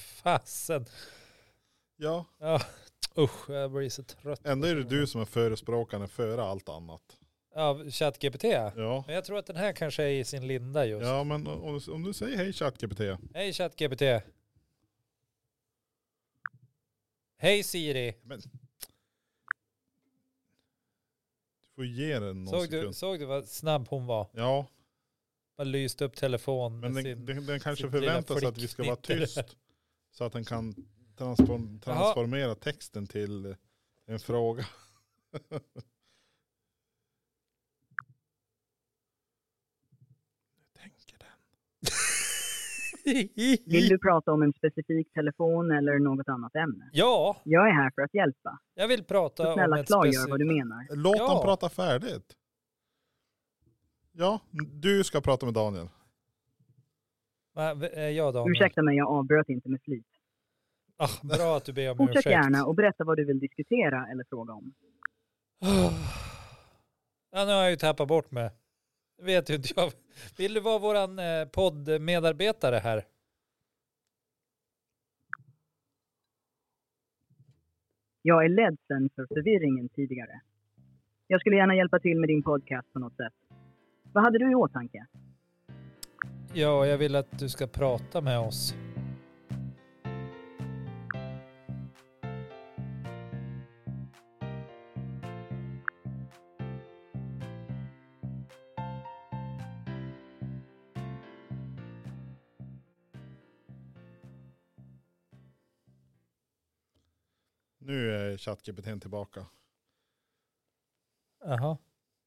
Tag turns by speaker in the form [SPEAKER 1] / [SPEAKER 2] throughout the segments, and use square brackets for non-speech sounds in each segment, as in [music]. [SPEAKER 1] fasen.
[SPEAKER 2] Ja,
[SPEAKER 1] Usch, jag blir så trött.
[SPEAKER 2] ändå är det du som är förespråkaren före allt annat.
[SPEAKER 1] Ja, ChatGPT.
[SPEAKER 2] Ja,
[SPEAKER 1] Men jag tror att den här kanske är i sin linda just.
[SPEAKER 2] ja men om du, om du säger hej ChatGPT.
[SPEAKER 1] Hej ChatGPT. Hej Siri.
[SPEAKER 2] Men... Du får ge den någon
[SPEAKER 1] Såg du,
[SPEAKER 2] sekund.
[SPEAKER 1] såg du vad snabb hon var?
[SPEAKER 2] Ja,
[SPEAKER 1] Bara lyste upp telefonen
[SPEAKER 2] men
[SPEAKER 1] med
[SPEAKER 2] den,
[SPEAKER 1] sin...
[SPEAKER 2] den, den kanske
[SPEAKER 1] sitt lilla
[SPEAKER 2] förväntar sig att vi ska vara
[SPEAKER 1] flicknitter.
[SPEAKER 2] tyst. Så att den kan transform,
[SPEAKER 1] Jaha.
[SPEAKER 2] transformera texten till
[SPEAKER 1] [laughs]
[SPEAKER 2] en fråga. Nu tänker den.
[SPEAKER 3] Vill du prata om en specifik telefon eller något annat ämne?
[SPEAKER 1] Ja,
[SPEAKER 3] Jag är här för att hjälpa.
[SPEAKER 1] jag vill
[SPEAKER 3] Så
[SPEAKER 1] prata om
[SPEAKER 3] snälla
[SPEAKER 1] ett
[SPEAKER 3] klargör vad du
[SPEAKER 1] specifikt...
[SPEAKER 3] menar.
[SPEAKER 2] Låt
[SPEAKER 1] Ja.
[SPEAKER 2] han prata färdigt. Ja, du ska prata med Daniel.
[SPEAKER 1] Va, är jag Daniel?
[SPEAKER 3] Ursäkta mig, jag avbröt inte med flit.
[SPEAKER 1] Ah, bra att du ber om ursäkt.
[SPEAKER 3] Fortsätt gärna och berätta vad du vill diskutera eller fråga om.
[SPEAKER 1] [sighs] Ja, nu har jag ju tappat bort mig. Det vet ju inte jag. Vill du vara våran eh, poddmedarbetare här?
[SPEAKER 3] Jag är ledsen för förvirringen tidigare. Jag skulle gärna hjälpa till med din podcast på något sätt. Vad hade du i åtanke?
[SPEAKER 1] Ja, jag vill att du ska prata med oss.
[SPEAKER 2] Nu är ChatGPT tillbaka.
[SPEAKER 1] Jaha.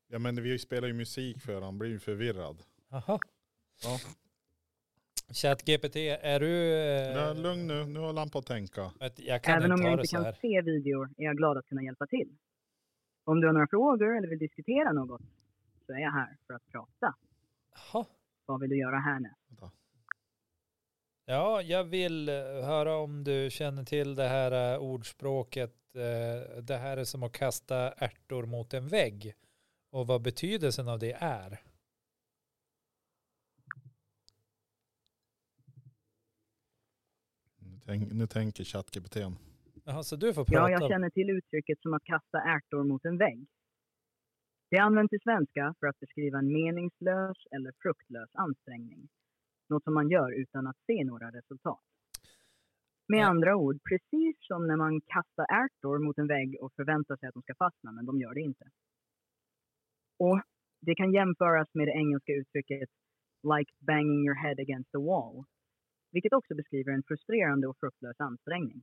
[SPEAKER 2] Ja, men vi spelar ju musik för han blir ju förvirrad.
[SPEAKER 1] Jaha.
[SPEAKER 2] Ja.
[SPEAKER 1] ChatGPT, är du... eh,
[SPEAKER 2] Ja, lugn nu, nu har lampan att tänka.
[SPEAKER 1] vet, Jag kan
[SPEAKER 3] Även om
[SPEAKER 1] inte
[SPEAKER 3] jag
[SPEAKER 1] ha det
[SPEAKER 3] inte
[SPEAKER 1] så
[SPEAKER 3] kan
[SPEAKER 1] här.
[SPEAKER 3] se videor är jag glad att kunna hjälpa till. Om du har några frågor eller vill diskutera något så är jag här för att prata.
[SPEAKER 1] Jaha.
[SPEAKER 3] Vad vill du göra härnäst?
[SPEAKER 1] Ja, jag vill eh, höra om du känner till det här eh, ordspråket. eh, Det här är som att kasta ärtor mot en vägg. Och vad betydelsen av det är.
[SPEAKER 2] Nu, tänk, nu tänker ChatGPT.
[SPEAKER 1] Jaha, så du får
[SPEAKER 3] Ja,
[SPEAKER 1] prata.
[SPEAKER 3] jag känner till uttrycket som att kasta ärtor mot en vägg. Det används i svenska för att beskriva en meningslös eller fruktlös ansträngning. Något som man gör utan att se några resultat. Med
[SPEAKER 1] Ja.
[SPEAKER 3] andra ord, precis som när man kastar ärtor mot en vägg och förväntar sig att de ska fastna, men de gör det inte. Och det kan jämföras med det engelska uttrycket “like banging your head against the wall”, vilket också beskriver en frustrerande och fruktlös ansträngning.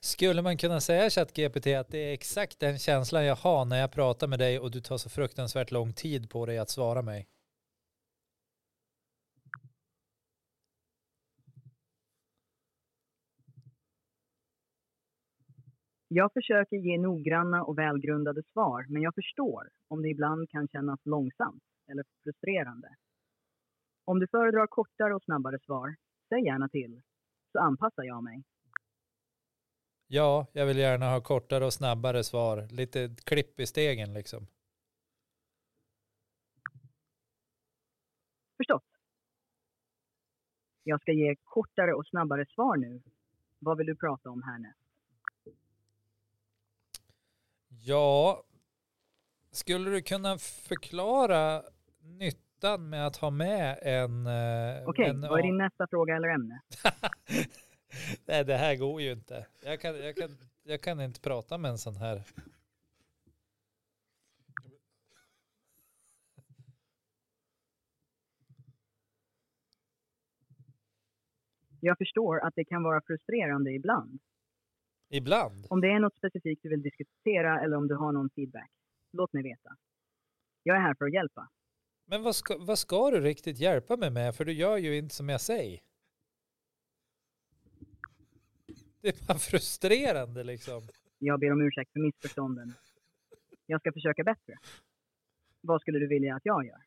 [SPEAKER 1] Skulle man kunna säga ChatGPT att det är exakt den känslan jag har när jag pratar med dig och du tar så fruktansvärt lång tid på dig att svara mig?
[SPEAKER 3] Jag försöker ge noggranna och välgrundade svar, men jag förstår om det ibland kan kännas långsamt eller frustrerande. Om du föredrar kortare och snabbare svar, säg gärna till, så anpassar jag mig.
[SPEAKER 1] Ja, jag vill gärna ha kortare och snabbare svar. Lite klipp i stegen liksom.
[SPEAKER 3] Förstått? Jag ska ge kortare och snabbare svar nu. Vad vill du prata om härnäst?
[SPEAKER 1] Ja, skulle du kunna förklara nyttan med att ha med en... eh,
[SPEAKER 3] Okej,
[SPEAKER 1] en-
[SPEAKER 3] vad är din nästa fråga eller ämne?
[SPEAKER 1] Nej, det här går ju inte. Jag kan, jag kan, jag kan inte prata med en sån här.
[SPEAKER 3] Jag förstår att det kan vara frustrerande ibland.
[SPEAKER 1] Ibland.
[SPEAKER 3] Om det är något specifikt du vill diskutera eller om du har någon feedback, låt mig veta. Jag är här för att hjälpa.
[SPEAKER 1] Men vad ska, vad ska du riktigt hjälpa mig med? För du gör ju inte som jag säger. Det är bara frustrerande liksom.
[SPEAKER 3] Jag ber om ursäkt för missförstånden. Jag ska försöka bättre. Vad skulle du vilja att jag gör?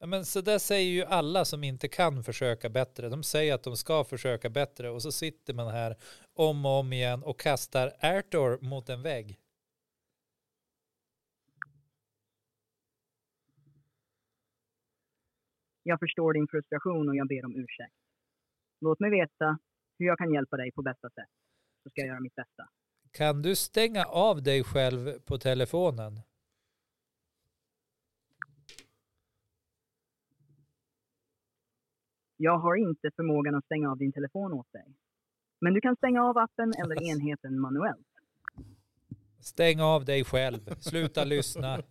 [SPEAKER 1] Ja, men så där säger ju alla som inte kan försöka bättre. De säger att de ska försöka bättre och så sitter man här om och om igen och kastar ärtor mot en vägg.
[SPEAKER 3] Jag förstår din frustration och jag ber om ursäkt. Låt mig veta hur jag kan hjälpa dig på bästa sätt. Så ska jag göra mitt bästa.
[SPEAKER 1] Kan du stänga av dig själv på telefonen?
[SPEAKER 3] Jag har inte förmågan att stänga av din telefon åt dig. Men du kan stänga av appen eller enheten manuellt.
[SPEAKER 1] Stäng av dig själv. Sluta lyssna.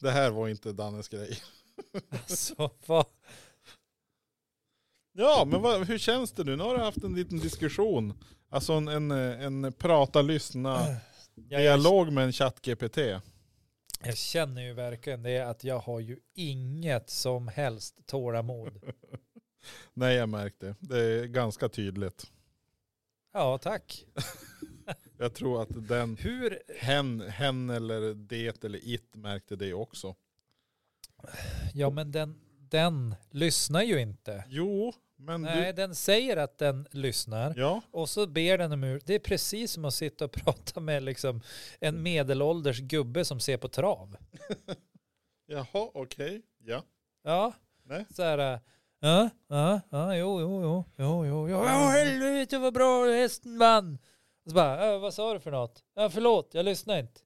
[SPEAKER 2] Det här var inte Dannes grej.
[SPEAKER 1] Alltså, vad?
[SPEAKER 2] Ja, men vad, hur känns det nu? Nu har du haft en liten diskussion. Alltså en, en, en prata, lyssna,
[SPEAKER 1] Jag, jag,
[SPEAKER 2] dialog med en chatt-GPT.
[SPEAKER 1] jag känner ju verkligen det att jag har ju inget som helst tålamod.
[SPEAKER 2] Nej, jag märkte. Det är ganska tydligt.
[SPEAKER 1] Ja, tack.
[SPEAKER 2] Jag tror att den,
[SPEAKER 1] Hur,
[SPEAKER 2] hen, hen eller det eller it märkte det också.
[SPEAKER 1] ja men den, den lyssnar ju inte.
[SPEAKER 2] Jo, men
[SPEAKER 1] Nej, den säger att den lyssnar.
[SPEAKER 2] du... Ja,
[SPEAKER 1] Och så ber den om ur. Det är precis som att sitta och [laughs] prata med liksom
[SPEAKER 2] Mm.
[SPEAKER 1] en medelålders gubbe som ser på trav.
[SPEAKER 2] jaha, okej. Ja.
[SPEAKER 1] Ja,
[SPEAKER 2] Nej.
[SPEAKER 1] så här. äh, Ja, ja, ja, jo, jo, jo, jo, jo, jo, ja,
[SPEAKER 2] Mm.
[SPEAKER 1] helvete vad bra hästen vann. Och så bara, äh, vad sa du för något? Ja, förlåt, jag lyssnar inte.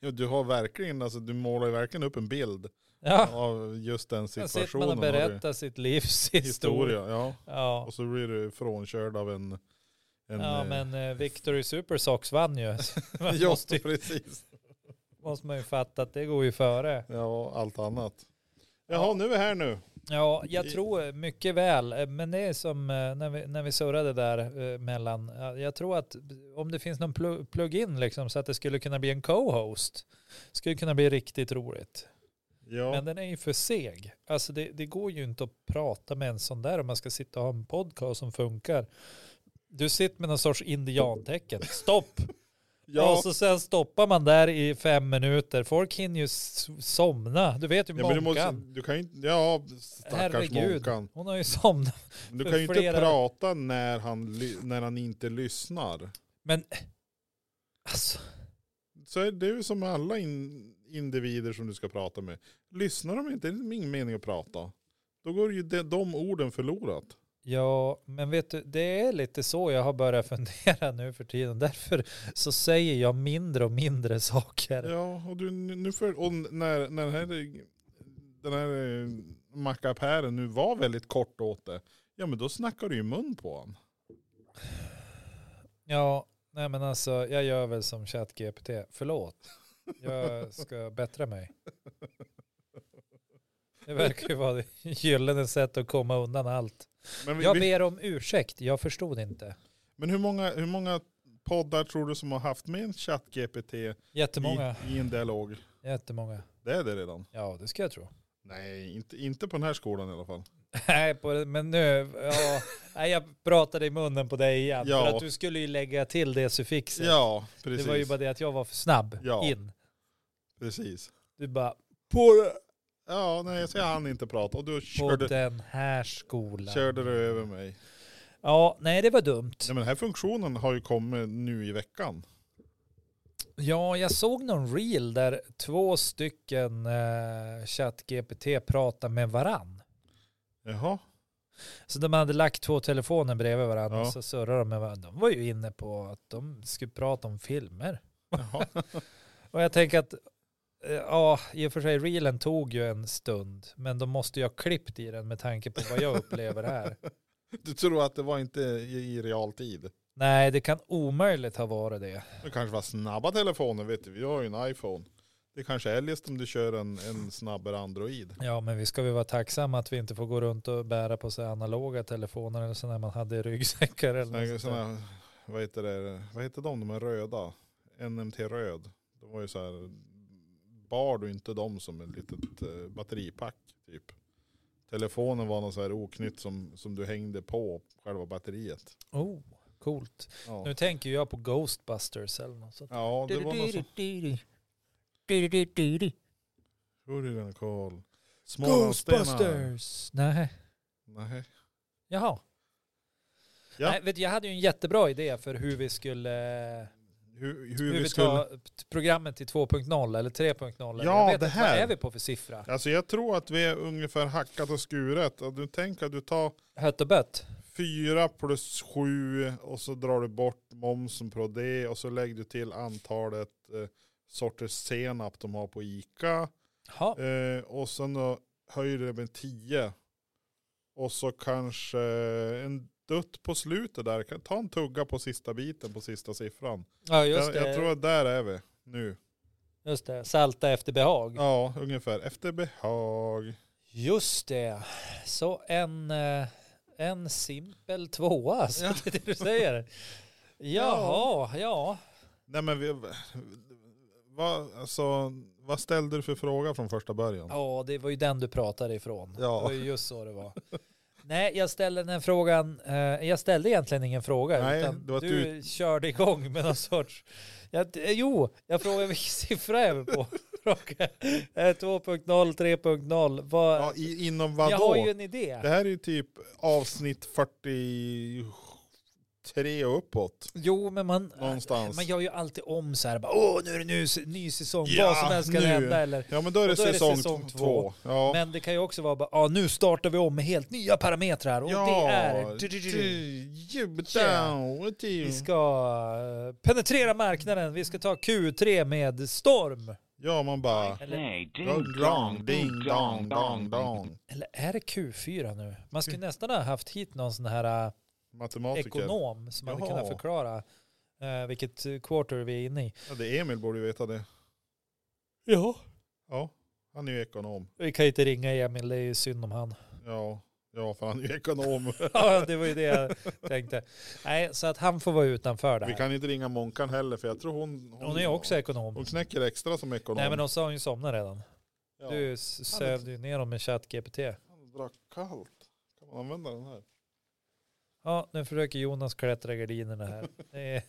[SPEAKER 2] ja, du har verkligen, alltså du målar ju verkligen upp en bild
[SPEAKER 1] [laughs] Ja,
[SPEAKER 2] av just den
[SPEAKER 1] sen sitter man
[SPEAKER 2] situationen.
[SPEAKER 1] och
[SPEAKER 2] har du
[SPEAKER 1] berättar sitt livs historia.
[SPEAKER 2] [laughs] Historia, ja.
[SPEAKER 1] Ja.
[SPEAKER 2] Och så blir du frånkörd av en... en
[SPEAKER 1] Ja,
[SPEAKER 2] eh, [laughs]
[SPEAKER 1] men eh, Victory Super Sox vann ju. [laughs] Så Man
[SPEAKER 2] ja,
[SPEAKER 1] måste, ju-
[SPEAKER 2] precis.
[SPEAKER 1] måste man ju fatta att det går ju före.
[SPEAKER 2] Ja, allt annat. Jaha, nu är vi här nu.
[SPEAKER 1] Ja, jag
[SPEAKER 2] I-
[SPEAKER 1] tror mycket väl. eh, Men det är som eh, när vi, när vi surrade där eh, mellan. eh, Jag tror att om det finns någon plu- plug-in liksom så att det skulle kunna bli en co-host. Skulle kunna bli riktigt roligt.
[SPEAKER 2] Ja,
[SPEAKER 1] Men den är ju för seg. Alltså det, det går ju inte att prata med en sån där om man ska sitta och ha en podcast som funkar. Du sitter med någon sorts indiantecken. Stopp! Ja.
[SPEAKER 2] ja.
[SPEAKER 1] Och så sen stoppar man där i fem minuter. Folk hinner ju s- somna. Du vet ju
[SPEAKER 2] ja men du,
[SPEAKER 1] Månkan.
[SPEAKER 2] måste, du kan ju inte... Ja, stackars
[SPEAKER 1] Herregud.
[SPEAKER 2] Månkan.
[SPEAKER 1] Hon har ju somnat.
[SPEAKER 2] Du
[SPEAKER 1] För
[SPEAKER 2] kan ju inte
[SPEAKER 1] flera-
[SPEAKER 2] prata när han, ly- när han inte lyssnar.
[SPEAKER 1] Men alltså,
[SPEAKER 2] Så är det ju som med alla in, individer som du ska prata med. Lyssnar de inte, det är ingen mening att prata. Då går ju de, de orden förlorat.
[SPEAKER 1] ja, men vet du, det är lite så jag har börjat fundera nu för tiden. Därför så säger jag mindre och mindre saker.
[SPEAKER 2] Ja, och, du, nu för, och när, när den här, den här eh, mackapären nu var väldigt kort åt det, ja men då snackar du ju i mun på honom.
[SPEAKER 1] Ja, nej men alltså, jag gör väl som ChatGPT. Förlåt, jag ska bättra mig. Det verkar ju vara det gyllene sätt att komma undan allt.
[SPEAKER 2] Men, vi,
[SPEAKER 1] Jag
[SPEAKER 2] vi,
[SPEAKER 1] ber om ursäkt, jag förstod inte.
[SPEAKER 2] men hur, många, hur många poddar tror du som har haft med en chatt-GPT i,
[SPEAKER 1] Jättemånga,
[SPEAKER 2] i en dialog?
[SPEAKER 1] jättemånga.
[SPEAKER 2] Det är det redan.
[SPEAKER 1] Ja, det ska jag tro.
[SPEAKER 2] Nej, inte, inte på den här skolan i alla fall.
[SPEAKER 1] Nej, på, det- men nu, ja, nej, jag pratade i munnen på dig igen.
[SPEAKER 2] Ja.
[SPEAKER 1] För att du skulle ju lägga till det suffixet.
[SPEAKER 2] Ja, precis.
[SPEAKER 1] det var ju bara det att jag var för snabb
[SPEAKER 2] Ja.
[SPEAKER 1] in.
[SPEAKER 2] precis.
[SPEAKER 1] Du bara,
[SPEAKER 2] På det. Ja, nej, så jag hann inte prata och då
[SPEAKER 1] på
[SPEAKER 2] körde,
[SPEAKER 1] den här skolan.
[SPEAKER 2] körde du över mig.
[SPEAKER 1] Ja, nej det var dumt.
[SPEAKER 2] Nej, men den här funktionen har ju kommit nu i veckan.
[SPEAKER 1] Ja, jag såg någon reel där två stycken eh, ChatGPT pratade med varann.
[SPEAKER 2] Jaha,
[SPEAKER 1] Så de hade lagt två telefoner bredvid varandra
[SPEAKER 2] Ja.
[SPEAKER 1] och så surrade de med varandra. De var ju inne på att de skulle prata om filmer.
[SPEAKER 2] jaha.
[SPEAKER 1] Och jag tänker att, eh, ja, i och för sig reelen tog ju en stund, men de måste ju ha klippt i den med tanke på vad jag upplever
[SPEAKER 2] [laughs]
[SPEAKER 1] här.
[SPEAKER 2] Du tror att det var inte i, i realtid?
[SPEAKER 1] Nej, det kan omöjligt ha varit det.
[SPEAKER 2] Det kanske var snabba telefoner, vet du. Vi har ju en iPhone. Det kanske är eljest om du kör en, en snabbare Android.
[SPEAKER 1] Ja, men vi ska väl vara tacksamma att vi inte får gå runt och bära på så här analoga telefoner eller sådana man hade i ryggsäckar eller
[SPEAKER 2] Såna,
[SPEAKER 1] något sånt där.
[SPEAKER 2] såna, vad, heter det, vad heter de, de är röda? NMT röd. De var ju så här, bar du inte dem som ett litet eh, batteripack typ? Telefonen var någon så här oknytt som, som du hängde på själva batteriet.
[SPEAKER 1] Oh, coolt.
[SPEAKER 2] Ja,
[SPEAKER 1] Nu tänker jag på Ghostbusters eller något sånt.
[SPEAKER 2] ja det var någon som... Hurrigan Karl. Smålandsstenar.
[SPEAKER 1] Ghostbusters! Nej,
[SPEAKER 2] Nej.
[SPEAKER 1] jaha.
[SPEAKER 2] Ja.
[SPEAKER 1] Nej, vet, du, jag hade ju en jättebra idé för hur vi skulle eh,
[SPEAKER 2] hur, hur
[SPEAKER 1] Hur
[SPEAKER 2] vi
[SPEAKER 1] vi
[SPEAKER 2] skulle...
[SPEAKER 1] tar programmet till 2.0 eller 3.0. eller
[SPEAKER 2] Ja,
[SPEAKER 1] jag vet
[SPEAKER 2] det
[SPEAKER 1] inte,
[SPEAKER 2] här.
[SPEAKER 1] Vad är vi på för siffra?
[SPEAKER 2] Alltså jag tror att vi är ungefär hackat och skuret. Och Du tänker att du tar
[SPEAKER 1] Hött och bött?
[SPEAKER 2] fyra plus sju och så drar du bort momsen på det och så lägger du till antalet eh, sorters senap de har på Ica.
[SPEAKER 1] Ja,
[SPEAKER 2] Eh, och sen då höjer du det med 10. Och så kanske en dutt på slutet där. Kan- Ta en tugga på sista biten på sista siffran.
[SPEAKER 1] ja just,
[SPEAKER 2] jag, jag tror
[SPEAKER 1] det,
[SPEAKER 2] att där är vi nu.
[SPEAKER 1] just det. Salta efter behag.
[SPEAKER 2] Ja, ungefär. Efter behag.
[SPEAKER 1] Just det. Så en, eh, en simpel tvåa, så
[SPEAKER 2] Ja.
[SPEAKER 1] det är det du
[SPEAKER 2] [laughs]
[SPEAKER 1] säger. Jaha, ja.
[SPEAKER 2] Nej men vi, vad, alltså, vad ställde du för fråga från första början?
[SPEAKER 1] Ja, det var ju den du pratade ifrån.
[SPEAKER 2] Ja.
[SPEAKER 1] Det var ju just så det var. [laughs] Nej, jag ställde den frågan. Eh, jag ställde egentligen ingen fråga.
[SPEAKER 2] Nej,
[SPEAKER 1] utan
[SPEAKER 2] det var att
[SPEAKER 1] du, körde igång med någon sorts... Jag, eh, jo, jag frågade vilken [laughs] siffra är vi på? [laughs] Fråga. Eh, 2.0, 3.0. Vad,
[SPEAKER 2] Ja, i, inom
[SPEAKER 1] Alltså, jag har ju
[SPEAKER 2] vadå?
[SPEAKER 1] en idé.
[SPEAKER 2] Det här är ju typ avsnitt 43 och uppåt.
[SPEAKER 1] Jo, men man,
[SPEAKER 2] Någonstans.
[SPEAKER 1] Man gör ju alltid om så här, bara, åh nu är det ny, ny säsong,
[SPEAKER 2] Ja,
[SPEAKER 1] vad som helst kan
[SPEAKER 2] nu.
[SPEAKER 1] hända. Eller,
[SPEAKER 2] Ja men då är det,
[SPEAKER 1] Och då är det
[SPEAKER 2] säsong,
[SPEAKER 1] säsong
[SPEAKER 2] t- två.
[SPEAKER 1] två.
[SPEAKER 2] Ja.
[SPEAKER 1] Men det kan ju också vara, bara, ja nu startar vi om med helt nya parametrar och det är, du, du, du. vi
[SPEAKER 2] är...
[SPEAKER 1] ska eh, penetrera marknaden, vi ska ta Q3 med storm.
[SPEAKER 2] Ja man bara...
[SPEAKER 1] Eller,
[SPEAKER 2] Dong, dong, ding, dong, dong, dong.
[SPEAKER 1] eller är det Q4 nu? Man skulle nästan ha haft hit någon sån här eh,
[SPEAKER 2] Matematiker.
[SPEAKER 1] ekonom som hade
[SPEAKER 2] Jaha.
[SPEAKER 1] kunnat förklara eh, vilket eh, quarter vi är inne i.
[SPEAKER 2] Ja, det är Emil borde ju veta det.
[SPEAKER 1] Ja.
[SPEAKER 2] Ja, han är ju ekonom.
[SPEAKER 1] Vi kan ju inte ringa Emil, det är ju synd om han. [laughs]
[SPEAKER 2] Ja, ja för han är ju ekonom.
[SPEAKER 1] Ja, det var ju det jag tänkte. Nej, så att han får vara utanför det
[SPEAKER 2] Vi
[SPEAKER 1] här.
[SPEAKER 2] kan inte ringa Monkan heller för jag tror hon...
[SPEAKER 1] Hon är också ekonom.
[SPEAKER 2] Hon knäcker extra som ekonom.
[SPEAKER 1] Nej, men hon sa hon ju somnade redan.
[SPEAKER 2] ja.
[SPEAKER 1] Du s- sövde ju ner dem med ChatGPT.
[SPEAKER 2] Han drack kallt. Kan man använda den här?
[SPEAKER 1] Ja, nu försöker Jonas klättra i gardinerna
[SPEAKER 2] [laughs]
[SPEAKER 1] här. Det är,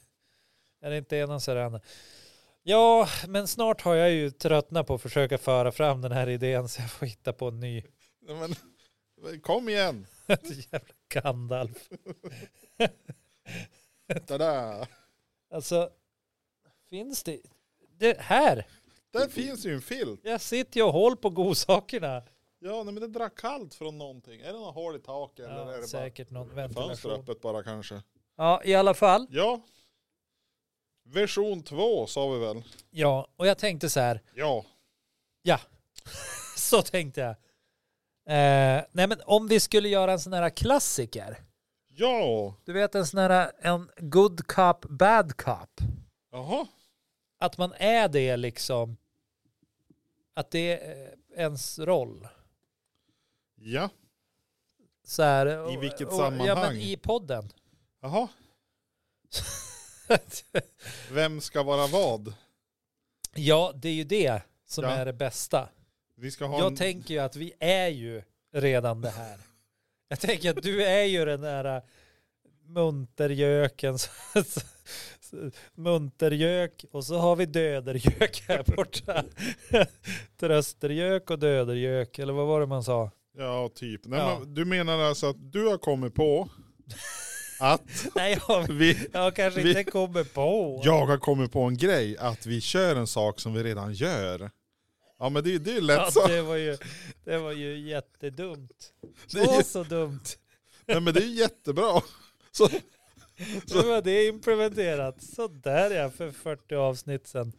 [SPEAKER 1] är det inte ena så är det andra. Ja, men snart har jag ju tröttnat på att försöka föra fram den här idén så jag får hitta på en ny [laughs]
[SPEAKER 2] Nej, men, [laughs] kom igen!
[SPEAKER 1] jävla Gandalf.
[SPEAKER 2] Tada!
[SPEAKER 1] Alltså, finns det? det? Här!
[SPEAKER 2] Där finns ju en filt.
[SPEAKER 1] Jag sitter ju och håller på godsakerna.
[SPEAKER 2] Ja, nej, men det drack kallt från någonting. Är det något hål i taket eller är
[SPEAKER 1] Ja,
[SPEAKER 2] det
[SPEAKER 1] säkert någon
[SPEAKER 2] bara fönster
[SPEAKER 1] ventilation.
[SPEAKER 2] öppet bara kanske?
[SPEAKER 1] Ja, i alla fall.
[SPEAKER 2] Ja. Version 2 sa vi väl?
[SPEAKER 1] Ja, och jag tänkte så här.
[SPEAKER 2] Ja.
[SPEAKER 1] [laughs] Så tänkte jag. Eh, nej, men om vi skulle göra en sån här klassiker.
[SPEAKER 2] Ja.
[SPEAKER 1] Du vet en sån här en good cop, bad cop.
[SPEAKER 2] Jaha.
[SPEAKER 1] Att man är det liksom. Att det är ens roll.
[SPEAKER 2] Ja.
[SPEAKER 1] Så här, och-
[SPEAKER 2] I vilket
[SPEAKER 1] och, Ja,
[SPEAKER 2] sammanhang?
[SPEAKER 1] men i podden. [laughs]
[SPEAKER 2] Jaha. Vem ska vara vad?
[SPEAKER 1] ja, det är ju det som
[SPEAKER 2] Ja.
[SPEAKER 1] är det bästa.
[SPEAKER 2] Vi ska ha
[SPEAKER 1] Jag
[SPEAKER 2] en...
[SPEAKER 1] tänker ju att vi är ju redan det här. Jag tänker att du är ju den där äh, munterjöken. så- så- så- [laughs] Munterjök och så har vi döderjök här borta. [laughs] Trösterjök och döderjök, eller vad var det man sa?
[SPEAKER 2] Ja, typ. Nej,
[SPEAKER 1] Ja.
[SPEAKER 2] Men, du menar alltså att du har kommit på att
[SPEAKER 1] Nej, jag,
[SPEAKER 2] vi...
[SPEAKER 1] jag kanske
[SPEAKER 2] Vi-
[SPEAKER 1] inte kommer på.
[SPEAKER 2] Jag har kommit på en grej, att vi kör en sak som vi redan gör. Ja men det, är- det är ju lätt
[SPEAKER 1] Ja,
[SPEAKER 2] så.
[SPEAKER 1] det, var ju, det var ju jättedumt.
[SPEAKER 2] Det är
[SPEAKER 1] Åh,
[SPEAKER 2] ju-
[SPEAKER 1] så dumt.
[SPEAKER 2] Nej men det är ju jättebra. Så,
[SPEAKER 1] Nu var det implementerat. Så där ja, för 40 avsnitt sedan.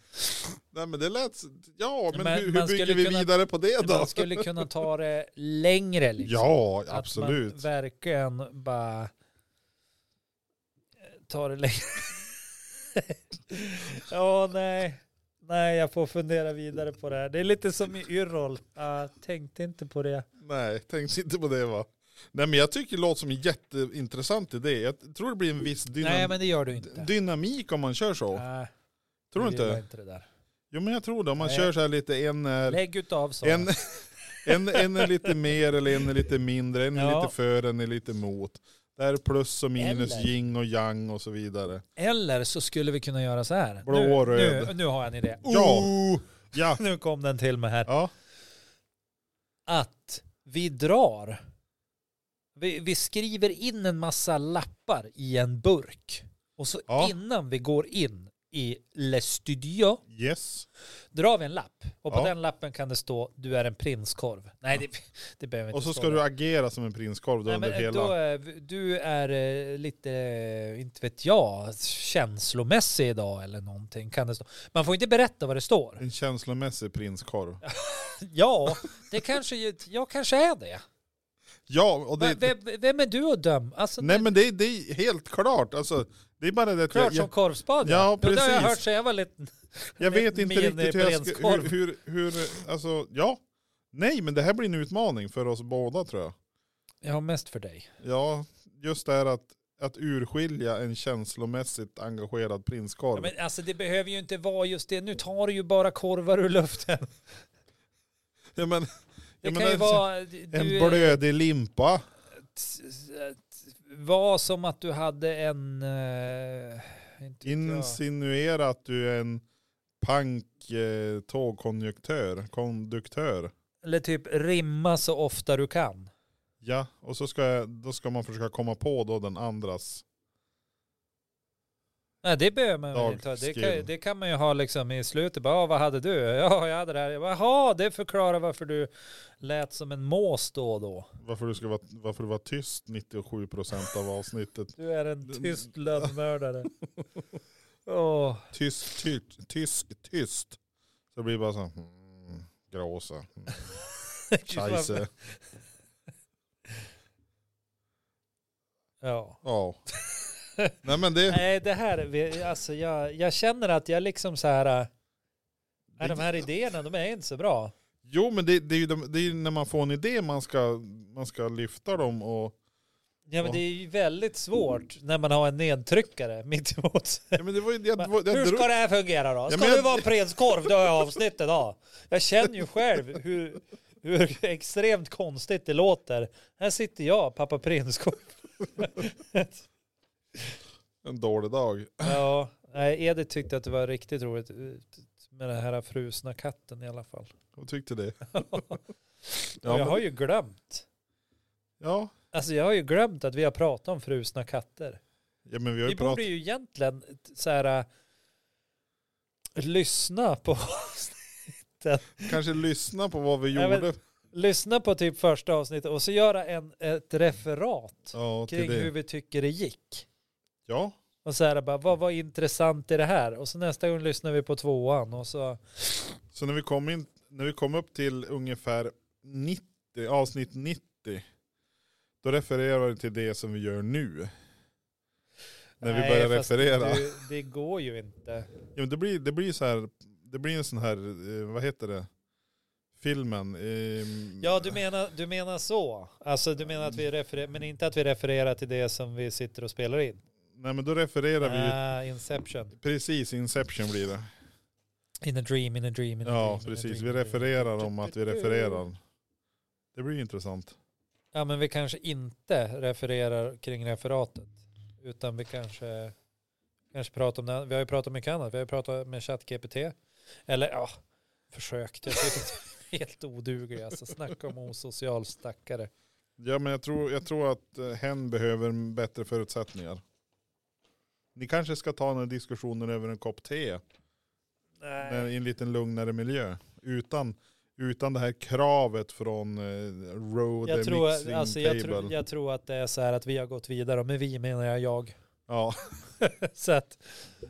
[SPEAKER 2] nej men det lät, ja men,
[SPEAKER 1] Men
[SPEAKER 2] hur, hur
[SPEAKER 1] man
[SPEAKER 2] bygger
[SPEAKER 1] skulle
[SPEAKER 2] vi
[SPEAKER 1] kunna-
[SPEAKER 2] vidare på [laughs] det då?
[SPEAKER 1] Man skulle kunna ta det längre. Liksom.
[SPEAKER 2] Ja,
[SPEAKER 1] att
[SPEAKER 2] absolut.
[SPEAKER 1] man verkligen bara eh, tar det längre. [laughs] ja, nej. Nej, jag får fundera vidare på det här. Det är lite som i Yrrol. Jag tänkte inte på det.
[SPEAKER 2] Nej, tänkte inte på det va. Nej men jag tycker det låter som en jätteintressant idé. Jag tror det blir en viss dynam-
[SPEAKER 1] Nej, men det gör du inte.
[SPEAKER 2] dynamik om man kör så.
[SPEAKER 1] Nej,
[SPEAKER 2] tror du
[SPEAKER 1] jag gillar
[SPEAKER 2] inte?
[SPEAKER 1] inte det där.
[SPEAKER 2] Jo men jag tror det. Om man
[SPEAKER 1] Nej.
[SPEAKER 2] kör så här lite en eh, är,
[SPEAKER 1] Lägg utav så.
[SPEAKER 2] en, en, en är lite mer eller en är lite mindre. En är
[SPEAKER 1] Ja.
[SPEAKER 2] lite för, en är lite mot. Där är plus och minus,
[SPEAKER 1] Eller-
[SPEAKER 2] yin och yang och så vidare.
[SPEAKER 1] Eller så skulle vi kunna göra så här.
[SPEAKER 2] Blå
[SPEAKER 1] nu,
[SPEAKER 2] och röd.
[SPEAKER 1] Nu, nu har jag en idé.
[SPEAKER 2] Ja.
[SPEAKER 1] Oh,
[SPEAKER 2] Ja.
[SPEAKER 1] nu kom den till mig här.
[SPEAKER 2] Ja.
[SPEAKER 1] att vi drar. Vi, vi skriver in en massa lappar i en burk. Och så
[SPEAKER 2] Ja.
[SPEAKER 1] innan vi går in i Le Studio
[SPEAKER 2] Yes.
[SPEAKER 1] drar vi en lapp och på
[SPEAKER 2] Ja.
[SPEAKER 1] den lappen kan det stå du är en prinskorv. Nej, det, [laughs] det behöver inte
[SPEAKER 2] Och så
[SPEAKER 1] stå
[SPEAKER 2] ska
[SPEAKER 1] där.
[SPEAKER 2] du agera som en prinskorv då
[SPEAKER 1] Nej,
[SPEAKER 2] under
[SPEAKER 1] men
[SPEAKER 2] hela...
[SPEAKER 1] då är, vi- du är eh, lite, eh, inte vet jag, känslomässig idag eller någonting kan det stå. Man får inte berätta vad det står.
[SPEAKER 2] En känslomässig prinskorv.
[SPEAKER 1] [laughs] Ja, det kanske, ju- jag kanske är det.
[SPEAKER 2] Ja, och det...
[SPEAKER 1] Va- Vem, vem är du att döma? Alltså,
[SPEAKER 2] nej
[SPEAKER 1] det,
[SPEAKER 2] men det, det är helt klart. Alltså, det är bara det att
[SPEAKER 1] klart
[SPEAKER 2] jag,
[SPEAKER 1] som
[SPEAKER 2] jag,
[SPEAKER 1] korvspad. Det
[SPEAKER 2] Ja,
[SPEAKER 1] har jag
[SPEAKER 2] precis.
[SPEAKER 1] hört sedan jag var liten.
[SPEAKER 2] jag vet
[SPEAKER 1] min
[SPEAKER 2] inte riktigt hur jag ska...
[SPEAKER 1] prinskorv.
[SPEAKER 2] Hur, hur, hur... Alltså, ja. Nej, men det här blir en utmaning för oss båda tror jag.
[SPEAKER 1] Ja, mest för dig.
[SPEAKER 2] Ja, just det här att, att urskilja en känslomässigt engagerad prinskorv.
[SPEAKER 1] Ja, men alltså det behöver ju inte vara just det. Nu tar du ju bara korvar ur luften.
[SPEAKER 2] Ja, men,
[SPEAKER 1] Det
[SPEAKER 2] ja, men
[SPEAKER 1] kan ju
[SPEAKER 2] en-
[SPEAKER 1] vara...
[SPEAKER 2] En
[SPEAKER 1] Du,
[SPEAKER 2] blödig limpa.
[SPEAKER 1] var som att du hade en... eh, inte vet jag.
[SPEAKER 2] Insinuera att du är en pank eh, tågkonjunktör, konduktör.
[SPEAKER 1] Eller typ rimma så ofta du kan.
[SPEAKER 2] Ja, och så ska, jag, då ska man försöka komma på då den andras.
[SPEAKER 1] Nej, det behöver man väl inte ha. Det
[SPEAKER 2] Dagskill.
[SPEAKER 1] kan, det kan man ju ha liksom i slutet. Bara, "Ah, vad hade du? Ja, jag hade det här. Jag bara, Jaha, det förklarar varför du lät som en mås då och då.
[SPEAKER 2] Varför du, ska vara, varför du var tyst 97% av avsnittet.
[SPEAKER 1] Du är en tyst
[SPEAKER 2] [laughs]
[SPEAKER 1] lönnmördare. Åh,
[SPEAKER 2] Tyst, tyst, tyst, tyst. Så det blir bara så här, mm,
[SPEAKER 1] [laughs]
[SPEAKER 2] gråsa, mm, scheisse.
[SPEAKER 1] Ja.
[SPEAKER 2] Ja. [laughs] Nej men det,
[SPEAKER 1] Nej, det här, vi- alltså jag, jag känner att jag liksom så här, äh, nej, de här idéerna, de är inte så bra.
[SPEAKER 2] jo men det, det är ju de, det är ju när man får en idé man ska, man ska lyfta dem och
[SPEAKER 1] Ja, men
[SPEAKER 2] Ja.
[SPEAKER 1] det är ju väldigt svårt när man har en nedtryckare mitt emot sig.
[SPEAKER 2] Ja, men det var, ju- jag, det var,
[SPEAKER 1] [laughs]
[SPEAKER 2] jag
[SPEAKER 1] Hur
[SPEAKER 2] drog-
[SPEAKER 1] ska det här fungera då?
[SPEAKER 2] Ja,
[SPEAKER 1] Ska
[SPEAKER 2] men jag-
[SPEAKER 1] du vara en prinskorv? Det har jag avsnitt idag. Jag känner ju själv hur, hur extremt konstigt det låter. Här sitter jag, pappa prinskorv.
[SPEAKER 2] En dålig dag. [laughs]
[SPEAKER 1] Ja, nej, Edith tyckte att det var riktigt roligt eh, med den här frusna katten i alla fall.
[SPEAKER 2] Jag
[SPEAKER 1] [laughs]
[SPEAKER 2] tyckte det.
[SPEAKER 1] Och jag
[SPEAKER 2] men-
[SPEAKER 1] har ju glömt.
[SPEAKER 2] ja.
[SPEAKER 1] Alltså jag har ju glömt att vi har pratat om frusna katter.
[SPEAKER 2] ja, men vi har ju
[SPEAKER 1] Vi
[SPEAKER 2] pratat.
[SPEAKER 1] borde ju egentligen t- så här, äh, lyssna på [laughs]
[SPEAKER 2] Kanske lyssna på vad vi
[SPEAKER 1] Ja,
[SPEAKER 2] gjorde.
[SPEAKER 1] men- lyssna på typ första avsnittet och så göra en, ett referat
[SPEAKER 2] ja, till
[SPEAKER 1] kring
[SPEAKER 2] det.
[SPEAKER 1] hur vi tycker det gick.
[SPEAKER 2] Ja,
[SPEAKER 1] Och så här bara, vad var intressant i det här? Och så nästa gång lyssnar vi på tvåan och så,
[SPEAKER 2] så när vi, kom in, när vi kom upp till ungefär 90, avsnitt 90, då refererar vi till det som vi gör nu. När vi
[SPEAKER 1] Nej,
[SPEAKER 2] börjar
[SPEAKER 1] fast
[SPEAKER 2] referera.
[SPEAKER 1] du, det går ju inte.
[SPEAKER 2] Jo, men det, blir, det blir så här, det blir en sån här, eh, vad heter det, filmen. ehm,
[SPEAKER 1] Ja, du menar, du menar så. Alltså du menar att vi refererar, men inte att vi refererar till det som vi sitter och spelar in.
[SPEAKER 2] Nej men då refererar vi,
[SPEAKER 1] Ah, Inception.
[SPEAKER 2] precis Inception blir det.
[SPEAKER 1] In a dream, in a dream, in a dream.
[SPEAKER 2] Ja,
[SPEAKER 1] in a
[SPEAKER 2] precis.
[SPEAKER 1] dream,
[SPEAKER 2] Vi
[SPEAKER 1] in a dream.
[SPEAKER 2] refererar om att vi refererar. Det blir ju intressant.
[SPEAKER 1] Ja, men vi kanske inte refererar kring referatet. Utan vi kanske, kanske pratar om det. Vi har ju pratat om mycket annat. Vi har ju pratat med ChatGPT. Eller ja, försökt. Jag tycker att det är helt oduglig. Alltså snacka om osocial stackare.
[SPEAKER 2] Ja, men jag tror, jag tror att eh, hen behöver bättre förutsättningar. Ni kanske ska ta den här diskussionen över en kopp te men
[SPEAKER 1] Nej.
[SPEAKER 2] i en liten lugnare miljö. Utan, utan det här kravet från eh, Road
[SPEAKER 1] Jag tror,
[SPEAKER 2] Mixing
[SPEAKER 1] alltså,
[SPEAKER 2] Table.
[SPEAKER 1] jag, tror, jag tror att det är så här att vi har gått vidare. Och Med vi menar jag jag.
[SPEAKER 2] Ja,
[SPEAKER 1] Så att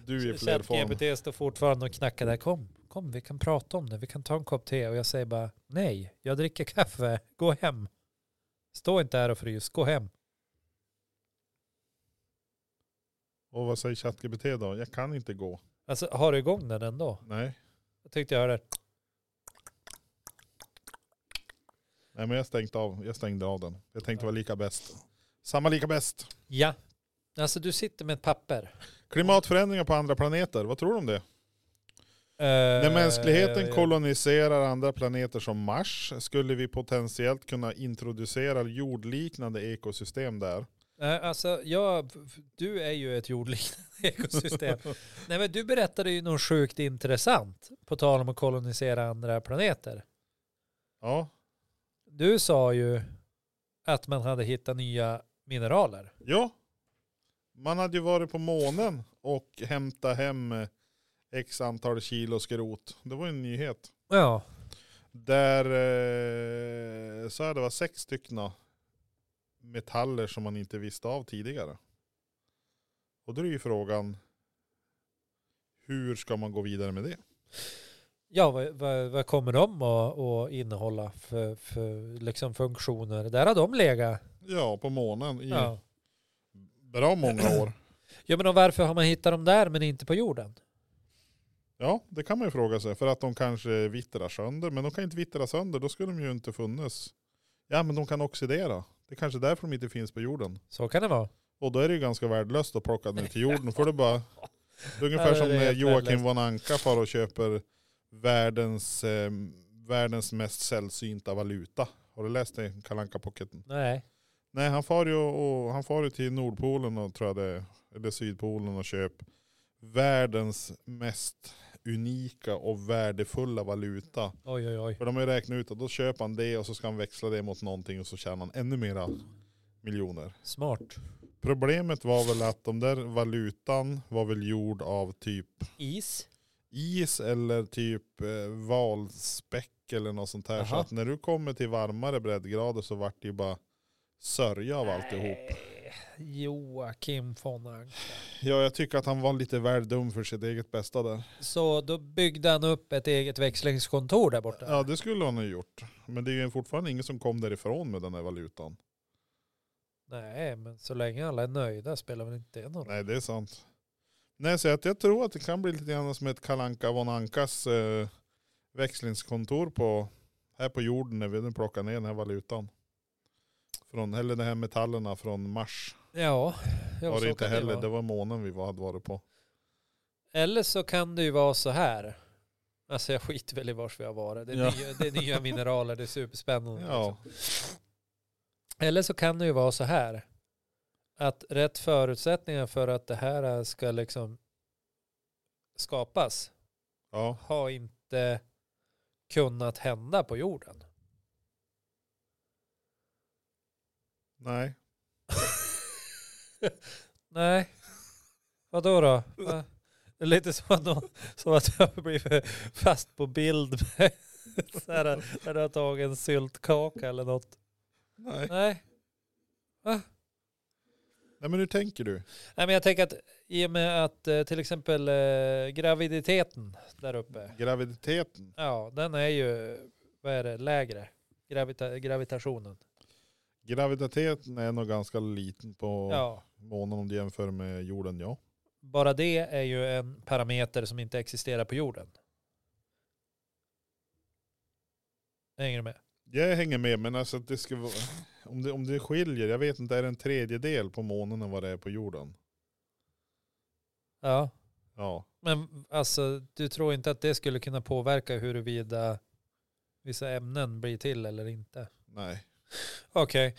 [SPEAKER 2] du är i fler form.
[SPEAKER 1] ChatGPT står fortfarande och knackar där. Kom, kom, vi kan prata om det. Vi kan ta en kopp te. Och jag säger bara nej, jag dricker kaffe. Gå hem. Stå inte här och frys. Gå hem.
[SPEAKER 2] Och vad säger ChatGPT då? Jag kan inte gå.
[SPEAKER 1] Alltså har du igång den ändå?
[SPEAKER 2] Nej,
[SPEAKER 1] Jag tyckte jag hörde.
[SPEAKER 2] Nej men jag, stängt av, jag stängde av den. Jag tänkte vara lika bäst. Samma lika bäst.
[SPEAKER 1] Ja. Alltså du sitter med ett papper.
[SPEAKER 2] Klimatförändringar på andra planeter, vad tror du om det? När
[SPEAKER 1] Eh,
[SPEAKER 2] mänskligheten koloniserar andra planeter som Mars skulle vi potentiellt kunna introducera jordliknande ekosystem där.
[SPEAKER 1] Nej, Alltså jag, du är ju ett jordliknande [laughs]
[SPEAKER 2] [laughs]
[SPEAKER 1] ekosystem. Nej men du berättade ju något sjukt intressant på tal om att kolonisera andra planeter.
[SPEAKER 2] Ja,
[SPEAKER 1] Du sa ju att man hade hittat nya mineraler.
[SPEAKER 2] ja. Man hade ju varit på månen och hämtat hem eh, X antal kilo skrot. Det var ju en nyhet.
[SPEAKER 1] Ja.
[SPEAKER 2] Där eh, så här, det var sex stycken metaller som man inte visste av tidigare. Och då är ju frågan, hur ska man gå vidare med det?
[SPEAKER 1] Ja, vad, vad, vad kommer de att, att innehålla för, för liksom funktioner? Där har de legat.
[SPEAKER 2] Ja, på månen i
[SPEAKER 1] Ja.
[SPEAKER 2] bra många år.
[SPEAKER 1] ja, men och varför har man hittat dem där men inte på jorden?
[SPEAKER 2] Ja, det kan man ju fråga sig. För att de kanske vittrar sönder. Men de kan inte vittra sönder, då skulle de ju inte funnits. Ja, men de kan oxidera. Det är kanske är därför de inte finns på jorden.
[SPEAKER 1] Så kan det vara.
[SPEAKER 2] Och då är det ju ganska värdelöst att plocka ner till jorden. För det är bara, det är
[SPEAKER 1] [laughs]
[SPEAKER 2] ungefär
[SPEAKER 1] Ja,
[SPEAKER 2] som
[SPEAKER 1] det är
[SPEAKER 2] när
[SPEAKER 1] helt
[SPEAKER 2] Joakim
[SPEAKER 1] värdelöst.
[SPEAKER 2] von Anka far och köper världens, eh, världens mest sällsynta valuta. Har du läst det i Kalanka pocketen
[SPEAKER 1] Nej.
[SPEAKER 2] Nej, han far ju, och, han far ju till Nordpolen och tror jag det är, eller Sydpolen och köper världens mest unika och värdefulla valuta.
[SPEAKER 1] Oj, oj, oj.
[SPEAKER 2] För de har ju räknat ut att då köper han det och så ska han växla det mot någonting och så tjänar han ännu mera miljoner.
[SPEAKER 1] Smart.
[SPEAKER 2] Problemet var väl att de där valutan var väl gjord av typ
[SPEAKER 1] Is.
[SPEAKER 2] is eller typ eh, valspäck eller något sånt här. Så
[SPEAKER 1] Aha.
[SPEAKER 2] att när du kommer till varmare breddgrader så vart det ju bara sörja av alltihop.
[SPEAKER 1] Eh, Joakim von Anka.
[SPEAKER 2] Ja, jag tycker att han var lite väl dum för sitt eget bästa där.
[SPEAKER 1] Så då byggde han upp ett eget växlingskontor där borta.
[SPEAKER 2] Ja, det skulle han ha gjort. Men det är ju fortfarande ingen som kom därifrån med den här valutan.
[SPEAKER 1] Nej, men så länge alla är nöjda spelar väl inte det någon roll.
[SPEAKER 2] Nej, det är sant. Nej, så att jag tror att det kan bli lite grann som ett Kalanka von Ankas eh, växlingskontor på, här på jorden när vi nu plockar ner den här valutan. Från, eller de här metallerna från Mars.
[SPEAKER 1] Ja, ja
[SPEAKER 2] var
[SPEAKER 1] så
[SPEAKER 2] det inte
[SPEAKER 1] kan
[SPEAKER 2] heller,
[SPEAKER 1] vara.
[SPEAKER 2] det var månen vi var- hade varit på.
[SPEAKER 1] Eller så kan det ju vara så här. Alltså jag skiter väl i vars vi har varit. Det är,
[SPEAKER 2] Ja.
[SPEAKER 1] nya, det är nya mineraler, det är superspännande.
[SPEAKER 2] Ja,
[SPEAKER 1] Eller så kan det ju vara så här. Att rätt förutsättningar för att det här ska liksom skapas
[SPEAKER 2] ja.
[SPEAKER 1] har inte kunnat hända på jorden.
[SPEAKER 2] Nej.
[SPEAKER 1] Nej. Vadå då? Va? Det är lite som att, någon, som att jag har blivit fast på bild med [laughs] så här, när du har tagit en syltkaka eller något.
[SPEAKER 2] Nej.
[SPEAKER 1] Nej.
[SPEAKER 2] Nej, men hur tänker du?
[SPEAKER 1] Nej men jag tänker att i och med att eh, till exempel eh, graviditeten där uppe.
[SPEAKER 2] Graviditeten.
[SPEAKER 1] Ja, den är ju, vad är det, lägre. Gravita- gravitationen.
[SPEAKER 2] Graviditeten är nog ganska liten på
[SPEAKER 1] Ja.
[SPEAKER 2] månen om du jämför med jorden, ja.
[SPEAKER 1] Bara det är ju en parameter som inte existerar på jorden. Hänger du med?
[SPEAKER 2] Jag hänger med, men alltså att det ska vara, om, det, om det skiljer, jag vet inte, är det en tredjedel på månen än vad det är på jorden?
[SPEAKER 1] Ja.
[SPEAKER 2] Ja.
[SPEAKER 1] Men alltså, du tror inte att det skulle kunna påverka huruvida vissa ämnen blir till eller inte?
[SPEAKER 2] Nej.
[SPEAKER 1] Okej,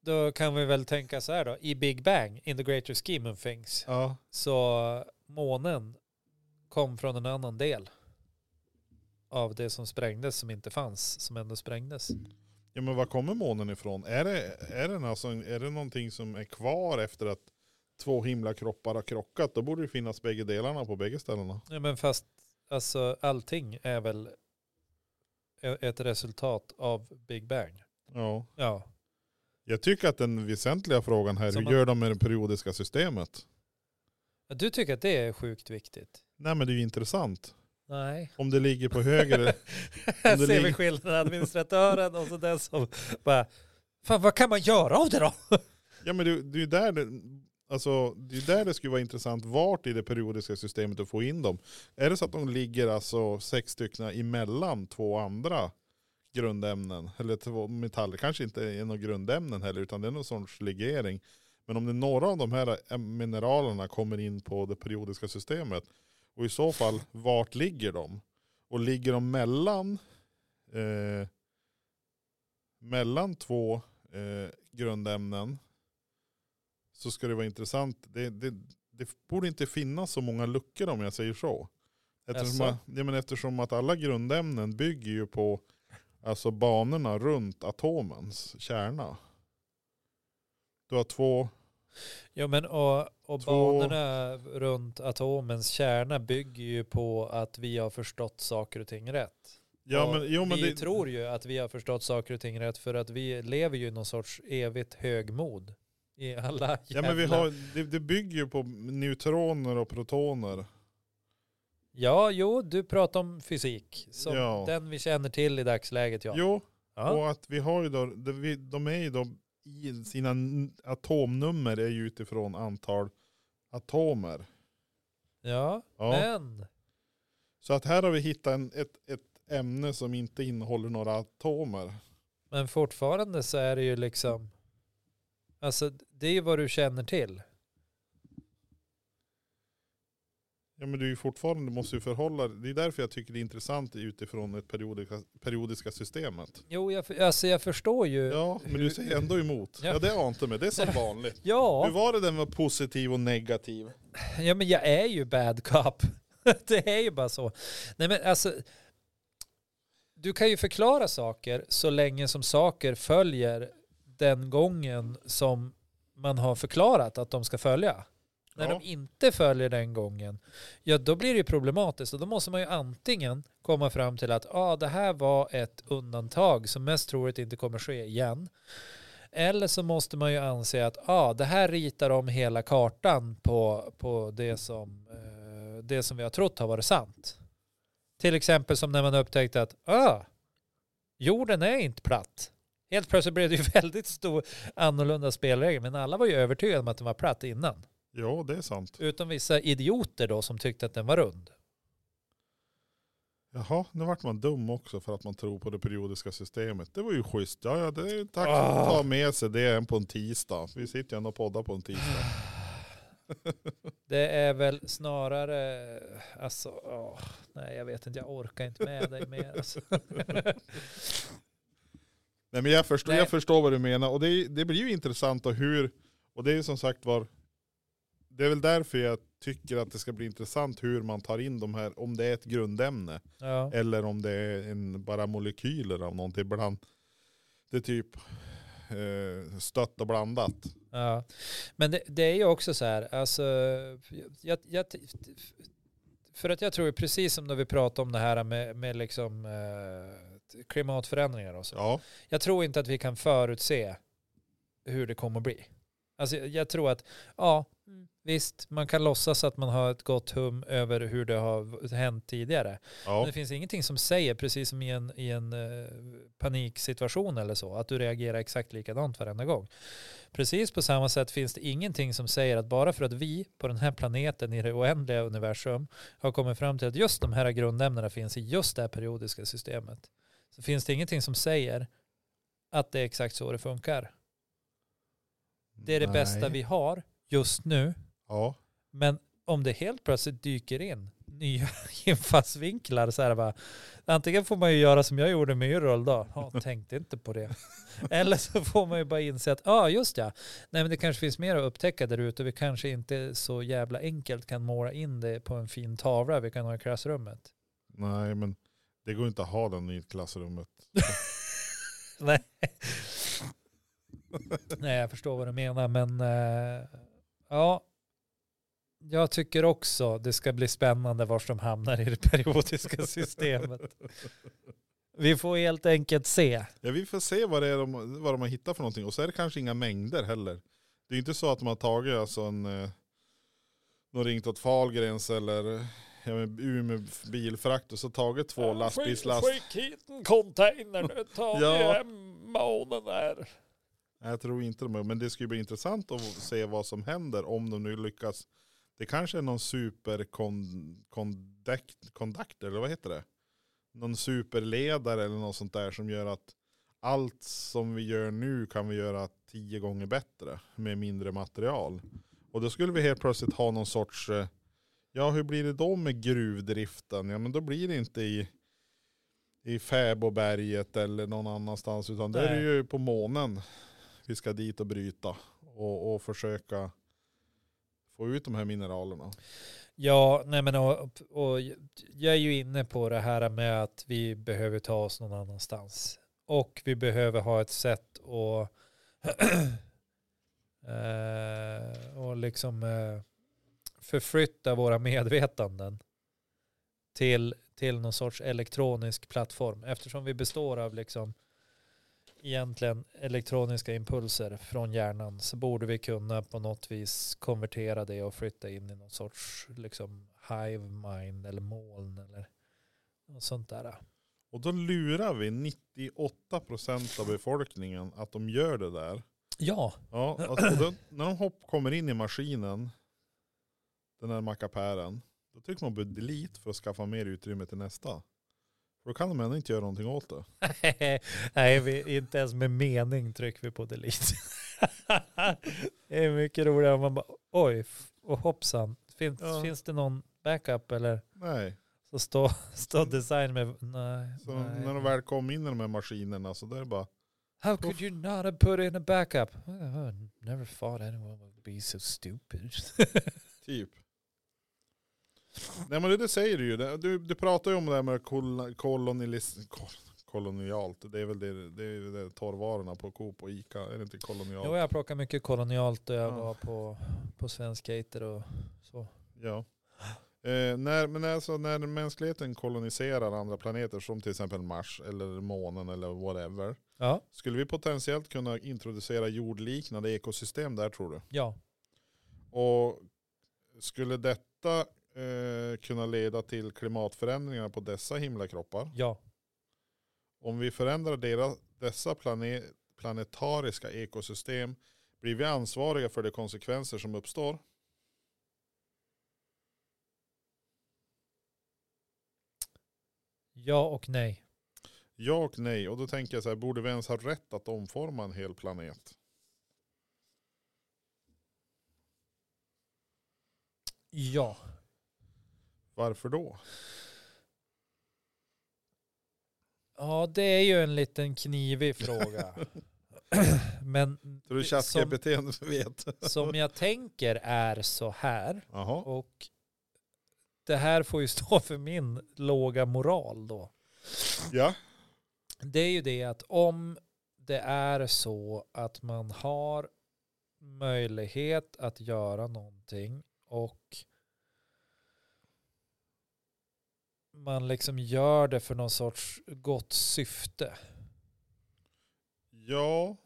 [SPEAKER 1] då kan vi väl tänka så här då. I Big Bang, in the greater scheme of things,
[SPEAKER 2] Ja.
[SPEAKER 1] så månen kom från en annan del av det som sprängdes som inte fanns, som ändå sprängdes.
[SPEAKER 2] ja men var kommer månen ifrån? Är det, är, den alltså, är det någonting som är kvar efter att två himlakroppar har krockat? Då borde det finnas bägge delarna på bägge ställena.
[SPEAKER 1] Ja, men fast alltså, allting är väl e- ett resultat av Big Bang.
[SPEAKER 2] Ja.
[SPEAKER 1] Ja,
[SPEAKER 2] Jag tycker att den väsentliga frågan här,
[SPEAKER 1] Som
[SPEAKER 2] hur
[SPEAKER 1] att-
[SPEAKER 2] gör de med det periodiska systemet?
[SPEAKER 1] du tycker att det är sjukt viktigt?
[SPEAKER 2] Nej men det är ju intressant.
[SPEAKER 1] Nej. [laughs]
[SPEAKER 2] Om det ligger på höger,
[SPEAKER 1] Här
[SPEAKER 2] Om det
[SPEAKER 1] ser vi
[SPEAKER 2] ligger-
[SPEAKER 1] skillnaden, administratören och så den som bara, fan vad kan man göra av det då?
[SPEAKER 2] Ja men det, det är ju där det, alltså, det, är där det skulle vara intressant vart i det periodiska systemet att få in dem. Är det så att de ligger alltså sex stycken emellan två andra grundämnen eller två metaller, kanske inte är några grundämnen heller utan det är någon sorts legering. Men om det är några av de här eh, mineralerna kommer in på det periodiska systemet och i så fall vart ligger de? Och ligger de mellan eh, mellan två eh, grundämnen så ska det vara intressant. Det, det, det borde inte finnas så många luckor om jag säger så. Eftersom,
[SPEAKER 1] Jaså?
[SPEAKER 2] ja, men eftersom att alla grundämnen bygger ju på alltså banorna runt atomens kärna. Du har två
[SPEAKER 1] Jo men och, och
[SPEAKER 2] Två-
[SPEAKER 1] banorna runt atomens kärna bygger ju på att vi har förstått saker och ting rätt.
[SPEAKER 2] Ja,
[SPEAKER 1] Och
[SPEAKER 2] men, jo, men
[SPEAKER 1] vi
[SPEAKER 2] det,
[SPEAKER 1] tror ju att vi har förstått saker och ting rätt för att vi lever ju i någon sorts evigt högmod. I alla
[SPEAKER 2] ja, men vi har, det, det bygger ju på neutroner och protoner.
[SPEAKER 1] ja jo, du pratar om fysik. Som
[SPEAKER 2] Ja.
[SPEAKER 1] den vi känner till i dagsläget ja.
[SPEAKER 2] Jo,
[SPEAKER 1] ja.
[SPEAKER 2] och att vi har ju då, det, vi, de är ju då i sina n- atomnummer är ju utifrån antal atomer.
[SPEAKER 1] ja.
[SPEAKER 2] Ja.
[SPEAKER 1] men
[SPEAKER 2] Så att här har vi hittat en, ett, ett ämne som inte innehåller några atomer.
[SPEAKER 1] Men fortfarande så är det ju liksom, alltså det är ju vad du känner till.
[SPEAKER 2] Ja men du är ju fortfarande, måste ju förhålla dig. Det är därför jag tycker det är intressant utifrån det periodiska, periodiska systemet.
[SPEAKER 1] Jo, jag, för- alltså jag förstår ju.
[SPEAKER 2] Ja, men du säger ändå emot.
[SPEAKER 1] Ja.
[SPEAKER 2] Ja, det ante mig. Det
[SPEAKER 1] [laughs]
[SPEAKER 2] är som vanligt. Hur
[SPEAKER 1] Ja,
[SPEAKER 2] var det den var positiv och negativ?
[SPEAKER 1] ja, men jag är ju bad cop. [laughs] det är ju bara så. Nej men alltså, du kan ju förklara saker så länge som saker följer den gången som man har förklarat att de ska följa. När
[SPEAKER 2] Ja.
[SPEAKER 1] de inte följer den gången, ja då blir det ju problematiskt. Och då måste man ju antingen komma fram till att ah, det här var ett undantag som mest troligt inte kommer ske igen. Eller så måste man ju anse att ah, det här ritar om hela kartan på, på det, som, eh, det som vi har trott har varit sant. Till exempel som när man upptäckte att ah, jorden är inte platt. Helt plötsligt blev det ju [laughs] väldigt stor annorlunda spelregler men alla var ju övertygade om att den var platt innan.
[SPEAKER 2] Ja, det är sant.
[SPEAKER 1] Utom vissa idioter då som tyckte att den var rund.
[SPEAKER 2] Jaha, nu vart man dum också för att man tror på det periodiska systemet. Det var ju schysst. Ja, ja, det är ju tack för
[SPEAKER 1] Ah.
[SPEAKER 2] att ta med sig det en på en tisdag. Vi sitter ju ändå och poddar på en tisdag.
[SPEAKER 1] Det är väl snarare, alltså, åh, nej jag vet inte, jag orkar inte med dig mer. Alltså.
[SPEAKER 2] Nej men jag förstår,
[SPEAKER 1] Nej.
[SPEAKER 2] jag förstår vad du menar och det, det blir ju intressant och hur, och det är ju som sagt var, det är väl därför jag tycker att det ska bli intressant hur man tar in de här, om det är ett grundämne
[SPEAKER 1] Ja.
[SPEAKER 2] eller om det är en, bara molekyler av någonting. Ibland, det är typ eh, stött och blandat.
[SPEAKER 1] Ja. Men det, det är ju också så här, alltså, jag, jag, för att jag tror ju precis som när vi pratade om det här med, med liksom, eh, klimatförändringar och så.
[SPEAKER 2] Ja,
[SPEAKER 1] Jag tror inte att vi kan förutse hur det kommer att bli. Alltså, jag- jag tror att, ja, visst, man kan låtsas att man har ett gott hum över hur det har v- hänt tidigare. Men
[SPEAKER 2] ja.
[SPEAKER 1] det finns ingenting som säger, precis som i en, i en eh, paniksituation eller så, att du reagerar exakt likadant varenda gång. Precis på samma sätt finns det ingenting som säger att bara för att vi på den här planeten i det oändliga universum har kommit fram till att just de här grundämnena finns i just det här periodiska systemet, så finns det ingenting som säger att det är exakt så det funkar. Det är det
[SPEAKER 2] Nej.
[SPEAKER 1] bästa vi har just nu,
[SPEAKER 2] Ja,
[SPEAKER 1] men om det helt plötsligt dyker in nya [laughs] infallsvinklar så här bara, antingen får man ju göra som jag gjorde med Yrrol då, ja, tänkte inte på det. Eller så får man ju bara inse att, ja ah, just ja, nej men det kanske finns mer att upptäcka där ute, vi kanske inte så jävla enkelt kan måla in det på en fin tavla vi kan ha i klassrummet.
[SPEAKER 2] nej men det går inte att ha den i klassrummet.
[SPEAKER 1] [laughs] nej. nej, jag förstår vad du menar, men eh, ja. Jag tycker också det ska bli spännande var de hamnar i det periodiska systemet. Vi får helt enkelt se.
[SPEAKER 2] Ja, vi får se vad det är de, vad de har hittat för någonting. Och så är det kanske inga mängder heller. Det är inte så att de har tagit alltså en, eh, någon ringt åt Fahlgrens eller ja, men Umeå bilfrakt och så tagit två lastbilslast.
[SPEAKER 1] hit en container nu, ta
[SPEAKER 2] Ja. vi
[SPEAKER 1] månen där.
[SPEAKER 2] Nej, Jag tror inte de har- men det ska ju bli intressant att se vad som händer om de nu lyckas. Det kanske är någon superkondakt, eller vad heter det? Någon superledare eller något sånt där som gör att allt som vi gör nu kan vi göra tio gånger bättre med mindre material. Och då skulle vi helt plötsligt ha någon sorts, eh, ja hur blir det då med gruvdriften? Ja men då blir det inte i, i Fäboberget eller någon annanstans utan det är det
[SPEAKER 1] Nej.
[SPEAKER 2] ju på månen vi ska dit och bryta och, och försöka få ut de här mineralerna.
[SPEAKER 1] Ja, nej men och, och jag är ju inne på det här med att vi behöver ta oss någon annanstans. Och vi behöver ha ett sätt att [clears throat] eh, liksom eh, förflytta våra medvetanden till, till någon sorts elektronisk plattform. Eftersom vi består av liksom egentligen elektroniska impulser från hjärnan så borde vi kunna på något vis konvertera det och flytta in i någon sorts liksom hive mind eller moln eller något sånt där.
[SPEAKER 2] Och då lurar vi 98% av befolkningen att de gör det där.
[SPEAKER 1] Ja, [laughs]
[SPEAKER 2] Ja, alltså, och då, när de hopp kommer in i maskinen, den här mackapären, då trycker man på delete för att skaffa mer utrymme till nästa. För då kan de ändå inte göra någonting åt det.
[SPEAKER 1] nej vi, inte ens med mening trycker vi på delete. [laughs] det är mycket roligare om man bara oj f- och hoppsan, finns,
[SPEAKER 2] Ja.
[SPEAKER 1] finns det någon backup eller
[SPEAKER 2] Nej,
[SPEAKER 1] så står [laughs] står design med nej.
[SPEAKER 2] så
[SPEAKER 1] nej.
[SPEAKER 2] när de väl kom in i de här maskinerna så då är det bara,
[SPEAKER 1] How could you not have put in a backup? Oh, never thought anyone would be so stupid. [laughs]
[SPEAKER 2] typ. Nej men det, det säger du ju. Det- Du, du pratar ju om det här med kol, kolonialis, kol, kolonialt. Det är väl det, det, är ju det torrvarorna på Coop och Ica. Är det inte kolonialt?
[SPEAKER 1] jo, jag plockade mycket kolonialt och jag
[SPEAKER 2] Ja.
[SPEAKER 1] var på, på svensk skater och så.
[SPEAKER 2] Ja. Eh, när, men alltså, när mänskligheten koloniserar andra planeter som till exempel Mars eller månen eller whatever.
[SPEAKER 1] Ja,
[SPEAKER 2] Skulle vi potentiellt kunna introducera jordliknande ekosystem där tror du?
[SPEAKER 1] ja.
[SPEAKER 2] Och skulle detta eh, kunna leda till klimatförändringar på dessa himlakroppar?
[SPEAKER 1] ja.
[SPEAKER 2] Om vi förändrar deras, dessa plane, planetariska ekosystem blir vi ansvariga för de konsekvenser som uppstår?
[SPEAKER 1] Ja och nej.
[SPEAKER 2] Ja och nej. Och då tänker jag så här, borde vi ens ha rätt att omforma en hel planet?
[SPEAKER 1] Ja.
[SPEAKER 2] Varför då?
[SPEAKER 1] Ja, det är ju en liten knivig fråga. Men
[SPEAKER 2] Tror du
[SPEAKER 1] som,
[SPEAKER 2] ChatGPT vet?
[SPEAKER 1] som jag tänker är så här.
[SPEAKER 2] Jaha.
[SPEAKER 1] Och det här får ju stå för min låga moral då.
[SPEAKER 2] Ja.
[SPEAKER 1] Det är ju det att om det är så att man har möjlighet att göra någonting och man liksom gör det för någon sorts gott syfte.
[SPEAKER 2] Ja.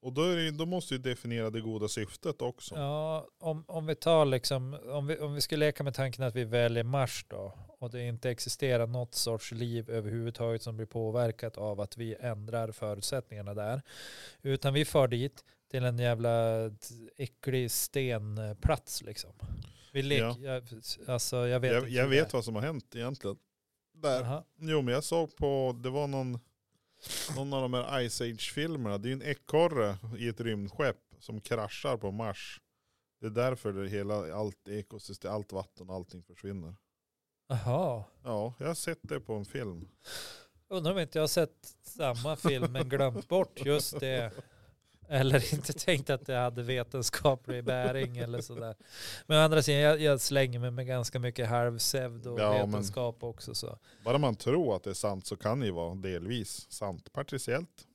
[SPEAKER 2] Och då, är det, då måste du definiera det goda syftet också.
[SPEAKER 1] Ja, om, om vi tar liksom, om vi, om vi skulle leka med tanken att vi väljer Mars då och det inte existerar något sorts liv överhuvudtaget som blir påverkat av att vi ändrar förutsättningarna där. Utan vi för dit till en jävla t- äcklig stenplats liksom. Vi leker, jag, alltså jag vet
[SPEAKER 2] jag
[SPEAKER 1] inte
[SPEAKER 2] jag
[SPEAKER 1] hur det
[SPEAKER 2] vet vad som har hänt egentligen.
[SPEAKER 1] är.
[SPEAKER 2] Där.
[SPEAKER 1] Jaha.
[SPEAKER 2] Jo men jag såg på, det var någon, någon av de här Ice Age-filmerna. Det är ju en ekorre i ett rymdskepp som kraschar på Mars. Det är därför det hela, allt ekosystem, allt vatten, allting försvinner.
[SPEAKER 1] Jaha.
[SPEAKER 2] Ja, jag har sett det på en film.
[SPEAKER 1] Undrar om inte jag har sett samma film men glömt bort just det. Eller inte tänkt att det hade vetenskaplig bäring eller sådär. Men å andra sidan, jag, jag slänger mig med ganska mycket halvsevd och
[SPEAKER 2] Ja, men-
[SPEAKER 1] vetenskap också. Så.
[SPEAKER 2] Bara man tror att det är sant så kan det ju vara delvis sant, partiellt.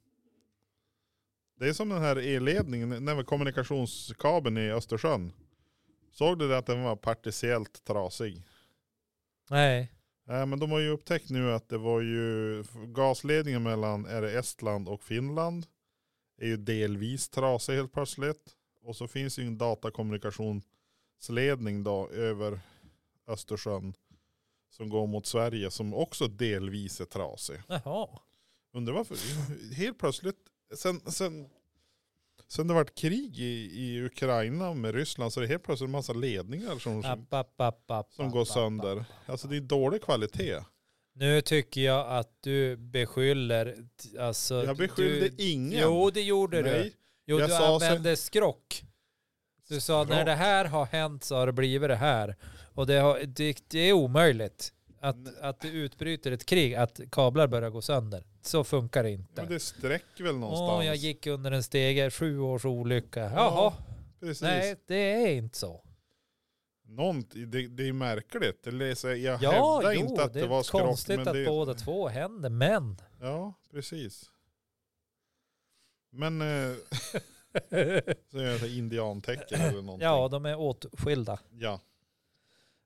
[SPEAKER 2] Det är som den här elledningen, den här kommunikationskabeln i Östersjön. Såg du det att den var partiellt trasig?
[SPEAKER 1] Nej,
[SPEAKER 2] Nej Eh, men de har ju upptäckt nu att det var ju gasledningen mellan är det Estland och Finland är ju delvis trasig helt plötsligt. Och så finns ju en datakommunikationsledning då över Östersjön som går mot Sverige som också delvis är trasig.
[SPEAKER 1] jaha.
[SPEAKER 2] Undrar varför, helt plötsligt, sen, sen, sen det varit krig i, i Ukraina med Ryssland så är det helt plötsligt en massa ledningar som, som,
[SPEAKER 1] App, app, app, app,
[SPEAKER 2] som
[SPEAKER 1] app,
[SPEAKER 2] går
[SPEAKER 1] app,
[SPEAKER 2] sönder.
[SPEAKER 1] app.
[SPEAKER 2] Alltså det är dålig kvalitet.
[SPEAKER 1] Nu tycker jag att du beskyller, alltså.
[SPEAKER 2] Jag beskyllde
[SPEAKER 1] du,
[SPEAKER 2] ingen.
[SPEAKER 1] Jo, det gjorde du.
[SPEAKER 2] Nej.
[SPEAKER 1] Jo,
[SPEAKER 2] jag
[SPEAKER 1] du
[SPEAKER 2] sa så-
[SPEAKER 1] använde skrock. Du sa när
[SPEAKER 2] Skrock.
[SPEAKER 1] det här har hänt så har det blivit det här. Och det, har, det, det är omöjligt
[SPEAKER 2] Nej.
[SPEAKER 1] att, att det utbryter ett krig, att kablar börjar gå sönder. Så funkar det
[SPEAKER 2] Ja,
[SPEAKER 1] inte.
[SPEAKER 2] men det sträcker väl någonstans.
[SPEAKER 1] Åh, jag gick under en stege, sju års olycka. Jaha,
[SPEAKER 2] Ja, Precis.
[SPEAKER 1] nej det är inte så.
[SPEAKER 2] Nånt, det, det är märkligt. Eller så- Jag
[SPEAKER 1] Ja,
[SPEAKER 2] hävdar
[SPEAKER 1] jo,
[SPEAKER 2] inte att
[SPEAKER 1] det
[SPEAKER 2] det,
[SPEAKER 1] är
[SPEAKER 2] var skrock.
[SPEAKER 1] konstigt
[SPEAKER 2] men
[SPEAKER 1] att
[SPEAKER 2] det,
[SPEAKER 1] båda två händer, men [laughs]
[SPEAKER 2] Ja, precis. Men eh, Så är det så här indiantecken eller någonting.
[SPEAKER 1] ja, de är åtskilda.
[SPEAKER 2] ja.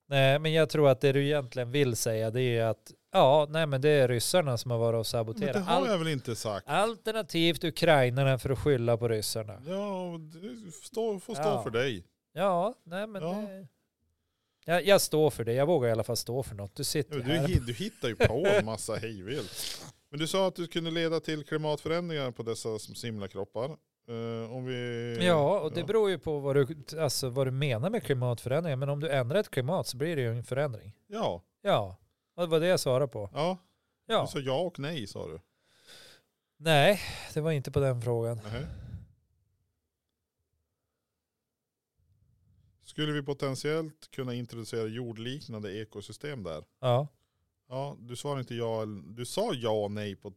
[SPEAKER 1] Nej, men jag tror att det du egentligen vill säga det är att ja, nej men det är ryssarna som har varit och
[SPEAKER 2] Men det
[SPEAKER 1] saboterat.
[SPEAKER 2] har
[SPEAKER 1] Al-
[SPEAKER 2] jag väl inte sagt.
[SPEAKER 1] alternativt ukrainarna för att skylla på ryssarna.
[SPEAKER 2] Ja, det står- får stå
[SPEAKER 1] Ja.
[SPEAKER 2] för dig.
[SPEAKER 1] Ja, nej men
[SPEAKER 2] Ja.
[SPEAKER 1] Det... Jag, jag står för det. Jag vågar i alla fall stå för något. Du
[SPEAKER 2] Ja,
[SPEAKER 1] sitter
[SPEAKER 2] men Du,
[SPEAKER 1] här.
[SPEAKER 2] hi- du hittar ju på en massa hejvilt. Men du sa att det kunde leda till klimatförändringar på dessa som simlakroppar. Eh, om vi...
[SPEAKER 1] Ja, och det
[SPEAKER 2] Ja.
[SPEAKER 1] beror ju på vad du, alltså, vad du menar med klimatförändringar. Men om du ändrar ett klimat så blir det ju en förändring.
[SPEAKER 2] Ja,
[SPEAKER 1] Ja, och det var det jag svarade på.
[SPEAKER 2] ja.
[SPEAKER 1] Ja.
[SPEAKER 2] du sa ja och nej sa du.
[SPEAKER 1] Nej, det var inte på den frågan.
[SPEAKER 2] Nähä. Skulle vi potentiellt kunna introducera jordliknande ekosystem där?
[SPEAKER 1] Ja.
[SPEAKER 2] Ja, du svarade inte ja, eller- du sa ja och nej på...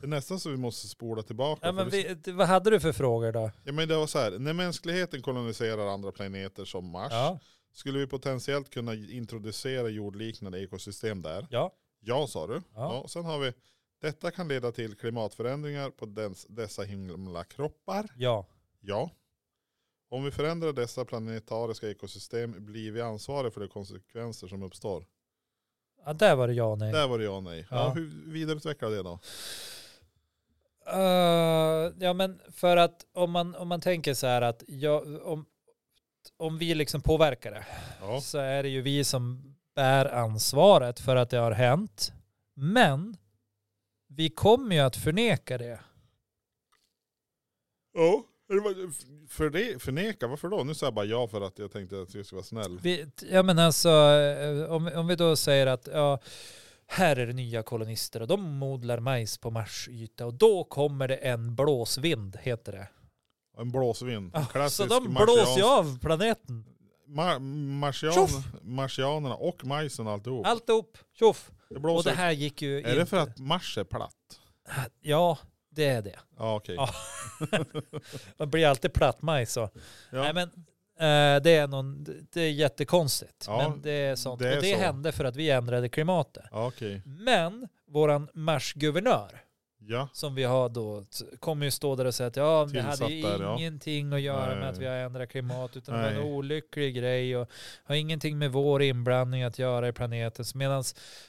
[SPEAKER 2] Det är nästan så vi måste spola tillbaka.
[SPEAKER 1] ja
[SPEAKER 2] för
[SPEAKER 1] men
[SPEAKER 2] du-
[SPEAKER 1] vi, det- vad hade du för frågor då?
[SPEAKER 2] ja, men det var så här, när mänskligheten koloniserar andra planeter som Mars,
[SPEAKER 1] Ja,
[SPEAKER 2] skulle vi potentiellt kunna introducera jordliknande ekosystem där?
[SPEAKER 1] ja,
[SPEAKER 2] Ja, sa du. Ja.
[SPEAKER 1] ja.
[SPEAKER 2] sen har vi, detta kan leda till klimatförändringar på dens, dessa himla kroppar.
[SPEAKER 1] ja.
[SPEAKER 2] Ja. Om vi förändrar dessa planetariska ekosystem blir vi ansvariga för de konsekvenser som uppstår.
[SPEAKER 1] ja där var det ja och nej.
[SPEAKER 2] Där var det ja och nej. Ja.
[SPEAKER 1] Ja.
[SPEAKER 2] hur vidareutvecklar det då?
[SPEAKER 1] Eh, ja men för att om man, om man tänker så här att jag, om, om vi liksom påverkar det
[SPEAKER 2] Ja.
[SPEAKER 1] så är det ju vi som bär ansvaret för att det har hänt. Men vi kommer ju att förneka det.
[SPEAKER 2] ja. det var- För det, förneka, varför då? Nu sa jag bara ja för att jag tänkte att jag skulle vara snäll.
[SPEAKER 1] Vi, ja men alltså, eh, om, om vi då säger att ja, här är det nya kolonister och de odlar majs på Mars yta och då kommer det en blåsvind, heter det.
[SPEAKER 2] En blåsvind.
[SPEAKER 1] Ja,
[SPEAKER 2] Klassisk
[SPEAKER 1] så de
[SPEAKER 2] marsiansk-
[SPEAKER 1] blåser ju av planeten.
[SPEAKER 2] Ma- marsian,
[SPEAKER 1] Tjoff!
[SPEAKER 2] marsianerna och majsen alltihop.
[SPEAKER 1] Alltihop, tjoff.
[SPEAKER 2] Det
[SPEAKER 1] Och
[SPEAKER 2] blåser.
[SPEAKER 1] det här gick ju
[SPEAKER 2] är det
[SPEAKER 1] inte-
[SPEAKER 2] för att Mars är platt?
[SPEAKER 1] Ja, det är det.
[SPEAKER 2] Ja okej.
[SPEAKER 1] Ja. Man blir alltid platt majs så.
[SPEAKER 2] Ja.
[SPEAKER 1] Nej men eh, det är, någon, det är jättekonstigt.
[SPEAKER 2] Ja,
[SPEAKER 1] men det är sånt.
[SPEAKER 2] det är
[SPEAKER 1] och det
[SPEAKER 2] så.
[SPEAKER 1] hände för att vi ändrade klimatet.
[SPEAKER 2] Ja okej.
[SPEAKER 1] Men våran Mars-guvernör
[SPEAKER 2] Ja.
[SPEAKER 1] som vi har då t- kommer ju stå där och säga att ja, det hade ju
[SPEAKER 2] Tillsatt där, ja.
[SPEAKER 1] ingenting att göra
[SPEAKER 2] Nej.
[SPEAKER 1] med att vi har ändrat klimat utan det var
[SPEAKER 2] Nej.
[SPEAKER 1] en olycklig grej och har ingenting med vår inblandning att göra i planeten. Medan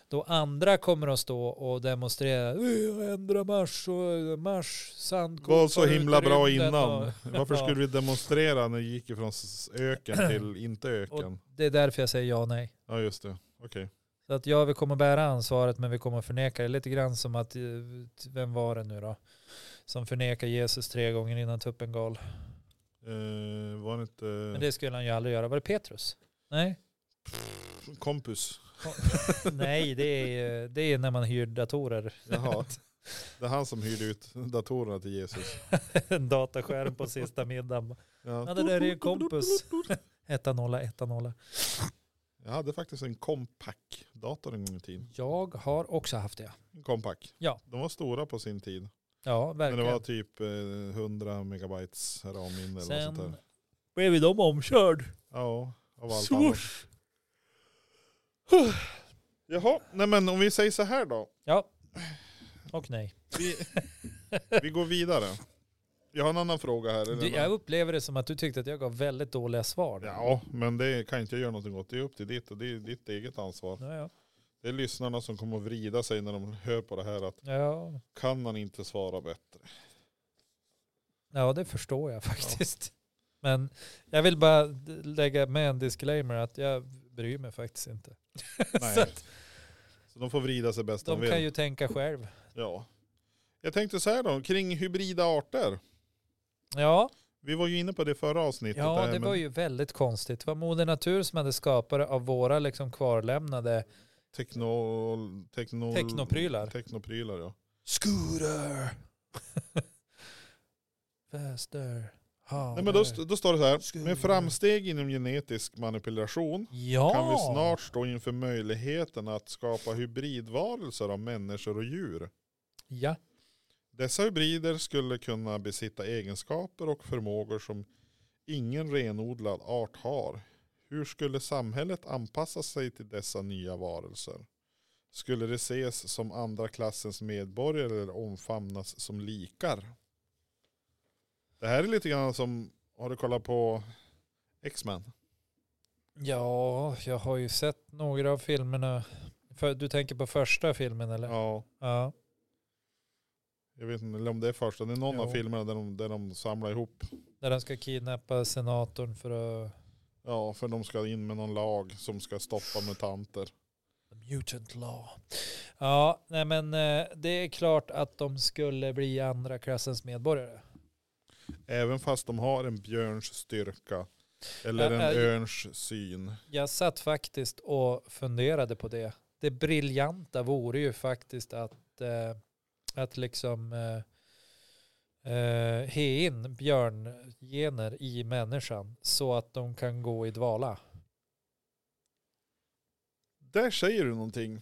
[SPEAKER 1] då andra kommer att stå och demonstrera, "Vi ändrar Mars och Mars
[SPEAKER 2] Det
[SPEAKER 1] sandkorn.
[SPEAKER 2] var så
[SPEAKER 1] far ut i
[SPEAKER 2] himla bra
[SPEAKER 1] rymden
[SPEAKER 2] innan.
[SPEAKER 1] och-
[SPEAKER 2] [laughs] Varför
[SPEAKER 1] Ja.
[SPEAKER 2] skulle vi demonstrera när vi gick ifrån s-
[SPEAKER 1] [clears throat]
[SPEAKER 2] öken till inte öken?
[SPEAKER 1] Det är därför jag säger ja och nej.
[SPEAKER 2] Ja just det. Okej.
[SPEAKER 1] Så att ja, vi kommer bära ansvaret men vi kommer förneka det. Lite grann som att, eh, vem var det nu då? Som förnekar Jesus tre gånger innan tuppen gal.
[SPEAKER 2] Eh, var det inte
[SPEAKER 1] Men det skulle han ju aldrig göra. Var det Petrus? Nej,
[SPEAKER 2] kompus?
[SPEAKER 1] [laughs] Nej det, är, eh, det är när man hyr datorer.
[SPEAKER 2] Jaha. [laughs] Det är han som hyrde ut datorerna till Jesus.
[SPEAKER 1] [laughs] en dataskärm på sista middagen. Ja,
[SPEAKER 2] Ja.
[SPEAKER 1] det där är ju kompus. [laughs] Etanola, etanola.
[SPEAKER 2] Jag hade faktiskt en compack-dator en gång i tiden.
[SPEAKER 1] Jag har också haft det.
[SPEAKER 2] En compack.
[SPEAKER 1] Ja.
[SPEAKER 2] De var stora på sin tid.
[SPEAKER 1] Ja,
[SPEAKER 2] Men det
[SPEAKER 1] verkligen.
[SPEAKER 2] var typ eh, 100 megabytes ramminne eller något sånt
[SPEAKER 1] Sen
[SPEAKER 2] där.
[SPEAKER 1] blev ju de omkörd.
[SPEAKER 2] Ja, av allt annat.
[SPEAKER 1] Swoosh.
[SPEAKER 2] [sighs] Jaha, nej men om vi säger så här då.
[SPEAKER 1] Ja. Och nej.
[SPEAKER 2] Vi, vi går vidare. Jag har en annan fråga här. eller?
[SPEAKER 1] Du, jag upplever det som att du tyckte att jag gav väldigt dåliga svar.
[SPEAKER 2] Ja, men det kan inte jag göra någonting åt. Det är upp till ditt och det är ditt eget ansvar.
[SPEAKER 1] Ja, ja.
[SPEAKER 2] Det är lyssnarna som kommer att vrida sig när de hör på det här att
[SPEAKER 1] ja.
[SPEAKER 2] kan han inte svara bättre?
[SPEAKER 1] ja det förstår jag faktiskt. Men jag vill bara d- lägga med en disclaimer att jag bryr mig faktiskt inte.
[SPEAKER 2] Nej.
[SPEAKER 1] [laughs] Så att
[SPEAKER 2] Så de får vrida sig bäst de,
[SPEAKER 1] de
[SPEAKER 2] vill.
[SPEAKER 1] kan ju tänka själv.
[SPEAKER 2] Ja. Jag tänkte så här då, kring hybrida arter.
[SPEAKER 1] Ja,
[SPEAKER 2] Vi var ju inne på det förra avsnittet.
[SPEAKER 1] ja
[SPEAKER 2] där,
[SPEAKER 1] det
[SPEAKER 2] men-
[SPEAKER 1] var ju väldigt konstigt. Det var Moder Natur som hade skapat det av våra liksom kvarlämnade
[SPEAKER 2] Tekno, tekno,
[SPEAKER 1] Teknoprylar.
[SPEAKER 2] Teknoprylar ja.
[SPEAKER 1] [laughs] Scooter! Faster.
[SPEAKER 2] Nej, men då, st- då står det så här.
[SPEAKER 1] Skulle-
[SPEAKER 2] Med framsteg inom genetisk manipulation
[SPEAKER 1] ja.
[SPEAKER 2] kan vi snart stå inför möjligheten att skapa hybridvarelser av människor och djur.
[SPEAKER 1] Ja.
[SPEAKER 2] Dessa hybrider skulle kunna besitta egenskaper och förmågor som ingen renodlad art har. Hur skulle samhället anpassa sig till dessa nya varelser? Skulle det ses som andra klassens medborgare eller omfamnas som likar? Det här är lite grann som, har du kollat på X-Men?
[SPEAKER 1] Ja, jag har ju sett några av filmerna. För, du tänker på första filmen eller?
[SPEAKER 2] Ja.
[SPEAKER 1] Ja.
[SPEAKER 2] Jag vet inte om det är första, det är någon
[SPEAKER 1] Jo.
[SPEAKER 2] av filmerna där de, där de samlar ihop.
[SPEAKER 1] Där de ska kidnappa senatorn för att...
[SPEAKER 2] Ja, för de ska in med någon lag som ska stoppa mutanter.
[SPEAKER 1] Mutant law. Ja, nej men eh, det är klart att de skulle bli andra klassens medborgare.
[SPEAKER 2] Även fast de har en björns styrka. Eller
[SPEAKER 1] Ä-
[SPEAKER 2] en
[SPEAKER 1] ä-
[SPEAKER 2] örns syn.
[SPEAKER 1] Jag satt faktiskt och funderade på det. Det briljanta vore ju faktiskt att, eh, att liksom eh, eh, he in björngener i människan så att de kan gå i dvala.
[SPEAKER 2] Där säger du någonting.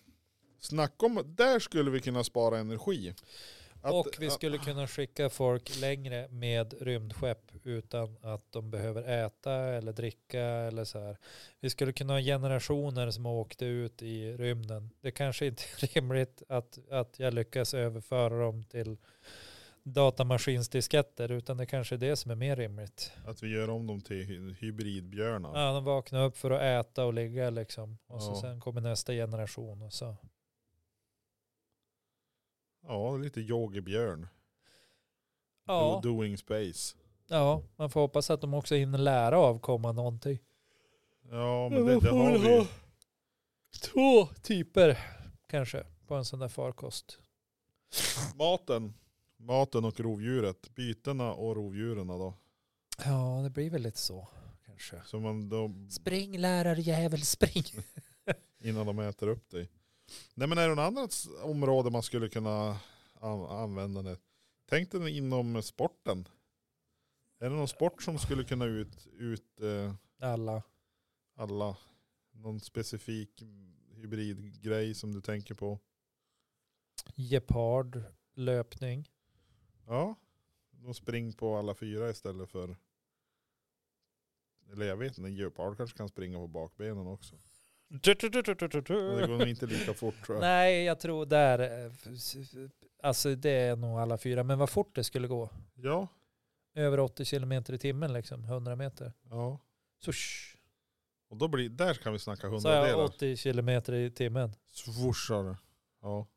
[SPEAKER 2] Snacka om, där skulle vi kunna spara energi. Att-
[SPEAKER 1] och vi skulle kunna skicka folk längre med rymdskepp utan att de behöver äta eller dricka eller så här. Vi skulle kunna ha generationer som åkte ut i rymden. Det kanske inte är [laughs] rimligt att, att jag lyckas överföra dem till datamaskinsdisketter utan det kanske är det som är mer rimligt.
[SPEAKER 2] Att vi gör om dem till hy- hybridbjörnar.
[SPEAKER 1] Ja, de vaknar upp för att äta och ligga liksom och så
[SPEAKER 2] Ja.
[SPEAKER 1] sen kommer nästa generation och så.
[SPEAKER 2] Ja, lite yogibjörn.
[SPEAKER 1] Ja,
[SPEAKER 2] Do- Doing space.
[SPEAKER 1] ja, man får hoppas att de också hinner lära avkomma någonting.
[SPEAKER 2] Ja, men det, det har vi ju.
[SPEAKER 1] Två typer kanske på en sån där farkost.
[SPEAKER 2] Maten. Maten och rovdjuret. Bytena och rovdjuren då.
[SPEAKER 1] Ja, det blir väl lite så kanske.
[SPEAKER 2] Så man då,
[SPEAKER 1] Spring lärarjävel, spring.
[SPEAKER 2] innan de äter upp dig. Nej men är det något annat s- område man skulle kunna an- använda det? Tänk dig inom sporten. Är det någon sport som skulle kunna ut, ut eh,
[SPEAKER 1] [laughs] Alla.
[SPEAKER 2] alla? Någon specifik hybridgrej som du tänker på?
[SPEAKER 1] Gepard, löpning.
[SPEAKER 2] Ja, de springer på alla fyra istället för eller jag vet inte, en gepard kanske kan springa på bakbenen också. Men det går nog inte lika fort tror jag.
[SPEAKER 1] Nej, jag tror där, eh, alltså det är nog alla fyra, men vad fort det skulle gå.
[SPEAKER 2] Ja,
[SPEAKER 1] Över 80 kilometer i timmen liksom, 100 meter.
[SPEAKER 2] ja.
[SPEAKER 1] Swoosh.
[SPEAKER 2] Och då blir, där kan vi snacka
[SPEAKER 1] Så jag
[SPEAKER 2] hundradelar.
[SPEAKER 1] 80 kilometer i timmen.
[SPEAKER 2] Svorsar. Ja.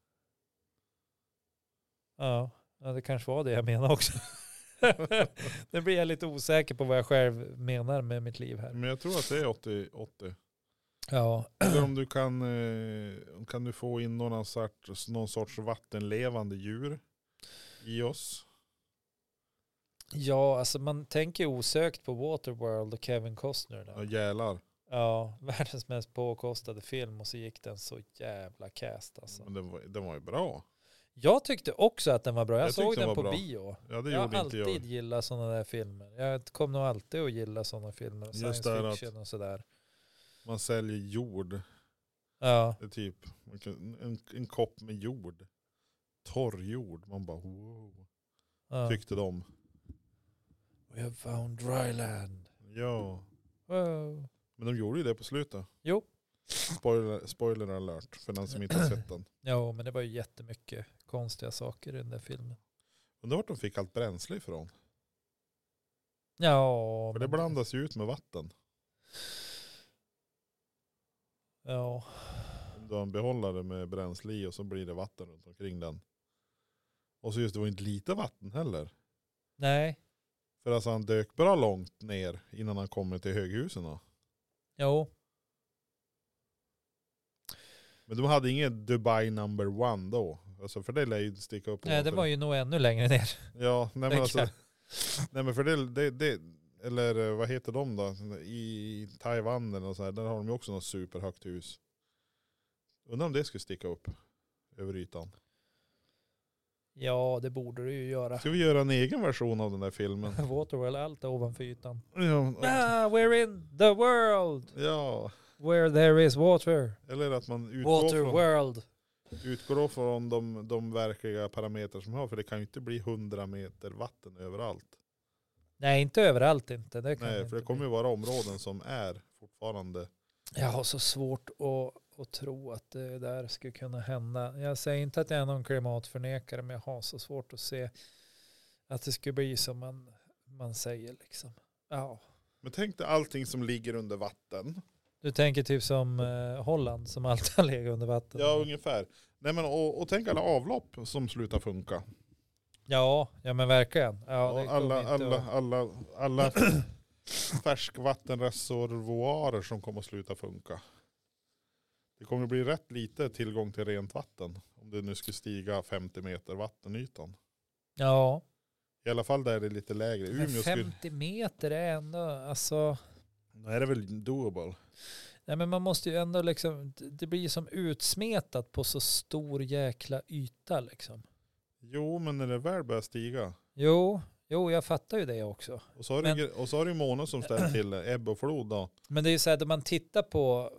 [SPEAKER 1] Ja, ja, det kanske var det jag menade också. [laughs] nu blir jag lite osäker på vad jag själv menar med mitt liv här.
[SPEAKER 2] Men jag tror att det är 80. 80.
[SPEAKER 1] Ja,
[SPEAKER 2] Eller om du kan, eh, kan du få in någon sorts, någon sorts vattenlevande djur i oss.
[SPEAKER 1] ja alltså man tänker ju osökt på Waterworld och Kevin Costner.
[SPEAKER 2] Ja,
[SPEAKER 1] Där.
[SPEAKER 2] gälar.
[SPEAKER 1] Ja, [laughs] världens mest påkostade film och så gick den så jävla cast alltså.
[SPEAKER 2] Men den var, den var ju bra.
[SPEAKER 1] Jag tyckte också att den var bra. Jag,
[SPEAKER 2] Jag tyckte
[SPEAKER 1] såg
[SPEAKER 2] den
[SPEAKER 1] den
[SPEAKER 2] var
[SPEAKER 1] på
[SPEAKER 2] bra.
[SPEAKER 1] bio.
[SPEAKER 2] Ja det
[SPEAKER 1] Jag har
[SPEAKER 2] gjorde inte
[SPEAKER 1] alltid
[SPEAKER 2] jag.
[SPEAKER 1] gillat sådana där filmer. Jag kommer nog alltid att gilla sådana filmer.
[SPEAKER 2] Just
[SPEAKER 1] Science
[SPEAKER 2] det här att-
[SPEAKER 1] fiction och sådär.
[SPEAKER 2] Man säljer jord.
[SPEAKER 1] Ja.
[SPEAKER 2] Det är typ man kan, en, en kopp med jord. Torrjord. Man bara wow.
[SPEAKER 1] ja.
[SPEAKER 2] Tyckte de.
[SPEAKER 1] We have found dry land.
[SPEAKER 2] Ja.
[SPEAKER 1] Wow.
[SPEAKER 2] Men de gjorde ju det på slutet.
[SPEAKER 1] Jo.
[SPEAKER 2] Spoiler, spoiler alert för den som inte har sett den.
[SPEAKER 1] Ja, men det var ju jättemycket konstiga saker i den där filmen.
[SPEAKER 2] Undrar vart de fick allt bränsle ifrån.
[SPEAKER 1] Ja,
[SPEAKER 2] För det
[SPEAKER 1] men-
[SPEAKER 2] blandas ju ut med vatten.
[SPEAKER 1] Ja.
[SPEAKER 2] Om du har en behållare med bränsle i och så blir det vatten runt omkring den. Och så just det var inte lite vatten heller.
[SPEAKER 1] Nej,
[SPEAKER 2] För alltså han dök bra långt ner innan han kommer till höghusen. Då.
[SPEAKER 1] jo.
[SPEAKER 2] Men de hade inget Dubai number one då. Alltså för det lär ju sticka upp.
[SPEAKER 1] Nej, det var ju nog ännu längre ner.
[SPEAKER 2] Ja, nej
[SPEAKER 1] [laughs]
[SPEAKER 2] men
[SPEAKER 1] Det
[SPEAKER 2] alltså.
[SPEAKER 1] kan-
[SPEAKER 2] Nej men för det, det, det eller eh, vad heter de då? I Taiwan eller något så här, där har de ju också något superhögt hus. Undrar om det skulle sticka upp över ytan.
[SPEAKER 1] Ja, det borde du ju göra. [laughs]
[SPEAKER 2] Ska vi göra en egen version av den där filmen?
[SPEAKER 1] Waterworld, allt är ovanför ytan.
[SPEAKER 2] Ja, Mm.
[SPEAKER 1] Ah, we're in the world
[SPEAKER 2] ja.
[SPEAKER 1] where there is water.
[SPEAKER 2] eller att man utgår från,
[SPEAKER 1] Waterworld.
[SPEAKER 2] utgår från de, de verkliga parametrar som har. För det kan ju inte bli 100 meter vatten överallt.
[SPEAKER 1] Nej, inte överallt inte. Det kan
[SPEAKER 2] Nej,
[SPEAKER 1] inte
[SPEAKER 2] för det kommer
[SPEAKER 1] bli.
[SPEAKER 2] ju vara områden som är fortfarande.
[SPEAKER 1] Jag har så svårt att, att tro att det där skulle kunna hända. Jag säger inte att jag är någon klimatförnekare, men jag har så svårt att se att det skulle bli som en man säger liksom. Ja.
[SPEAKER 2] Men tänk dig allting som ligger under vatten.
[SPEAKER 1] Du tänker typ som eh, Holland som alltid har legat under vatten.
[SPEAKER 2] Ja, ungefär. Nej, men, och, och tänk alla avlopp som slutar funka.
[SPEAKER 1] ja, ja men verkligen. Ja, det
[SPEAKER 2] och
[SPEAKER 1] kommer
[SPEAKER 2] alla,
[SPEAKER 1] inte att-
[SPEAKER 2] alla,
[SPEAKER 1] [clears throat]
[SPEAKER 2] alla, alla färskvattenreservoarer som kommer att sluta funka. Det kommer att bli rätt lite tillgång till rent vatten. Om det nu skulle stiga 50 meter vattenytan.
[SPEAKER 1] Ja,
[SPEAKER 2] I alla fall där det är lite lägre.
[SPEAKER 1] men
[SPEAKER 2] Umeå skulle...
[SPEAKER 1] 50 meter är ändå, alltså,
[SPEAKER 2] Då är det väl doable.
[SPEAKER 1] nej men man måste ju ändå liksom, det- det blir ju som utsmetat på så stor jäkla yta liksom.
[SPEAKER 2] Jo, men när det väl börjar stiga.
[SPEAKER 1] Jo, jo jag fattar ju det också.
[SPEAKER 2] Och så har
[SPEAKER 1] Men-
[SPEAKER 2] du, och så har du månen som ställer till det, ebb och flod då.
[SPEAKER 1] Men det är ju så här, när man tittar på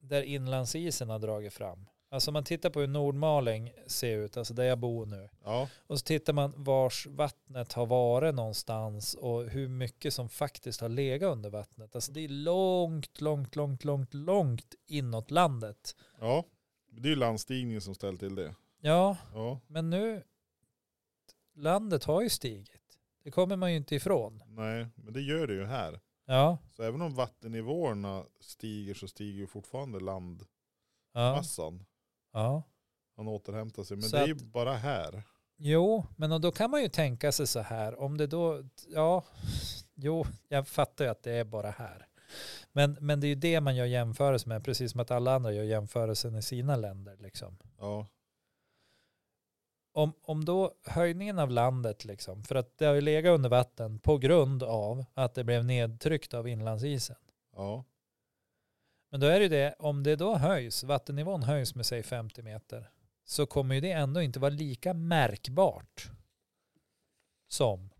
[SPEAKER 1] där inlandsisen har dragit fram. Alltså om man tittar på hur Nordmaling ser ut, alltså där jag bor nu.
[SPEAKER 2] Ja,
[SPEAKER 1] Och så tittar man vars vattnet har varit någonstans och hur mycket som faktiskt har legat under vattnet. Alltså det är långt, långt, långt, långt, långt inåt landet.
[SPEAKER 2] ja. Det är ju landstigningen som ställer till det.
[SPEAKER 1] Ja,
[SPEAKER 2] Ja,
[SPEAKER 1] men nu, landet har ju stigit. Det kommer man ju inte ifrån.
[SPEAKER 2] nej, men det gör det ju här.
[SPEAKER 1] Ja,
[SPEAKER 2] Så även om vattennivåerna stiger så stiger ju fortfarande landmassan.
[SPEAKER 1] ja, ja.
[SPEAKER 2] Han återhämtar sig. Men
[SPEAKER 1] Så
[SPEAKER 2] det är ju
[SPEAKER 1] att-
[SPEAKER 2] bara här.
[SPEAKER 1] Jo, men och då kan man ju tänka sig så här, om det då, ja, jo, jag fattar ju att det är bara här. Men, men det är ju det man gör jämförelse med, precis som att alla andra gör jämförelsen i sina länder. Liksom.
[SPEAKER 2] Ja,
[SPEAKER 1] Om, om då höjningen av landet, liksom, för att det har ju legat under vatten på grund av att det blev nedtryckt av inlandsisen.
[SPEAKER 2] ja,
[SPEAKER 1] Men då är det ju det, om det då höjs, vattennivån höjs med säg 50 meter, så kommer ju det ändå inte vara lika märkbart som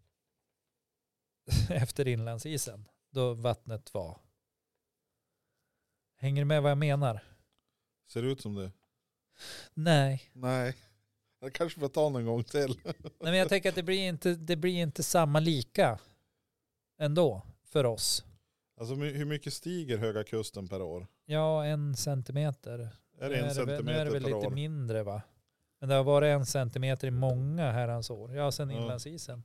[SPEAKER 1] [laughs] efter inlandsisen, då vattnet var. Hänger du med vad jag menar?
[SPEAKER 2] ser det ut som det?
[SPEAKER 1] Nej,
[SPEAKER 2] Nej. Jag kanske får ta den en gång till. [laughs]
[SPEAKER 1] Nej men jag tänker att det blir, inte, det blir inte samma lika ändå för oss.
[SPEAKER 2] Alltså my- hur mycket stiger Höga Kusten per år?
[SPEAKER 1] Ja, en centimeter. Nu
[SPEAKER 2] Är det en
[SPEAKER 1] väl-
[SPEAKER 2] centimeter
[SPEAKER 1] Nu är det väl
[SPEAKER 2] per
[SPEAKER 1] lite
[SPEAKER 2] år?
[SPEAKER 1] mindre va? Men det har varit en centimeter i många herrans år. Ja, sen
[SPEAKER 2] Ja.
[SPEAKER 1] inlandsisen.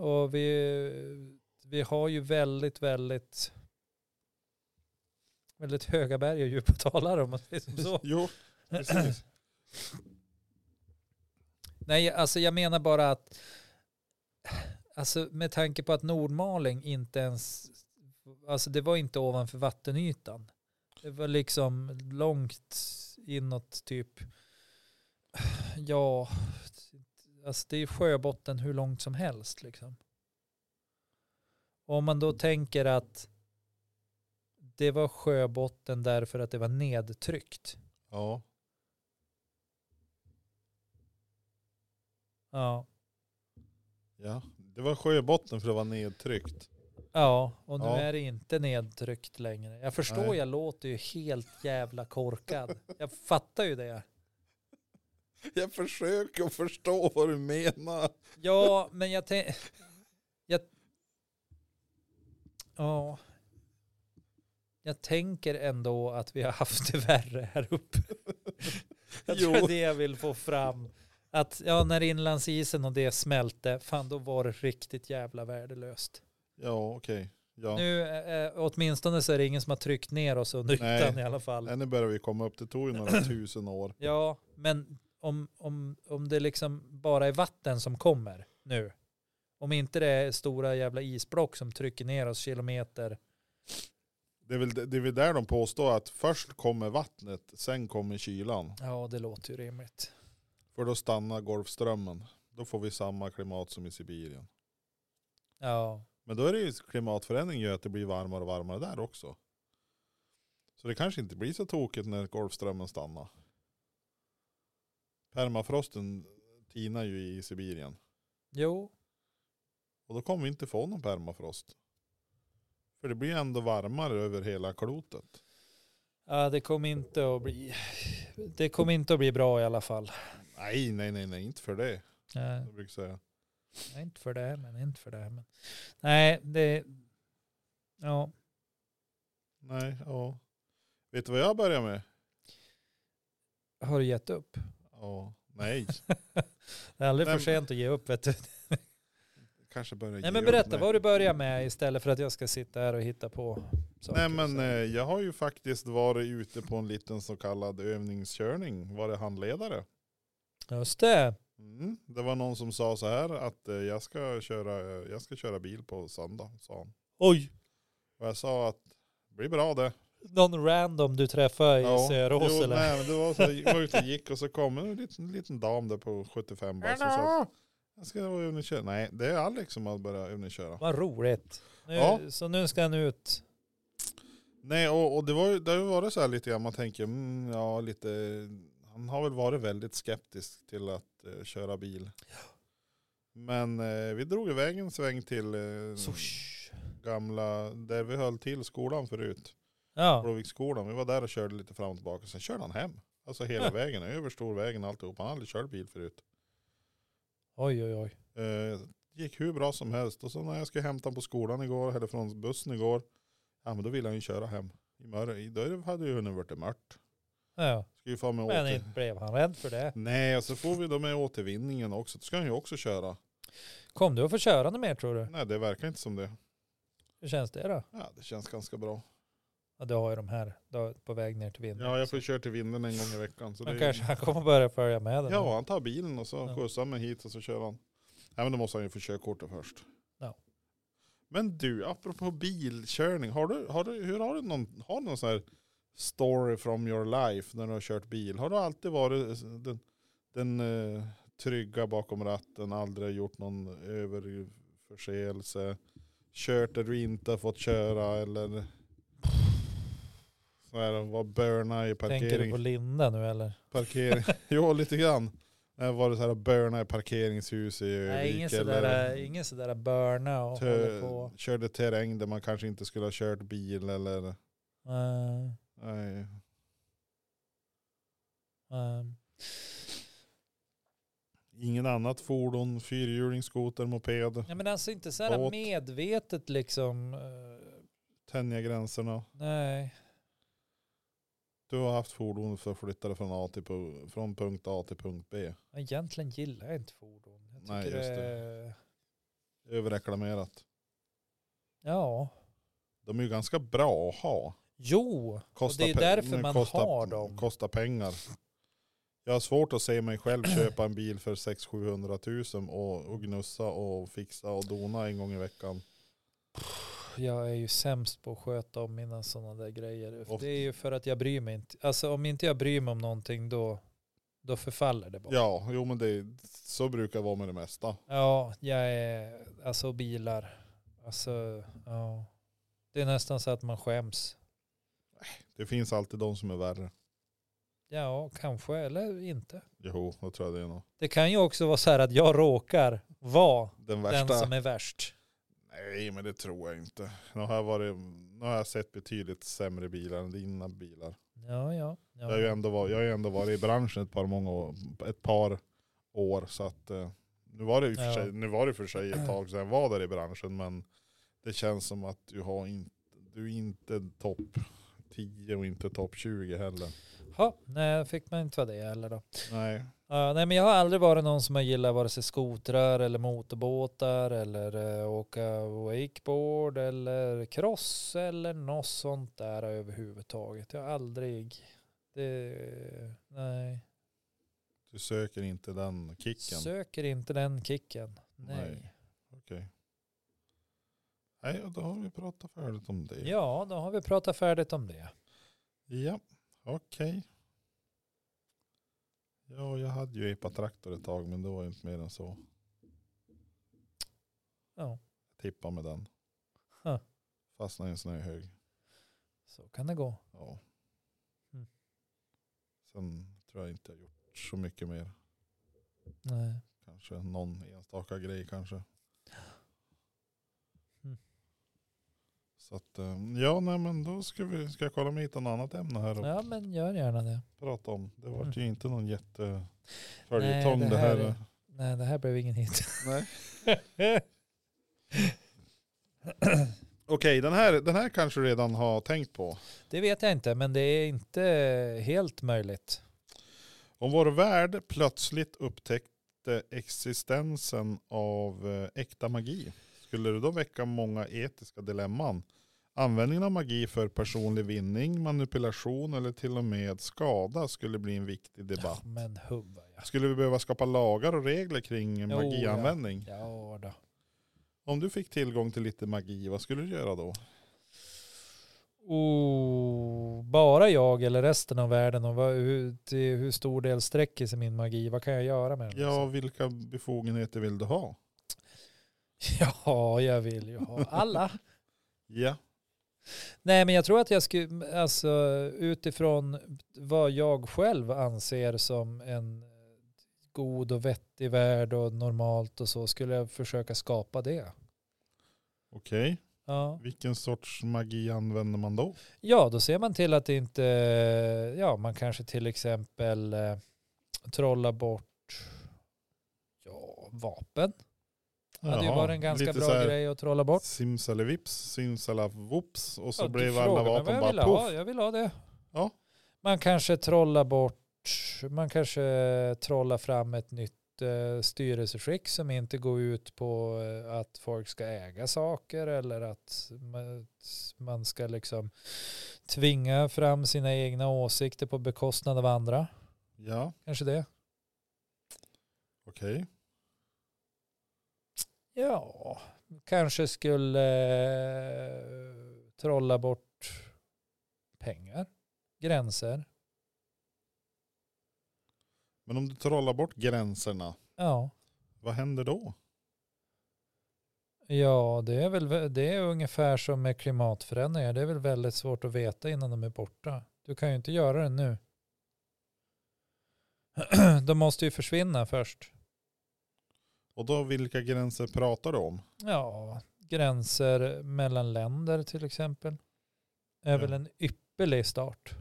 [SPEAKER 1] Och vi, vi har ju väldigt, väldigt väldigt höga berg och djupa dalar om man säger som så.
[SPEAKER 2] Jo,
[SPEAKER 1] [clears throat]
[SPEAKER 2] precis.
[SPEAKER 1] Nej, alltså jag menar bara att alltså med tanke på att Nordmaling inte ens, alltså det var inte ovanför vattenytan. Det var liksom långt inåt typ, ja, alltså det är sjöbotten hur långt som helst liksom. Och om man då tänker att det var sjöbotten därför att det var nedtryckt.
[SPEAKER 2] Ja,
[SPEAKER 1] Ja,
[SPEAKER 2] ja. Det var sjöbotten för det var nedtryckt.
[SPEAKER 1] Ja, och nu
[SPEAKER 2] Ja.
[SPEAKER 1] är det inte nedtryckt längre. Jag förstår,
[SPEAKER 2] Nej.
[SPEAKER 1] jag låter ju helt jävla korkad. Jag fattar ju det.
[SPEAKER 2] Jag försöker att förstå vad du menar.
[SPEAKER 1] Ja, men jag tänker... Jag... Ja. Jag tänker ändå att vi har haft det värre här
[SPEAKER 2] [laughs]
[SPEAKER 1] uppe. Jag tror
[SPEAKER 2] Jo.
[SPEAKER 1] det är det jag vill få fram. Att ja, när inlandsisen och det smälte, fan då var det riktigt jävla värdelöst.
[SPEAKER 2] Ja, okej. Ja.
[SPEAKER 1] Nu, eh, åtminstone så är det ingen som har tryckt ner oss under
[SPEAKER 2] Nej.
[SPEAKER 1] ytan i alla fall.
[SPEAKER 2] Nej, nu börjar vi komma upp. Det tog ju
[SPEAKER 1] [clears throat]
[SPEAKER 2] några tusen år.
[SPEAKER 1] Ja, men om, om, om det liksom bara är vatten som kommer nu. Om inte det är stora jävla isblock som trycker ner oss kilometer.
[SPEAKER 2] Det är, väl, det är väl där de påstår att först kommer vattnet, sen kommer kylan.
[SPEAKER 1] Ja, det låter ju rimligt.
[SPEAKER 2] För då stannar Golfströmmen. Då får vi samma klimat som i Sibirien.
[SPEAKER 1] Ja,
[SPEAKER 2] Men då är det ju klimatförändringen gör att det blir varmare och varmare där också. Så det kanske inte blir så tokigt när Golfströmmen stannar. Permafrosten tinar ju i Sibirien.
[SPEAKER 1] jo,
[SPEAKER 2] Och då kommer vi inte få någon permafrost. För det blir ändå varmare över hela klotet.
[SPEAKER 1] ja, det kommer inte att bli. Det kommer inte att bli bra i alla fall.
[SPEAKER 2] Nej, nej, nej, nej, inte för det.
[SPEAKER 1] Nej,
[SPEAKER 2] Jag brukar säga.
[SPEAKER 1] nej, inte för det, här, men inte för det. här, Men. Nej, det. Ja,
[SPEAKER 2] Nej, ja. Vet du vad jag börjar med?
[SPEAKER 1] har du gett upp?
[SPEAKER 2] Ja, nej.
[SPEAKER 1] Det är aldrig
[SPEAKER 2] Nej,
[SPEAKER 1] för
[SPEAKER 2] men-
[SPEAKER 1] sent att ge upp. Vet du.
[SPEAKER 2] kanske
[SPEAKER 1] [laughs]
[SPEAKER 2] börjar
[SPEAKER 1] Nej
[SPEAKER 2] ge
[SPEAKER 1] men
[SPEAKER 2] upp
[SPEAKER 1] berätta
[SPEAKER 2] mig.
[SPEAKER 1] vad du börjar med istället för att jag ska sitta här och hitta på saker.
[SPEAKER 2] Nej men eh, jag har ju faktiskt varit ute på en liten så kallad övningskörning, varit handledare.
[SPEAKER 1] Just det.
[SPEAKER 2] Mm. Det var någon som sa så här att eh, jag ska köra, eh, jag ska köra bil på söndag, sa han.
[SPEAKER 1] Oj,
[SPEAKER 2] Och jag sa att det blir bra det.
[SPEAKER 1] någon random du träffar i Sörås
[SPEAKER 2] jo,
[SPEAKER 1] eller?
[SPEAKER 2] nej, men det var så,
[SPEAKER 1] [laughs]
[SPEAKER 2] jag var ute och gick och så kom en liten, liten dam där på 75 bara och sa att jag ska övningsköra. Nej, det är Alex som har börjat övningsköra.
[SPEAKER 1] Vad roligt. Nu,
[SPEAKER 2] Ja.
[SPEAKER 1] Så nu ska han ut.
[SPEAKER 2] Nej, och, och det var ju det har ju varit så här lite grann, man tänker, mm, ja lite, han har väl varit väldigt skeptisk till att eh, köra bil. Men eh, vi drog iväg en sväng till eh,
[SPEAKER 1] Swoosh.
[SPEAKER 2] gamla, där vi höll till skolan förut,
[SPEAKER 1] Ja,
[SPEAKER 2] Blåviksskolan. Vi var där och körde lite fram och tillbaka, sen körde han hem. Alltså hela
[SPEAKER 1] Ja.
[SPEAKER 2] vägen, över Storvägen och alltihop. Han hade aldrig kört bil förut.
[SPEAKER 1] oj oj oj.
[SPEAKER 2] Eh, gick hur bra som helst. Och så när jag skulle hämta honom på skolan igår, eller från bussen igår, ja men då ville han ju köra hem. I mörk, i- då hade ju hunden varit mört.
[SPEAKER 1] Ja.
[SPEAKER 2] Ska ju fan med
[SPEAKER 1] Men
[SPEAKER 2] åter...
[SPEAKER 1] inte blev han rädd för det.
[SPEAKER 2] Nej, och så får vi då med återvinningen också. Då ska han ju också köra.
[SPEAKER 1] Kom du att få köra något mer tror du?
[SPEAKER 2] Nej, det verkar inte som det.
[SPEAKER 1] Hur känns det då?
[SPEAKER 2] Ja, det känns ganska bra.
[SPEAKER 1] Ja, du har ju de här då, på väg ner till vinden.
[SPEAKER 2] Ja, jag får köra till vinden en gång i veckan. Så det
[SPEAKER 1] Men
[SPEAKER 2] är-
[SPEAKER 1] kanske han kommer börja följa med den.
[SPEAKER 2] Ja, han tar bilen och så
[SPEAKER 1] Ja.
[SPEAKER 2] skjutsar han mig hit och så kör han. Nej, men då måste han ju få körkortet först.
[SPEAKER 1] Ja.
[SPEAKER 2] Men du, apropå bilkörning, har du, har du, hur har du någon, har du någon sån här story from your life när du har kört bil? Har du alltid varit eh, den, den eh, trygga bakom ratten, aldrig gjort någon överförseelse, kört där du inte har fått köra eller så här, var burna i parkering?
[SPEAKER 1] Tänker du på Linda nu eller?
[SPEAKER 2] Parkering. [laughs] jo, lite grann. Eh, Var det så här att börna i parkeringshus i
[SPEAKER 1] Nej, ingen
[SPEAKER 2] Örnsköldsvik
[SPEAKER 1] sådär, eh, ingen sådär börna och hålla på.
[SPEAKER 2] tö- körde terräng där man kanske inte skulle ha kört bil eller
[SPEAKER 1] Eh,
[SPEAKER 2] nej.
[SPEAKER 1] eh,
[SPEAKER 2] Ingen annat fordon, fyrhjuling, skoter, moped,
[SPEAKER 1] Ja, men alltså inte sådär
[SPEAKER 2] Båt.
[SPEAKER 1] medvetet liksom. eh,
[SPEAKER 2] tänja gränserna.
[SPEAKER 1] Nej.
[SPEAKER 2] Du har haft fordon förflyttade från, A till pu- från punkt A till punkt B.
[SPEAKER 1] Egentligen gillar jag inte fordon. Jag tycker
[SPEAKER 2] Nej, just det.
[SPEAKER 1] det.
[SPEAKER 2] Överreklamerat.
[SPEAKER 1] Ja.
[SPEAKER 2] De är ju ganska bra att ha.
[SPEAKER 1] Jo,
[SPEAKER 2] Kostar
[SPEAKER 1] det är
[SPEAKER 2] pe-
[SPEAKER 1] därför
[SPEAKER 2] men
[SPEAKER 1] man har dem.
[SPEAKER 2] Kostar pengar. Jag har svårt att se mig själv köpa en bil för 600-700 000 och, och gnussa och fixa och dona en gång i veckan.
[SPEAKER 1] jag är ju sämst på att sköta om mina sådana där grejer.
[SPEAKER 2] Och-
[SPEAKER 1] Det är ju för att jag bryr mig inte. Alltså om inte jag bryr mig om någonting då, då förfaller det bara.
[SPEAKER 2] Ja, jo men det, så brukar det vara med det mesta.
[SPEAKER 1] Ja, jag är, alltså bilar. Alltså, ja. Det är nästan så att man skäms.
[SPEAKER 2] Det finns alltid de som är värre.
[SPEAKER 1] Ja, kanske eller inte.
[SPEAKER 2] Jo, då tror jag det är nog.
[SPEAKER 1] Det kan ju också vara så här att jag råkar vara
[SPEAKER 2] Den
[SPEAKER 1] den
[SPEAKER 2] värsta.
[SPEAKER 1] som är värst.
[SPEAKER 2] Nej men det tror jag inte. Nu har jag, varit, nu har jag sett betydligt sämre bilar än dina bilar.
[SPEAKER 1] Ja, ja.
[SPEAKER 2] Jag, har ju
[SPEAKER 1] ja.
[SPEAKER 2] ändå var, jag har ju ändå varit i branschen ett par, många år, ett par år. Så att, eh, nu, var det ju för
[SPEAKER 1] Ja.
[SPEAKER 2] sig, nu var det för sig ett tag sedan jag var där i branschen. Men det känns som att du, har in, du är inte topp 10 och inte topp 20 heller.
[SPEAKER 1] Ha, nej, fick man inte vara det heller då.
[SPEAKER 2] Nej.
[SPEAKER 1] Ja, nej, men jag har aldrig varit någon som har gillat vare sig skotrar eller motorbåtar eller eh, åka wakeboard eller cross eller något sånt där överhuvudtaget. Jag har aldrig, det, nej,
[SPEAKER 2] Du söker inte den kicken.
[SPEAKER 1] söker inte den kicken. Nej.
[SPEAKER 2] Nej. Nej, och då har vi pratat färdigt om det.
[SPEAKER 1] Ja, då har vi pratat färdigt om det.
[SPEAKER 2] Ja, okej. Ja, jag hade ju epatraktor ett tag men det var ju inte mer än så.
[SPEAKER 1] Ja.
[SPEAKER 2] Tippa med den.
[SPEAKER 1] Huh.
[SPEAKER 2] Fastnade i en snöhög.
[SPEAKER 1] Så kan det gå.
[SPEAKER 2] Ja.
[SPEAKER 1] Mm.
[SPEAKER 2] Sen tror jag inte jag gjort så mycket mer.
[SPEAKER 1] Nej.
[SPEAKER 2] Kanske någon enstaka grej kanske.
[SPEAKER 1] Mm.
[SPEAKER 2] Så att, eh, ja nej men då ska vi, ska jag kolla om jag hittar något annat ämne här och
[SPEAKER 1] Ja, men gör gärna det.
[SPEAKER 2] prata om. Det var
[SPEAKER 1] Mm.
[SPEAKER 2] ju inte någon jätte
[SPEAKER 1] Nej,
[SPEAKER 2] följetong
[SPEAKER 1] det
[SPEAKER 2] det
[SPEAKER 1] här
[SPEAKER 2] här.
[SPEAKER 1] är- Nej, det här blev ingen hit. [laughs]
[SPEAKER 2] Nej. Okej, den här, den här kanske du redan har tänkt på.
[SPEAKER 1] Det vet jag inte, men det är inte helt möjligt.
[SPEAKER 2] Om vår värld plötsligt upptäck, inte existensen av eh, äkta magi skulle det då väcka många etiska dilemman. Användningen av magi för personlig vinning, manipulation eller till och med skada skulle bli en viktig
[SPEAKER 1] Ja,
[SPEAKER 2] debatt.
[SPEAKER 1] men hubba ja.
[SPEAKER 2] Skulle vi behöva skapa lagar och regler kring
[SPEAKER 1] ja.
[SPEAKER 2] magianvändning?
[SPEAKER 1] Ja då.
[SPEAKER 2] Om du fick tillgång till lite magi, vad skulle du göra då?
[SPEAKER 1] Oh, bara jag eller resten av världen och vad, hur, till hur stor del sträcker sig min magi? Vad kan jag göra med den?
[SPEAKER 2] Ja, vilka befogenheter vill du ha?
[SPEAKER 1] [laughs] ja, jag vill ju ha alla.
[SPEAKER 2] Ja,
[SPEAKER 1] Nej, men jag tror att jag skulle, alltså utifrån vad jag själv anser som en god och vettig värld och normalt och så, skulle jag försöka skapa det.
[SPEAKER 2] okej.
[SPEAKER 1] Ja,
[SPEAKER 2] Vilken sorts magi använder man då?
[SPEAKER 1] ja då ser man till att det inte, ja, man kanske till exempel eh, trollar bort ja, vapen. Det hade ju
[SPEAKER 2] Jaha,
[SPEAKER 1] varit en ganska
[SPEAKER 2] lite
[SPEAKER 1] bra
[SPEAKER 2] så här-
[SPEAKER 1] grej att trolla bort.
[SPEAKER 2] Simsalivips, simsalavops och så
[SPEAKER 1] Ja, du
[SPEAKER 2] blev alla
[SPEAKER 1] frågar mig
[SPEAKER 2] vapen
[SPEAKER 1] vad jag
[SPEAKER 2] bara
[SPEAKER 1] vill ha.
[SPEAKER 2] poff.
[SPEAKER 1] Jag vill ha det.
[SPEAKER 2] Ja.
[SPEAKER 1] Man kanske trollar bort, man kanske trollar fram ett nytt eh, styrelseskick som inte går ut på eh, att folk ska äga saker eller att ma- man ska liksom tvinga fram sina egna åsikter på bekostnad av andra.
[SPEAKER 2] Ja,
[SPEAKER 1] Kanske det.
[SPEAKER 2] okej.
[SPEAKER 1] Ja, kanske skulle eh, trolla bort pengar, gränser.
[SPEAKER 2] Men om du trollar bort gränserna,
[SPEAKER 1] Ja.
[SPEAKER 2] vad händer då?
[SPEAKER 1] Ja, det är väl det är ungefär som med klimatförändringar. Det är väl väldigt svårt att veta innan de är borta. Du kan ju inte göra det nu. [clears throat] De måste ju försvinna först.
[SPEAKER 2] Och då vilka gränser pratar du om?
[SPEAKER 1] Ja, gränser mellan länder till exempel. Är
[SPEAKER 2] Ja.
[SPEAKER 1] väl en ypperlig start.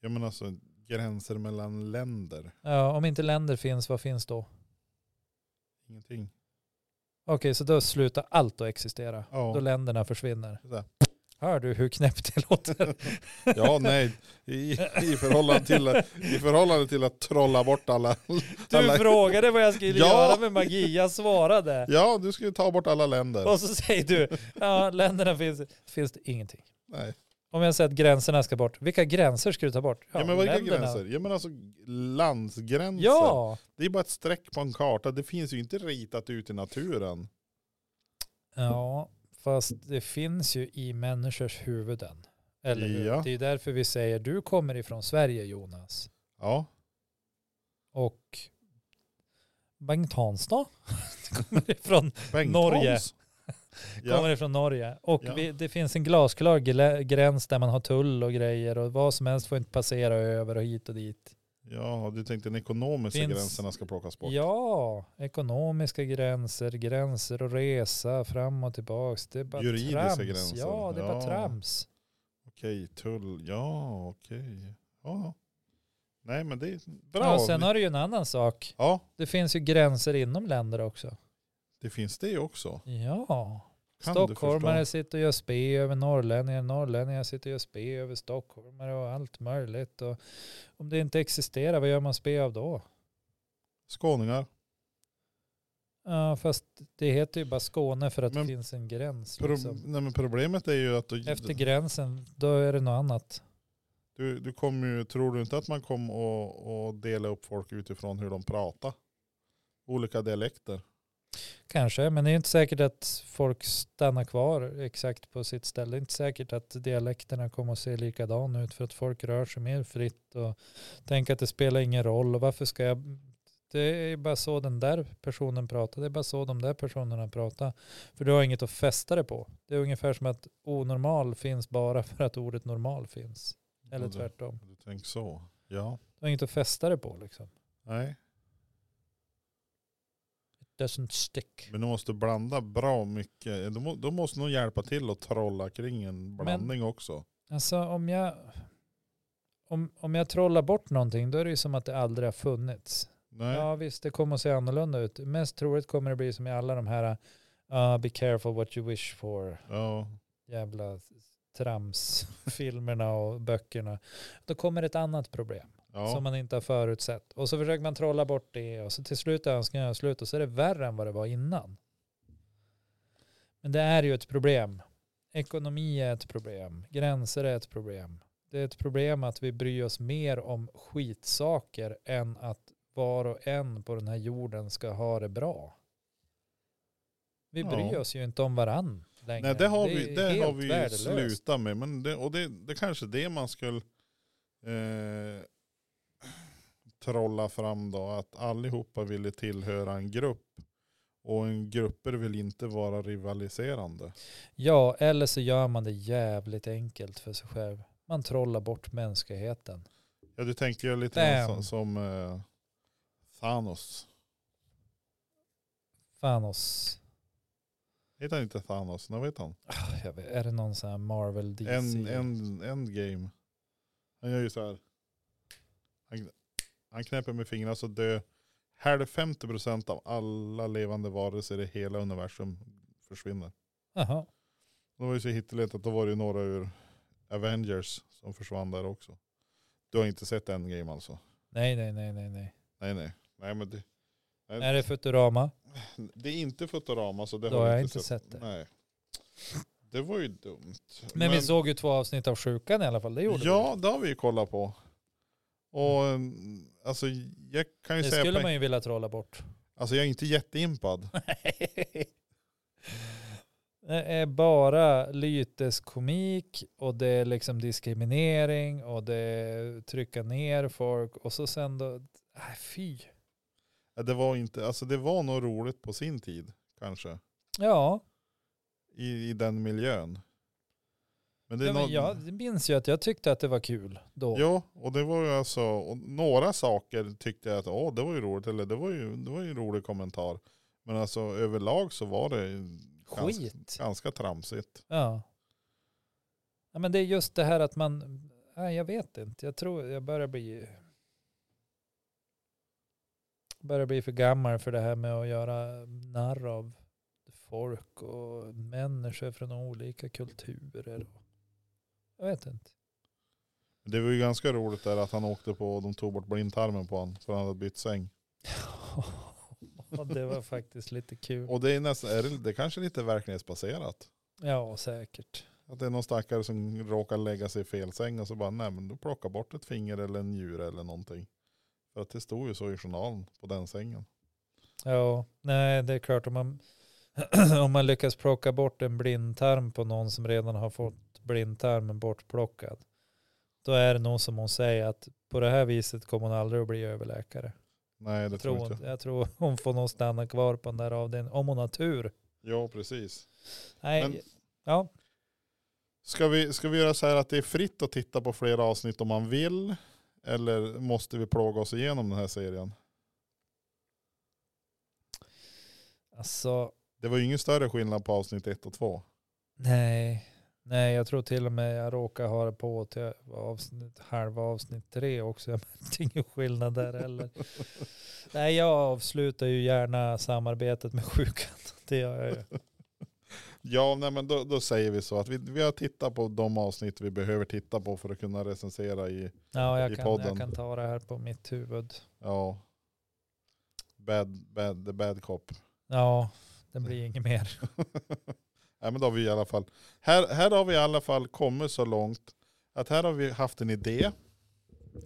[SPEAKER 2] Jag menar alltså gränser mellan länder,
[SPEAKER 1] Ja, om inte länder finns, vad finns då?
[SPEAKER 2] ingenting.
[SPEAKER 1] Okej, så då slutar allt att existera. Då
[SPEAKER 2] Ja,
[SPEAKER 1] länderna försvinner.
[SPEAKER 2] Så där.
[SPEAKER 1] Hör du hur knäppt det
[SPEAKER 2] [laughs]
[SPEAKER 1] låter?
[SPEAKER 2] ja nej, I, i, förhållande till, i förhållande till att trolla bort alla.
[SPEAKER 1] Du
[SPEAKER 2] alla
[SPEAKER 1] frågade vad jag skulle
[SPEAKER 2] Ja.
[SPEAKER 1] göra med magi, jag svarade.
[SPEAKER 2] ja, du ska ju ta bort alla länder.
[SPEAKER 1] [laughs] Och så säger du, ja, länderna finns, finns det ingenting.
[SPEAKER 2] Nej.
[SPEAKER 1] Om jag säger att gränserna ska bort, vilka gränser ska du ta bort?
[SPEAKER 2] Ja, men vilka
[SPEAKER 1] länderna.
[SPEAKER 2] gränser? Ja men alltså landsgränser.
[SPEAKER 1] Ja!
[SPEAKER 2] Det är bara ett streck på en karta. Det finns ju inte ritat ut i naturen.
[SPEAKER 1] Ja, fast det finns ju i människors huvuden. Eller hur?
[SPEAKER 2] Ja.
[SPEAKER 1] Det är därför vi säger, du kommer ifrån Sverige Jonas.
[SPEAKER 2] Ja,
[SPEAKER 1] Och Bengt [laughs] Hanstad
[SPEAKER 2] [laughs]
[SPEAKER 1] kommer ifrån,
[SPEAKER 2] Bengt
[SPEAKER 1] Norge.
[SPEAKER 2] Hans.
[SPEAKER 1] kommer
[SPEAKER 2] Ja,
[SPEAKER 1] ifrån Norge. Och
[SPEAKER 2] Ja.
[SPEAKER 1] vi, det finns en glasklar glä- gräns där man har tull och grejer och vad som helst får inte passera över och hit och dit.
[SPEAKER 2] ja, du tänkte den ekonomiska
[SPEAKER 1] Finns-
[SPEAKER 2] gränserna ska plockas bort.
[SPEAKER 1] Ja, ekonomiska gränser, gränser och resa fram och tillbaks. Det är bara
[SPEAKER 2] Juridiska
[SPEAKER 1] trams.
[SPEAKER 2] gränser,
[SPEAKER 1] Ja, det är
[SPEAKER 2] ja.
[SPEAKER 1] bara trams.
[SPEAKER 2] Okej, tull. Ja, okej. Ja. Nej men det är bra.
[SPEAKER 1] Ja, sen har du ju en annan sak.
[SPEAKER 2] ja,
[SPEAKER 1] Det finns ju gränser inom länder också.
[SPEAKER 2] det finns det också.
[SPEAKER 1] Ja.
[SPEAKER 2] Kan du
[SPEAKER 1] Stockholmare sitter och gör spe över norrlänningar, norrlänningar sitter och gör spe över stockholmare och allt möjligt. Och om det inte existerar, vad gör man spe av då?
[SPEAKER 2] Skåningar,
[SPEAKER 1] Ja, fast det heter ju bara Skåne för att
[SPEAKER 2] Men
[SPEAKER 1] det finns en gräns.
[SPEAKER 2] pro-
[SPEAKER 1] Liksom.
[SPEAKER 2] nej, men problemet är ju att du,
[SPEAKER 1] Efter gränsen, då är det något annat.
[SPEAKER 2] du, du kommer ju, tror du inte att man kommer och, och dela upp folk utifrån hur de pratar? Olika dialekter.
[SPEAKER 1] Kanske, men det är inte säkert att folk stannar kvar exakt på sitt ställe. Det är inte säkert att dialekterna kommer att se likadana ut för att folk rör sig mer fritt och tänker att det spelar ingen roll och varför ska jag... Det är bara så den där personen pratar, det är bara så de där personerna pratar. För du har inget att fästa det på. Det är ungefär som att onormal finns bara för att ordet normal finns. Eller
[SPEAKER 2] Ja, du-
[SPEAKER 1] tvärtom.
[SPEAKER 2] Du tänker så? Ja.
[SPEAKER 1] Du har inget att fästa det på liksom.
[SPEAKER 2] Nej.
[SPEAKER 1] It doesn't stick.
[SPEAKER 2] Men du måste blanda bra mycket. De, må- de måste nog hjälpa till att trolla kring en blandning också.
[SPEAKER 1] Alltså om jag, om, om jag trollar bort någonting då är det ju som att det aldrig har funnits.
[SPEAKER 2] Nej.
[SPEAKER 1] Ja visst, det kommer att se annorlunda ut. Mest troligt kommer det bli som i alla de här uh, be careful what you wish for
[SPEAKER 2] Ja.
[SPEAKER 1] jävla tramsfilmerna och böckerna. Då kommer ett annat problem.
[SPEAKER 2] Ja.
[SPEAKER 1] som man inte har förutsett. Och så försöker man trolla bort det och så till slut är önskningarna slut och så är det värre än vad det var innan. Men det är ju ett problem. Ekonomi är ett problem. Gränser är ett problem. Det är ett problem att vi bryr oss mer om skitsaker än att var och en på den här jorden ska ha det bra. Vi
[SPEAKER 2] Ja.
[SPEAKER 1] bryr oss ju inte om varann längre.
[SPEAKER 2] Nej det har
[SPEAKER 1] är
[SPEAKER 2] vi, det har
[SPEAKER 1] helt
[SPEAKER 2] vi ju
[SPEAKER 1] värdelöst.
[SPEAKER 2] slutat med. Men det, och det, det kanske är det man skulle eh, trolla fram då. Att allihopa ville tillhöra en grupp. Och en grupper vill inte vara rivaliserande.
[SPEAKER 1] Ja, eller så gör man det jävligt enkelt för sig själv. Man trollar bort mänskligheten.
[SPEAKER 2] Ja du tänker ju lite grann
[SPEAKER 1] Damn.
[SPEAKER 2] som, som eh, Thanos.
[SPEAKER 1] Thanos.
[SPEAKER 2] Heter han inte Thanos? Nej vad heter han?
[SPEAKER 1] Ah, Jag vet, är det någon sån här Marvel DC?
[SPEAKER 2] En, en, endgame. Han gör ju så här. Han, han knäpper med fingrarna så dör hälften 50 procent av alla levande varelser i hela universum försvinner.
[SPEAKER 1] Jaha.
[SPEAKER 2] Det var ju så hitteligt att det var ju några ur Avengers som försvann där också. Du har inte sett Endgame alltså?
[SPEAKER 1] Nej, nej, nej, nej, nej.
[SPEAKER 2] Nej nej. Nej men det,
[SPEAKER 1] Är det Futurama?
[SPEAKER 2] det är inte Futurama så det
[SPEAKER 1] Då
[SPEAKER 2] har
[SPEAKER 1] har
[SPEAKER 2] du
[SPEAKER 1] jag inte sett det.
[SPEAKER 2] Nej. Det var ju dumt.
[SPEAKER 1] Men, vi såg ju två avsnitt av Sjukan i alla fall. Det gjorde
[SPEAKER 2] ja, det har vi ju kollat på. Och mm, alltså jag kan
[SPEAKER 1] vi.
[SPEAKER 2] ju
[SPEAKER 1] Det
[SPEAKER 2] säga,
[SPEAKER 1] skulle
[SPEAKER 2] på,
[SPEAKER 1] man ju vilja trolla bort.
[SPEAKER 2] alltså jag är inte jätteimpad. [laughs]
[SPEAKER 1] Det är bara lyteskomik och det är liksom diskriminering och det är trycka ner folk och så sen då, nej fy.
[SPEAKER 2] Det var inte, alltså det var nog roligt på sin tid kanske.
[SPEAKER 1] Ja,
[SPEAKER 2] I, i den miljön. Men det är
[SPEAKER 1] ja men
[SPEAKER 2] någon-
[SPEAKER 1] jag minns ju att jag tyckte att det var kul då.
[SPEAKER 2] Jo, och det var ju alltså, och några saker tyckte jag att åh, det var ju roligt, eller det var ju, det var ju en rolig kommentar. Men alltså överlag så var det ganska,
[SPEAKER 1] Skit.
[SPEAKER 2] ganska tramsigt.
[SPEAKER 1] Ja. ja. Men det är just det här att man, nej jag vet inte, jag tror jag börjar bli börjar bli för gammal för det här med att göra narr av folk och människor från olika kulturer. Jag vet inte.
[SPEAKER 2] Det var ju ganska roligt där att han åkte på, de tog bort blindtarmen på honom för han hade bytt säng.
[SPEAKER 1] Och det var faktiskt lite kul.
[SPEAKER 2] Och det är nästan, är det, det kanske är lite verklighetsbaserat.
[SPEAKER 1] Ja, säkert.
[SPEAKER 2] Att det är någon stackare som råkar lägga sig i fel säng och så bara, nej men du plockar bort ett finger eller en njure eller någonting. För att det stod ju så i journalen på den sängen.
[SPEAKER 1] Ja, nej det är klart om man, [clears throat] om man lyckas plocka bort en blindtarm på någon som redan har fått blindtarmen bortplockad. Då är det nog som hon säger att på det här viset kommer hon aldrig att bli överläkare.
[SPEAKER 2] Nej det
[SPEAKER 1] Jag tror,
[SPEAKER 2] tror
[SPEAKER 1] hon,
[SPEAKER 2] inte jag.
[SPEAKER 1] jag tror hon får nog stanna kvar på den där avdelningen om hon har tur.
[SPEAKER 2] Ja precis.
[SPEAKER 1] Nej,
[SPEAKER 2] Men-
[SPEAKER 1] ja,
[SPEAKER 2] Ska vi, ska vi göra så här att det är fritt att titta på flera avsnitt om man vill? Eller måste vi plåga oss igenom den här serien?
[SPEAKER 1] alltså
[SPEAKER 2] Det var ju ingen större skillnad på avsnitt ett och två.
[SPEAKER 1] nej. Nej, jag tror till och med jag råkar ha det på till avsnitt, halva avsnitt tre också. [laughs] Jag märkte ingen skillnad där
[SPEAKER 2] [laughs]
[SPEAKER 1] heller. Nej, jag avslutar ju gärna samarbetet med sjukan. [laughs] Det gör jag ju.
[SPEAKER 2] Ja, nej, men då, då säger vi så att vi, vi har tittat på de avsnitt vi behöver titta på för att kunna recensera i
[SPEAKER 1] Ja,
[SPEAKER 2] i
[SPEAKER 1] jag kan,
[SPEAKER 2] podden.
[SPEAKER 1] jag kan ta det här på mitt huvud.
[SPEAKER 2] ja, bad, bad, the bad cop. [laughs]
[SPEAKER 1] Ja, det blir inget mer. [laughs]
[SPEAKER 2] nej, men då har vi i alla fall, här, här har vi i alla fall kommit så långt att här har vi haft en idé,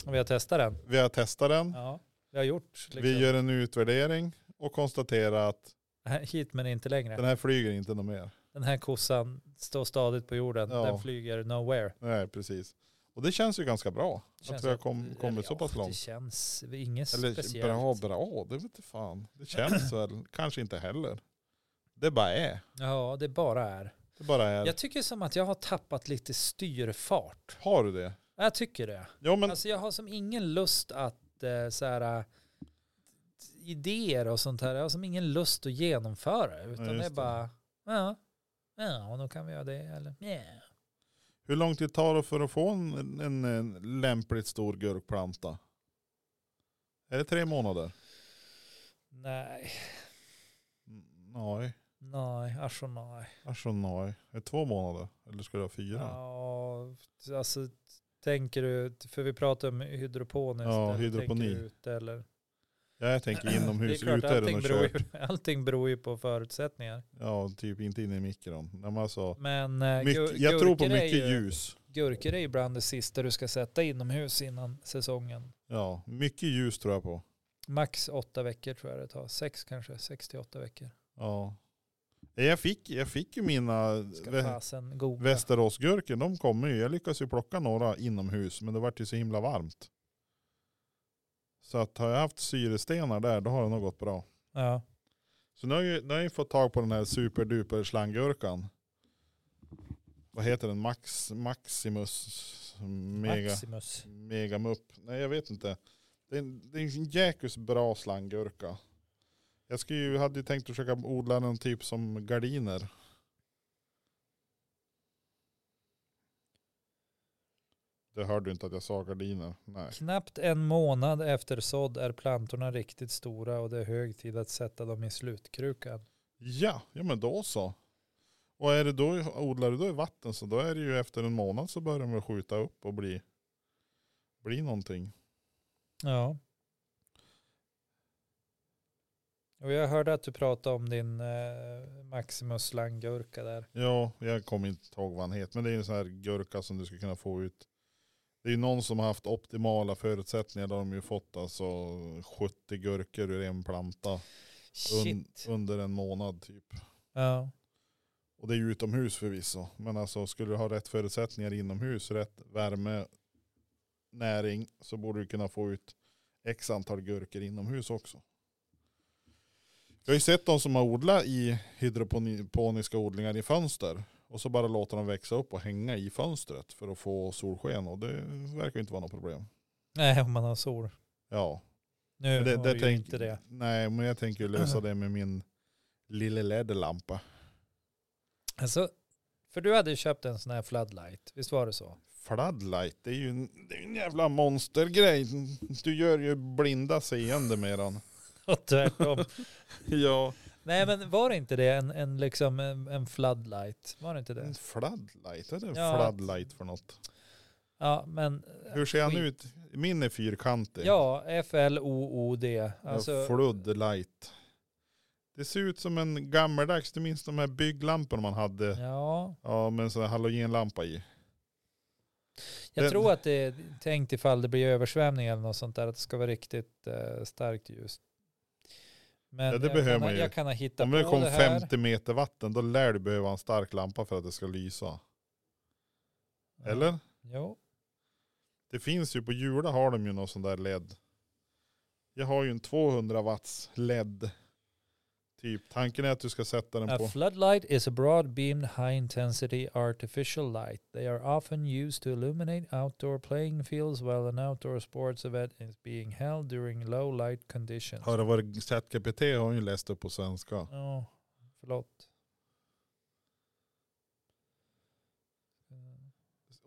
[SPEAKER 1] Och Vi har testat den.
[SPEAKER 2] vi har testat den,
[SPEAKER 1] Ja, vi har gjort. Liksom.
[SPEAKER 2] vi gör en utvärdering och konstaterar att
[SPEAKER 1] Hit men inte längre.
[SPEAKER 2] den här flyger inte något mer.
[SPEAKER 1] Den här kossan står stadigt på jorden.
[SPEAKER 2] Ja.
[SPEAKER 1] Den flyger nowhere.
[SPEAKER 2] Nej, precis. Och det känns ju ganska bra att
[SPEAKER 1] Känns
[SPEAKER 2] vi har
[SPEAKER 1] att-
[SPEAKER 2] kom,
[SPEAKER 1] eller
[SPEAKER 2] kommit så
[SPEAKER 1] ja,
[SPEAKER 2] pass
[SPEAKER 1] Det
[SPEAKER 2] långt.
[SPEAKER 1] känns inget
[SPEAKER 2] Eller
[SPEAKER 1] speciellt.
[SPEAKER 2] bra, bra, det vet fan. Det känns väl, kanske inte heller. Det bara är.
[SPEAKER 1] Ja, det bara är.
[SPEAKER 2] Det bara är.
[SPEAKER 1] Jag tycker som att jag har tappat lite styrfart.
[SPEAKER 2] Har du det?
[SPEAKER 1] Jag tycker det.
[SPEAKER 2] Ja men,
[SPEAKER 1] Alltså jag har som ingen lust att eh, så här, eh, idéer och sånt här, jag har som ingen lust att genomföra. Utan
[SPEAKER 2] Ja, just
[SPEAKER 1] det är
[SPEAKER 2] det.
[SPEAKER 1] bara, ja, ja, då kan vi göra det. Eller, yeah.
[SPEAKER 2] hur lång tid tar det för att få en, en, en lämpligt stor gurkplanta? Är det tre månader?
[SPEAKER 1] Nej,
[SPEAKER 2] Mm, Nej,
[SPEAKER 1] nej, alltså nej.
[SPEAKER 2] alltså nej. Är det två månader? Eller ska det vara fyra?
[SPEAKER 1] Ja, alltså Tänker du, för vi pratar om hydroponiskt.
[SPEAKER 2] Ja,
[SPEAKER 1] eller tänker
[SPEAKER 2] hydroponi.
[SPEAKER 1] du Ute, eller?
[SPEAKER 2] Ja,
[SPEAKER 1] [clears throat]
[SPEAKER 2] jag tänker
[SPEAKER 1] det är
[SPEAKER 2] inomhus.
[SPEAKER 1] klart,
[SPEAKER 2] Ute är det
[SPEAKER 1] allting
[SPEAKER 2] nog
[SPEAKER 1] beror,
[SPEAKER 2] kört.
[SPEAKER 1] ju, [laughs] allting beror ju på förutsättningar.
[SPEAKER 2] Ja, typ inte inne i mikron. Nej, men alltså,
[SPEAKER 1] Men eh, gur-
[SPEAKER 2] mycket, jag tror på
[SPEAKER 1] gurkor är
[SPEAKER 2] mycket
[SPEAKER 1] ju,
[SPEAKER 2] ljus.
[SPEAKER 1] Gurkor är ju bland det sista du ska sätta inomhus innan säsongen.
[SPEAKER 2] Ja, mycket ljus tror jag på.
[SPEAKER 1] Max åtta veckor tror jag det tar. Sex kanske, sex till åtta veckor.
[SPEAKER 2] Ja. Jag fick, jag fick ju mina
[SPEAKER 1] Ska
[SPEAKER 2] vä-
[SPEAKER 1] fasen googla.
[SPEAKER 2] Västeråsgurkor, de kommer ju. Jag lyckades ju plocka några inomhus, men det vart ju så himla varmt. Så att har jag haft syrestenar där, då har det nog gått bra.
[SPEAKER 1] Ja.
[SPEAKER 2] Så nu har jag, ju- nu har jag ju fått tag på den här superduper slanggurkan. Vad heter den? Max, Maximus? Mega,
[SPEAKER 1] Maximus.
[SPEAKER 2] Megamupp? Nej jag vet inte. Det är en, det är en jäkus bra slanggurka. Jag skulle ju, hade ju tänkt att försöka odla den typ som gardiner. Det hörde du inte att jag sa gardiner? Nej.
[SPEAKER 1] Knappt en månad efter sådd är plantorna riktigt stora och det är hög tid att sätta dem i slutkrukan.
[SPEAKER 2] Ja, ja men då så. Och är det då, odlar du då i vatten så då är det ju efter en månad så börjar de väl skjuta upp och bli, bli någonting.
[SPEAKER 1] Ja. Och jag hörde att du pratade om din eh, Maximus slanggurka där.
[SPEAKER 2] Ja, jag kommer inte ihåg vad han heter, men det är ju en sån här gurka som du ska kunna få ut. Det är ju någon som har haft optimala förutsättningar. Där de har ju fått alltså 70 gurkor ur en planta un,
[SPEAKER 1] Shit.
[SPEAKER 2] under en månad typ.
[SPEAKER 1] Ja.
[SPEAKER 2] Och det är ju utomhus förvisso. Men alltså skulle du ha rätt förutsättningar inomhus, rätt värme, näring så borde du kunna få ut x antal gurkor inomhus också. Jag har ju sett de som har odlat i hydroponiska odlingar i fönster. Och så bara låter de växa upp och hänga i fönstret för att få solsken. Och det verkar ju inte vara något problem.
[SPEAKER 1] Nej, om man har sol.
[SPEAKER 2] Ja.
[SPEAKER 1] Nu
[SPEAKER 2] Men
[SPEAKER 1] det, har det, ju
[SPEAKER 2] tänk-
[SPEAKER 1] inte det.
[SPEAKER 2] Nej, men jag tänker ju lösa det med min lilla LED-lampa.
[SPEAKER 1] Alltså, för du hade ju köpt en sån här floodlight, visst var det så? [laughs]
[SPEAKER 2] Floodlight, det är ju en, det är ju en jävla monstergrej. Du gör ju blinda seende med den.
[SPEAKER 1] Och tvärtom.
[SPEAKER 2] Ja.
[SPEAKER 1] Nej men var det inte det en, en, liksom, en, en floodlight? Var det inte det?
[SPEAKER 2] En floodlight, vad är det en
[SPEAKER 1] Ja.
[SPEAKER 2] floodlight för något?
[SPEAKER 1] Ja men
[SPEAKER 2] Hur ser han
[SPEAKER 1] skit.
[SPEAKER 2] ut? Min är fyrkantig.
[SPEAKER 1] ja, F-L-O-O-D.
[SPEAKER 2] Ja,
[SPEAKER 1] Alltså,
[SPEAKER 2] Floodlight. Det ser ut som en gammeldags, du minns de här bygglamporna man hade.
[SPEAKER 1] ja,
[SPEAKER 2] Ja, med en sån här halogenlampa i.
[SPEAKER 1] jag
[SPEAKER 2] Den-
[SPEAKER 1] tror att det är tänkt ifall det blir översvämning eller något sånt där att det ska vara riktigt eh, starkt ljus. Men
[SPEAKER 2] Ja, det
[SPEAKER 1] jag
[SPEAKER 2] behöver
[SPEAKER 1] kan,
[SPEAKER 2] man
[SPEAKER 1] ha-
[SPEAKER 2] ju.
[SPEAKER 1] Jag kan ha hittat
[SPEAKER 2] Om
[SPEAKER 1] på
[SPEAKER 2] det kom
[SPEAKER 1] det här.
[SPEAKER 2] 50 meter vatten, då lär du behöva en stark lampa för att det ska lysa. Eller?
[SPEAKER 1] Jo,
[SPEAKER 2] Det finns ju på Jula har de ju någon sån där LED. Jag har ju en 200 watts LED. Typ tanken är att du ska sätta den
[SPEAKER 1] A
[SPEAKER 2] på.
[SPEAKER 1] floodlight is a broad beamed high intensity artificial light. They are often used to illuminate outdoor playing fields while an outdoor sports event is being held during low light conditions.
[SPEAKER 2] Har det varit ChatGPT har hon ju läst upp på svenska.
[SPEAKER 1] Ja, förlåt.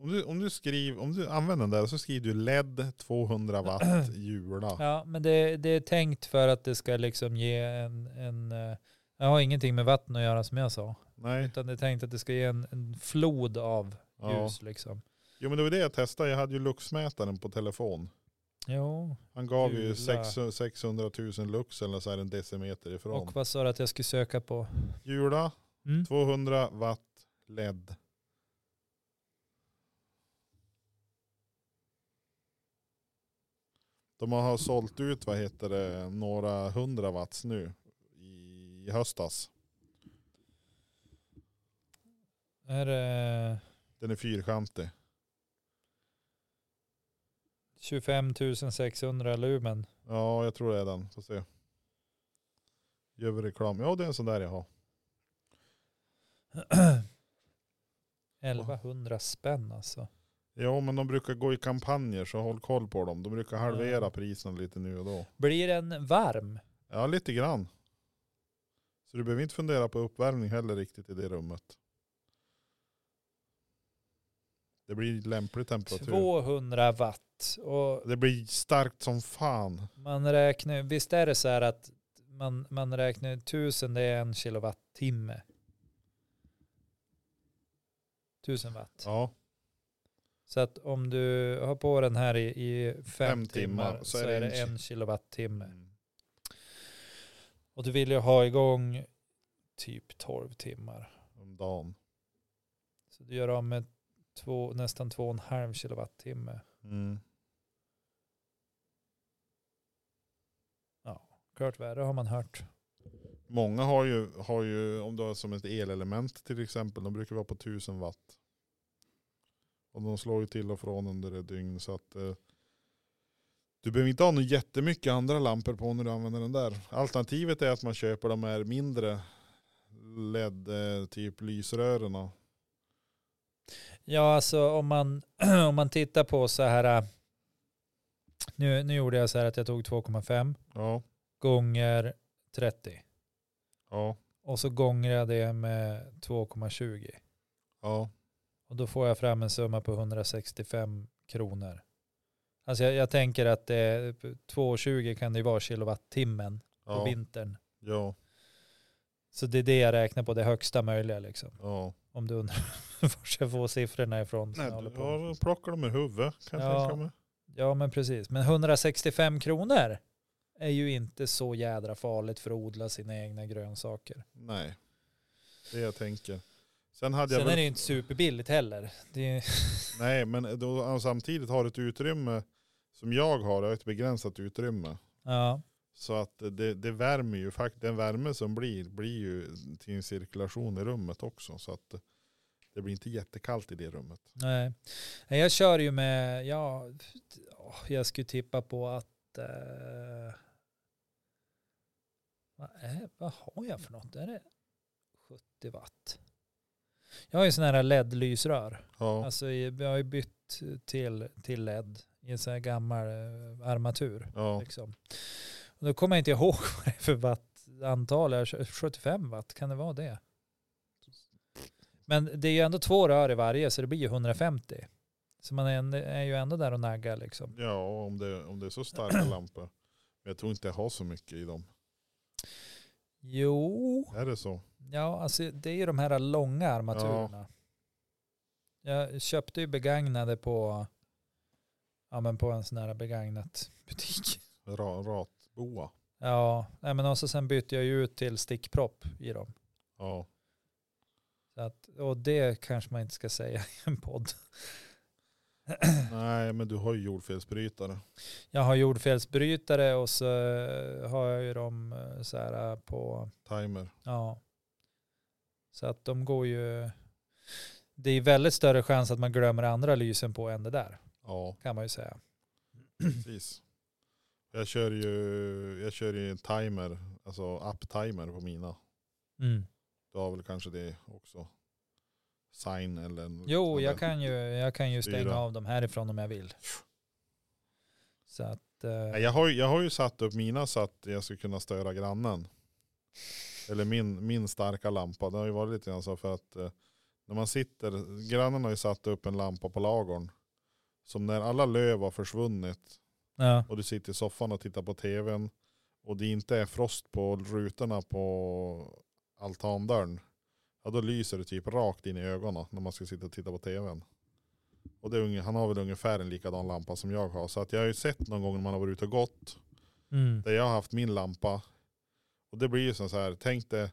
[SPEAKER 2] Om du, om du skriver, om du använder den där så skriver du LED 200 watt
[SPEAKER 1] [clears throat]
[SPEAKER 2] Jula.
[SPEAKER 1] Ja, men det, det är tänkt för att det ska liksom ge en, en eh, jag har ingenting med vatten att göra som jag sa,
[SPEAKER 2] Nej.
[SPEAKER 1] utan det är tänkt att det ska ge en, en flod av
[SPEAKER 2] Ja.
[SPEAKER 1] ljus liksom.
[SPEAKER 2] Jo men det var det jag testade. Jag hade ju luxmätaren på telefon.
[SPEAKER 1] Jo,
[SPEAKER 2] Han gav ju
[SPEAKER 1] Jula.
[SPEAKER 2] 600 600 000 lux eller så här en decimeter ifrån.
[SPEAKER 1] och vad sa du att jag skulle söka på?
[SPEAKER 2] Jula
[SPEAKER 1] Mm?
[SPEAKER 2] 200 watt LED. De har sålt ut, vad heter det, några hundra watts nu i höstas.
[SPEAKER 1] Är det...
[SPEAKER 2] Den är fyrkantig.
[SPEAKER 1] 25 600 lumen.
[SPEAKER 2] Ja, jag tror det är den. Får se. Gör vi reklam? Ja, det är en sån där jag har.
[SPEAKER 1] 1100 spänn alltså.
[SPEAKER 2] Ja, men de brukar gå i kampanjer så håll koll på dem. De brukar halvera
[SPEAKER 1] Ja.
[SPEAKER 2] priserna lite nu och då.
[SPEAKER 1] Blir den varm?
[SPEAKER 2] Ja, lite grann. Så du behöver inte fundera på uppvärmning heller riktigt i det rummet. Det blir lämplig temperatur.
[SPEAKER 1] 200 watt. Och
[SPEAKER 2] Det blir starkt som fan.
[SPEAKER 1] man räknar, visst är det så här att man, man räknar 1000 det är en kilowattimme. 1000 watt.
[SPEAKER 2] Ja,
[SPEAKER 1] Så att om du har på den här i, i fem,
[SPEAKER 2] Fem
[SPEAKER 1] timmar,
[SPEAKER 2] timmar,
[SPEAKER 1] så, är det en kilowattimme.
[SPEAKER 2] Mm.
[SPEAKER 1] Och du vill ju ha igång typ 12 timmar.
[SPEAKER 2] om dagen.
[SPEAKER 1] Så du gör av med två, nästan två och en halv kilowattimme.
[SPEAKER 2] Mm.
[SPEAKER 1] Klart värre har man hört.
[SPEAKER 2] Många har ju, har ju, om du har som ett elelement till exempel, de brukar vara på 1000 watt. Och de slår ju till och från under ett dygn så att eh, du behöver inte ha något jättemycket andra lampor på när du använder den där. Alternativet är att man köper de här mindre LED, eh, typ lysrörerna.
[SPEAKER 1] Ja, alltså om man, [clears throat] om man tittar på så här. äh, Nu, nu gjorde jag så här att jag tog 2,5
[SPEAKER 2] Ja,
[SPEAKER 1] gånger 30.
[SPEAKER 2] ja,
[SPEAKER 1] Och så gånger jag det med 2,20.
[SPEAKER 2] ja.
[SPEAKER 1] Och då får jag fram en summa på 165 kronor. Alltså jag, jag tänker att det är 2,20 kan det ju vara kilowattimmen på
[SPEAKER 2] Ja,
[SPEAKER 1] vintern.
[SPEAKER 2] ja,
[SPEAKER 1] Så det är det jag räknar på, det högsta möjliga liksom.
[SPEAKER 2] ja.
[SPEAKER 1] Om du undrar [laughs] var jag får siffrorna ifrån. som
[SPEAKER 2] Nej,
[SPEAKER 1] jag håller på. med.
[SPEAKER 2] jag plockar dem ur huvudet kan jag
[SPEAKER 1] Ja.
[SPEAKER 2] tänka mig.
[SPEAKER 1] Ja men precis, men 165 kronor är ju inte så jädra farligt för att odla sina egna grönsaker.
[SPEAKER 2] Nej, det jag tänker. Sen hade jag
[SPEAKER 1] Sen
[SPEAKER 2] väl
[SPEAKER 1] är det ju inte superbilligt heller. Det är,
[SPEAKER 2] Nej, men då, samtidigt har du ett utrymme som jag har, jag har ett begränsat utrymme.
[SPEAKER 1] ja,
[SPEAKER 2] Så att det, det värmer ju faktiskt, den värme som blir, blir ju till en cirkulation i rummet också. Så att det blir inte jättekallt i det rummet.
[SPEAKER 1] nej. Nej, Jag kör ju med, ja, åh, jag skulle tippa på att eh, vad, är, vad har jag för något? Är det 70 watt? Jag har ju sådana här LED-lysrör.
[SPEAKER 2] Ja,
[SPEAKER 1] Alltså jag har ju bytt till, till LED i en sån här gammal eh, armatur.
[SPEAKER 2] ja,
[SPEAKER 1] Liksom. Och då kommer jag inte ihåg [laughs] vad det är för wattantal. Jag kör- 75 watt, kan det vara det? Men det är ju ändå två rör i varje så det blir ju 150. Så man är, ändå- är ju ändå där och naggar liksom.
[SPEAKER 2] ja och om, det, om det är så starka lampor. Men jag tror inte jag har så mycket i dem.
[SPEAKER 1] Jo,
[SPEAKER 2] Är det så?
[SPEAKER 1] ja alltså det är ju de här långa armaturerna. Jag köpte ju begagnade på, ja, men på en sån här begagnat butik.
[SPEAKER 2] Ra, ratboa?
[SPEAKER 1] Ja, nej, men också sen bytte jag ju ut till stickpropp i dem.
[SPEAKER 2] Ja.
[SPEAKER 1] Så att, och det kanske man inte ska säga i en podd.
[SPEAKER 2] Nej, men du har ju jordfelsbrytare.
[SPEAKER 1] Jag har jordfelsbrytare och så har jag ju dem eh, så här på,
[SPEAKER 2] Timer.
[SPEAKER 1] ja. Så att de går ju, det är väldigt större chans att man glömmer andra lysen på än det där,
[SPEAKER 2] Ja.
[SPEAKER 1] kan man ju säga.
[SPEAKER 2] Precis. Jag kör ju, jag kör ju en timer, alltså app-timer på mina.
[SPEAKER 1] Mm.
[SPEAKER 2] Du har väl kanske det också? Sign eller? en-
[SPEAKER 1] Jo, jag kan, ju, jag kan ju stänga
[SPEAKER 2] Fyra.
[SPEAKER 1] av dem härifrån om jag vill. Så att, eh,
[SPEAKER 2] Nej, Jag har, ju- jag har ju satt upp mina så att jag ska kunna störa grannen. Eller min, min starka lampa. Det har ju varit lite grann så för att eh, när man sitter, grannen har ju satt upp en lampa på lagorn. Som när alla löv har försvunnit
[SPEAKER 1] ja,
[SPEAKER 2] och du sitter i soffan och tittar på tvn och det inte är frost på rutorna på altandörren, ja då lyser det typ rakt in i ögonen när man ska sitta och titta på tvn. Och det är, unge- han har väl ungefär en likadan lampa som jag har. Så att jag har ju sett någon gång när man har varit ute och gått,
[SPEAKER 1] mm,
[SPEAKER 2] där jag har haft min lampa. Och det blir ju som så här, tänk dig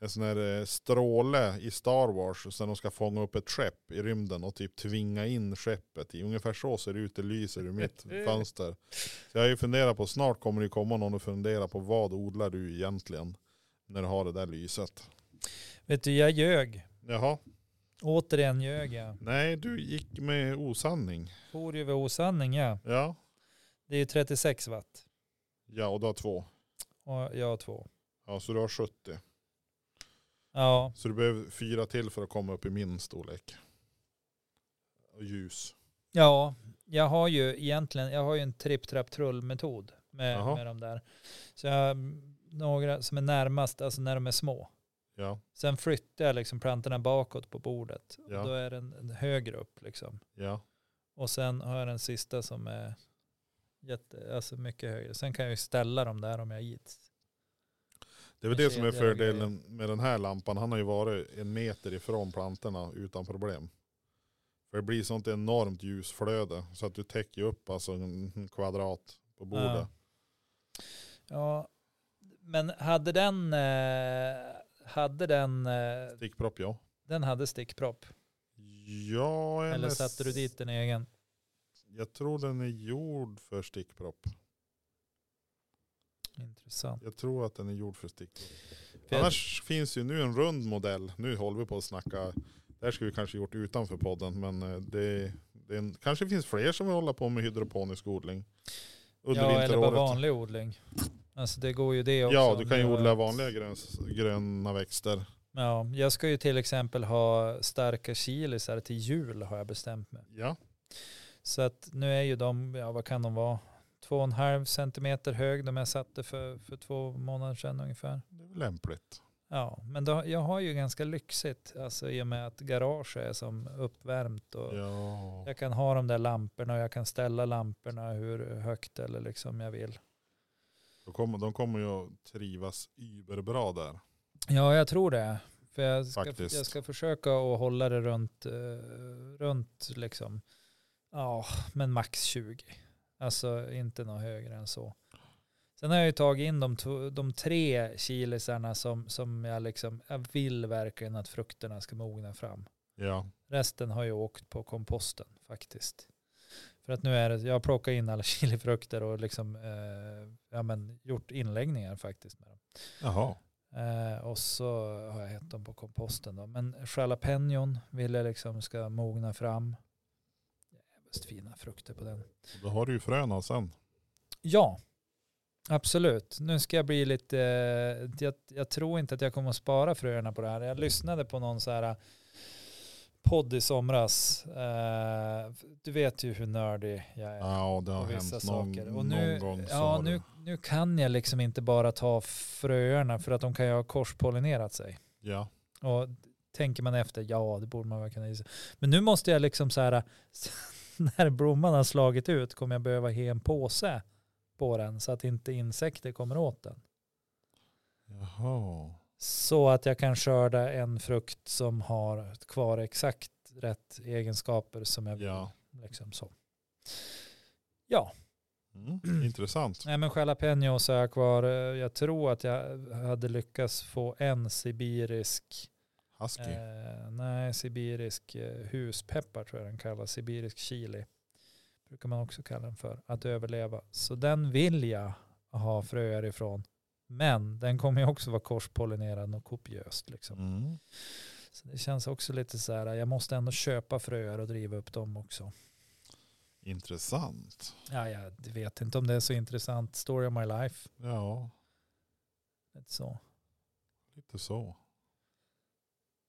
[SPEAKER 2] en sån här eh, stråle i Star Wars och sen de ska fånga upp ett skepp i rymden och typ tvinga in skeppet. I. Ungefär så ser det ut, det lyser ur mitt fönster. Så jag har ju funderat på, snart kommer det komma någon och fundera på vad odlar du egentligen när du har det där lyset.
[SPEAKER 1] vet du, jag ljög.
[SPEAKER 2] Jaha,
[SPEAKER 1] Återigen ljög jag.
[SPEAKER 2] nej du gick med osanning.
[SPEAKER 1] For ju vid osanning ja.
[SPEAKER 2] Ja,
[SPEAKER 1] Det är ju 36 watt
[SPEAKER 2] ja och du har två.
[SPEAKER 1] och jag har två.
[SPEAKER 2] Ja, så du har 70.
[SPEAKER 1] Ja,
[SPEAKER 2] Så du behöver fyra till för att komma upp i min storlek. Och ljus.
[SPEAKER 1] ja jag har ju egentligen, jag har ju en tripp trapp trull metod med,
[SPEAKER 2] Jaha.
[SPEAKER 1] med de där. Så jag har några som är närmast, alltså när de är små.
[SPEAKER 2] Ja,
[SPEAKER 1] Sen flyttar jag liksom plantorna bakåt på bordet.
[SPEAKER 2] Ja.
[SPEAKER 1] Och då är den en högre upp liksom.
[SPEAKER 2] ja.
[SPEAKER 1] Och sen har jag den sista som är jätte, alltså mycket högre. Sen kan jag ju ställa dem där om jag gills.
[SPEAKER 2] Det är väl
[SPEAKER 1] En
[SPEAKER 2] det som är
[SPEAKER 1] kedja och
[SPEAKER 2] fördelen med den här lampan. Han har ju varit en meter ifrån plantorna utan problem. För det blir sånt enormt ljusflöde så att du täcker upp alltså en kvadrat på bordet.
[SPEAKER 1] Ja, men hade den, eh, hade den, eh,
[SPEAKER 2] Stickpropp ja.
[SPEAKER 1] den hade stickpropp?
[SPEAKER 2] Ja,
[SPEAKER 1] Eller
[SPEAKER 2] NS
[SPEAKER 1] satte du dit en egen?
[SPEAKER 2] Jag tror den är gjord för stickpropp.
[SPEAKER 1] Intressant.
[SPEAKER 2] Jag tror att den är gjord för stickpropp.
[SPEAKER 1] För jag,
[SPEAKER 2] Annars finns ju nu en rund modell. Nu håller vi på att snacka. Det här skulle vi kanske gjort utanför podden. Men eh, det, det är en, kanske finns fler som vill hålla på med hydroponisk odling. Under
[SPEAKER 1] ja, eller bara
[SPEAKER 2] vinteråret.
[SPEAKER 1] vanlig odling. Alltså det går ju det också.
[SPEAKER 2] Ja, du kan ju
[SPEAKER 1] Nu-
[SPEAKER 2] odla vanliga gröns, gröna växter.
[SPEAKER 1] Ja, jag ska ju till exempel ha starka chilisar till jul har jag bestämt mig.
[SPEAKER 2] Ja,
[SPEAKER 1] Så att nu är ju de, ja vad kan de vara? Två och en halv centimeter hög, de jag satte för, för två månader sedan ungefär.
[SPEAKER 2] det är väl lämpligt.
[SPEAKER 1] Ja, men då, jag har ju ganska lyxigt, alltså i och med att garaget är som uppvärmt och
[SPEAKER 2] Ja.
[SPEAKER 1] jag kan ha de där lamporna och jag kan ställa lamporna hur högt eller liksom jag vill.
[SPEAKER 2] De kommer, de kommer ju att trivas überbra där.
[SPEAKER 1] Ja, jag tror det. För jag ska,
[SPEAKER 2] Faktiskt.
[SPEAKER 1] jag ska försöka att hålla det runt, eh, runt liksom, ja, men max 20. Alltså inte något högre än så. Sen har jag ju tagit in de, två- de tre chilisarna som, som jag liksom, jag vill verkligen att frukterna ska mogna fram.
[SPEAKER 2] Ja,
[SPEAKER 1] Resten har ju åkt på komposten faktiskt. För att nu är det, jag har plockat in alla [laughs] chilifrukter och liksom, eh, ja, men gjort inläggningar faktiskt med dem.
[SPEAKER 2] jaha.
[SPEAKER 1] Eh, och så har jag hett dem på komposten då. Men jalapenon vill jag liksom ska mogna fram. Jävligt fina frukter på den.
[SPEAKER 2] Då har du ju fröna sen.
[SPEAKER 1] Ja, absolut. Nu ska jag bli lite, eh, jag, jag tror inte att jag kommer att spara fröerna på det här. Jag lyssnade på någon så här eh, podd i somras. Eh, du vet ju hur nördig jag är.
[SPEAKER 2] Ja, det har
[SPEAKER 1] och vissa
[SPEAKER 2] hänt någon,
[SPEAKER 1] saker. Och nu,
[SPEAKER 2] någon gång. så
[SPEAKER 1] ja,
[SPEAKER 2] har
[SPEAKER 1] nu,
[SPEAKER 2] du-
[SPEAKER 1] nu kan jag liksom inte bara ta fröerna för att de kan ju ha korspollinerat sig.
[SPEAKER 2] Ja,
[SPEAKER 1] Och tänker man efter, ja det borde man väl kunna gissa. Men nu måste jag liksom så här, [laughs] när blomman har slagit ut kommer jag behöva ha en påse på den så att inte insekter kommer åt den.
[SPEAKER 2] jaha.
[SPEAKER 1] Så att jag kan skörda en frukt som har kvar exakt rätt egenskaper som jag vill.
[SPEAKER 2] Ja.
[SPEAKER 1] Liksom så.
[SPEAKER 2] Mm. Intressant.
[SPEAKER 1] Nej men jalapeno så har jag kvar, eh, jag tror att jag hade lyckats få en sibirisk
[SPEAKER 2] Husky.
[SPEAKER 1] Eh, nej, sibirisk eh, huspeppar tror jag den kallas. Sibirisk chili brukar man också kalla den för. Att överleva. Så den vill jag ha fröer ifrån. Men den kommer ju också vara korspollinerad och kopiöst. Liksom.
[SPEAKER 2] Mm.
[SPEAKER 1] Så det känns också lite så här, jag måste ändå köpa fröer och driva upp dem också.
[SPEAKER 2] Intressant.
[SPEAKER 1] Ja, jag vet inte om det är så intressant. Story of my life.
[SPEAKER 2] Ja,
[SPEAKER 1] Lite Så.
[SPEAKER 2] lite så.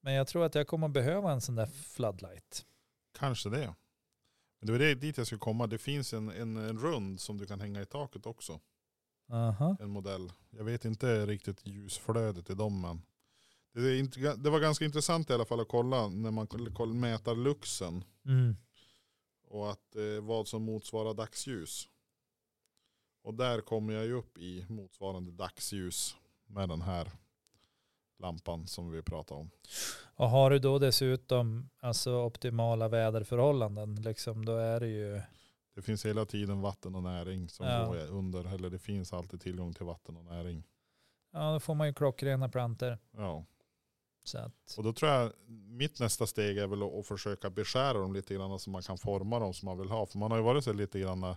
[SPEAKER 1] Men jag tror att jag kommer behöva en sån där floodlight.
[SPEAKER 2] Kanske det. Men det var det dit jag skulle komma. Det finns en, en, en rund som du kan hänga i taket också.
[SPEAKER 1] Aha.
[SPEAKER 2] En modell. Jag vet inte riktigt ljusflödet i dem men. Det, är inte, det var ganska intressant i alla fall att kolla när man koll- koll- mäter luxen.
[SPEAKER 1] Mm.
[SPEAKER 2] Och att eh, vad som motsvarar dagsljus. Och där kommer jag ju upp i motsvarande dagsljus med den här lampan som vi pratade om.
[SPEAKER 1] Och har du då dessutom alltså optimala väderförhållanden, liksom, då är det ju...
[SPEAKER 2] Det finns hela tiden vatten och näring som
[SPEAKER 1] Ja.
[SPEAKER 2] går under. Eller det finns alltid tillgång till vatten och näring.
[SPEAKER 1] Ja, då får man ju klockrena planter.
[SPEAKER 2] Ja.
[SPEAKER 1] Så att,
[SPEAKER 2] Och då tror jag mitt nästa steg är väl att, att försöka beskära dem lite grann så man kan forma dem som man vill ha. För man har ju varit så lite grann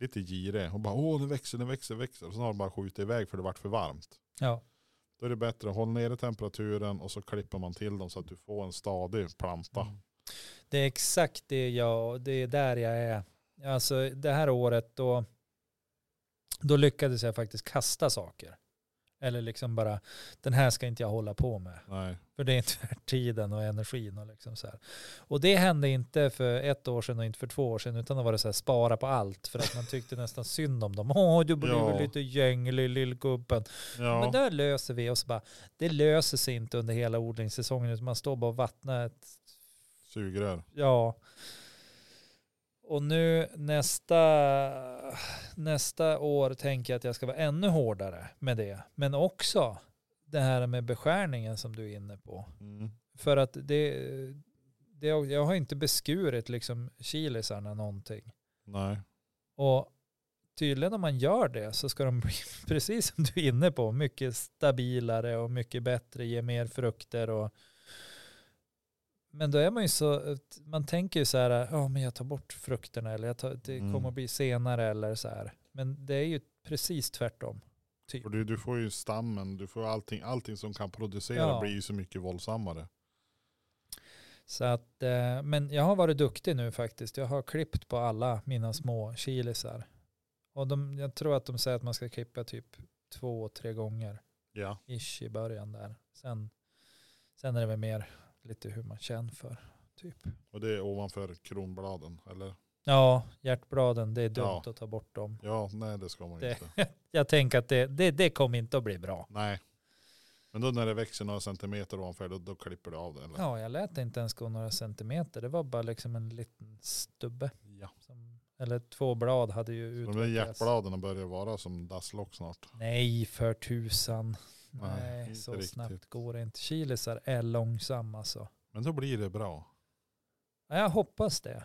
[SPEAKER 2] lite girig och bara åh den växer, den växer, växer. Och sen har de bara skjutit iväg för det vart för varmt.
[SPEAKER 1] ja,
[SPEAKER 2] Då är det bättre att hålla nere temperaturen och så klipper man till dem så att du får en stadig planta.
[SPEAKER 1] Mm. det är exakt det jag, det är där jag är. Alltså det här året då, då lyckades jag faktiskt kasta saker. Eller liksom bara, den här ska inte jag hålla på med.
[SPEAKER 2] Nej,
[SPEAKER 1] För det är inte värt tiden och energin och liksom så här. Och det hände inte för ett år sedan och inte för två år sedan utan då var det så här spara på allt för att man tyckte nästan synd om dem. Åh, du blir
[SPEAKER 2] Ja.
[SPEAKER 1] väl lite gänglig lillgubben. Men
[SPEAKER 2] ja,
[SPEAKER 1] där löser vi oss bara. Det löser sig inte under hela odlingssäsongen utan man står bara och vattnar ett,
[SPEAKER 2] sugrör.
[SPEAKER 1] ja. Och nu nästa, nästa år tänker jag att jag ska vara ännu hårdare med det. Men också det här med beskärningen som du är inne på.
[SPEAKER 2] Mm.
[SPEAKER 1] För att det, det, jag har inte beskurit liksom chilisarna någonting.
[SPEAKER 2] Nej.
[SPEAKER 1] Och tydligen om man gör det så ska de [laughs] bli, precis som du är inne på, mycket stabilare och mycket bättre, ge mer frukter och men då är man ju så, man tänker ju så här, ja men jag tar bort frukterna eller jag tar, det
[SPEAKER 2] Mm.
[SPEAKER 1] kommer att bli senare eller så här. Men det är ju precis tvärtom.
[SPEAKER 2] Och du, du får ju stammen, du får allting, allting som kan producera
[SPEAKER 1] Ja.
[SPEAKER 2] blir ju så mycket våldsammare.
[SPEAKER 1] Så att, eh, men jag har varit duktig nu faktiskt. Jag har klippt på alla mina små chilisar. Och de, jag tror att de säger att man ska klippa typ två, tre gånger
[SPEAKER 2] Ja.
[SPEAKER 1] ish i början där. Sen, sen är det väl mer lite hur man känner för. Typ.
[SPEAKER 2] Och det är ovanför kronbladen, eller?
[SPEAKER 1] Ja, hjärtbladen, det är dumt
[SPEAKER 2] Ja.
[SPEAKER 1] att ta bort dem.
[SPEAKER 2] Ja, nej det ska man
[SPEAKER 1] Det-
[SPEAKER 2] inte. [laughs]
[SPEAKER 1] Jag tänker att det, det, det kommer inte att bli bra.
[SPEAKER 2] Nej. Men då när det växer några centimeter ovanför, då, då klipper du av det, eller?
[SPEAKER 1] Ja, jag lät det inte ens gå några centimeter. Det var bara liksom en liten stubbe.
[SPEAKER 2] Ja.
[SPEAKER 1] Som, eller två blad hade ju
[SPEAKER 2] De där
[SPEAKER 1] utvecklats.
[SPEAKER 2] hjärtbladen börjar vara som dasslock snart.
[SPEAKER 1] Nej, för tusan.
[SPEAKER 2] Nej,
[SPEAKER 1] Nej,
[SPEAKER 2] inte
[SPEAKER 1] så
[SPEAKER 2] riktigt.
[SPEAKER 1] snabbt går det inte. Chilisar är långsamma alltså.
[SPEAKER 2] Men då blir det bra.
[SPEAKER 1] Ja, jag hoppas det.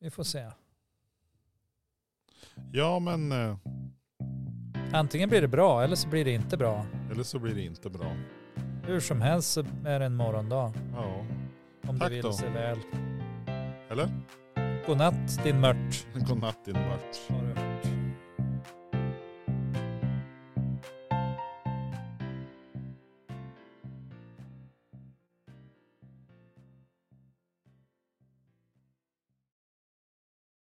[SPEAKER 1] Vi får se.
[SPEAKER 2] Ja, men eh,
[SPEAKER 1] Antingen blir det bra eller så blir det inte bra.
[SPEAKER 2] eller så blir det inte bra.
[SPEAKER 1] Hur som helst så är det en morgondag.
[SPEAKER 2] Ja.
[SPEAKER 1] Om
[SPEAKER 2] Tack
[SPEAKER 1] du vill
[SPEAKER 2] då.
[SPEAKER 1] se väl.
[SPEAKER 2] Eller? [laughs]
[SPEAKER 1] God natt din mört.
[SPEAKER 2] Godnatt din mört.
[SPEAKER 1] sa du.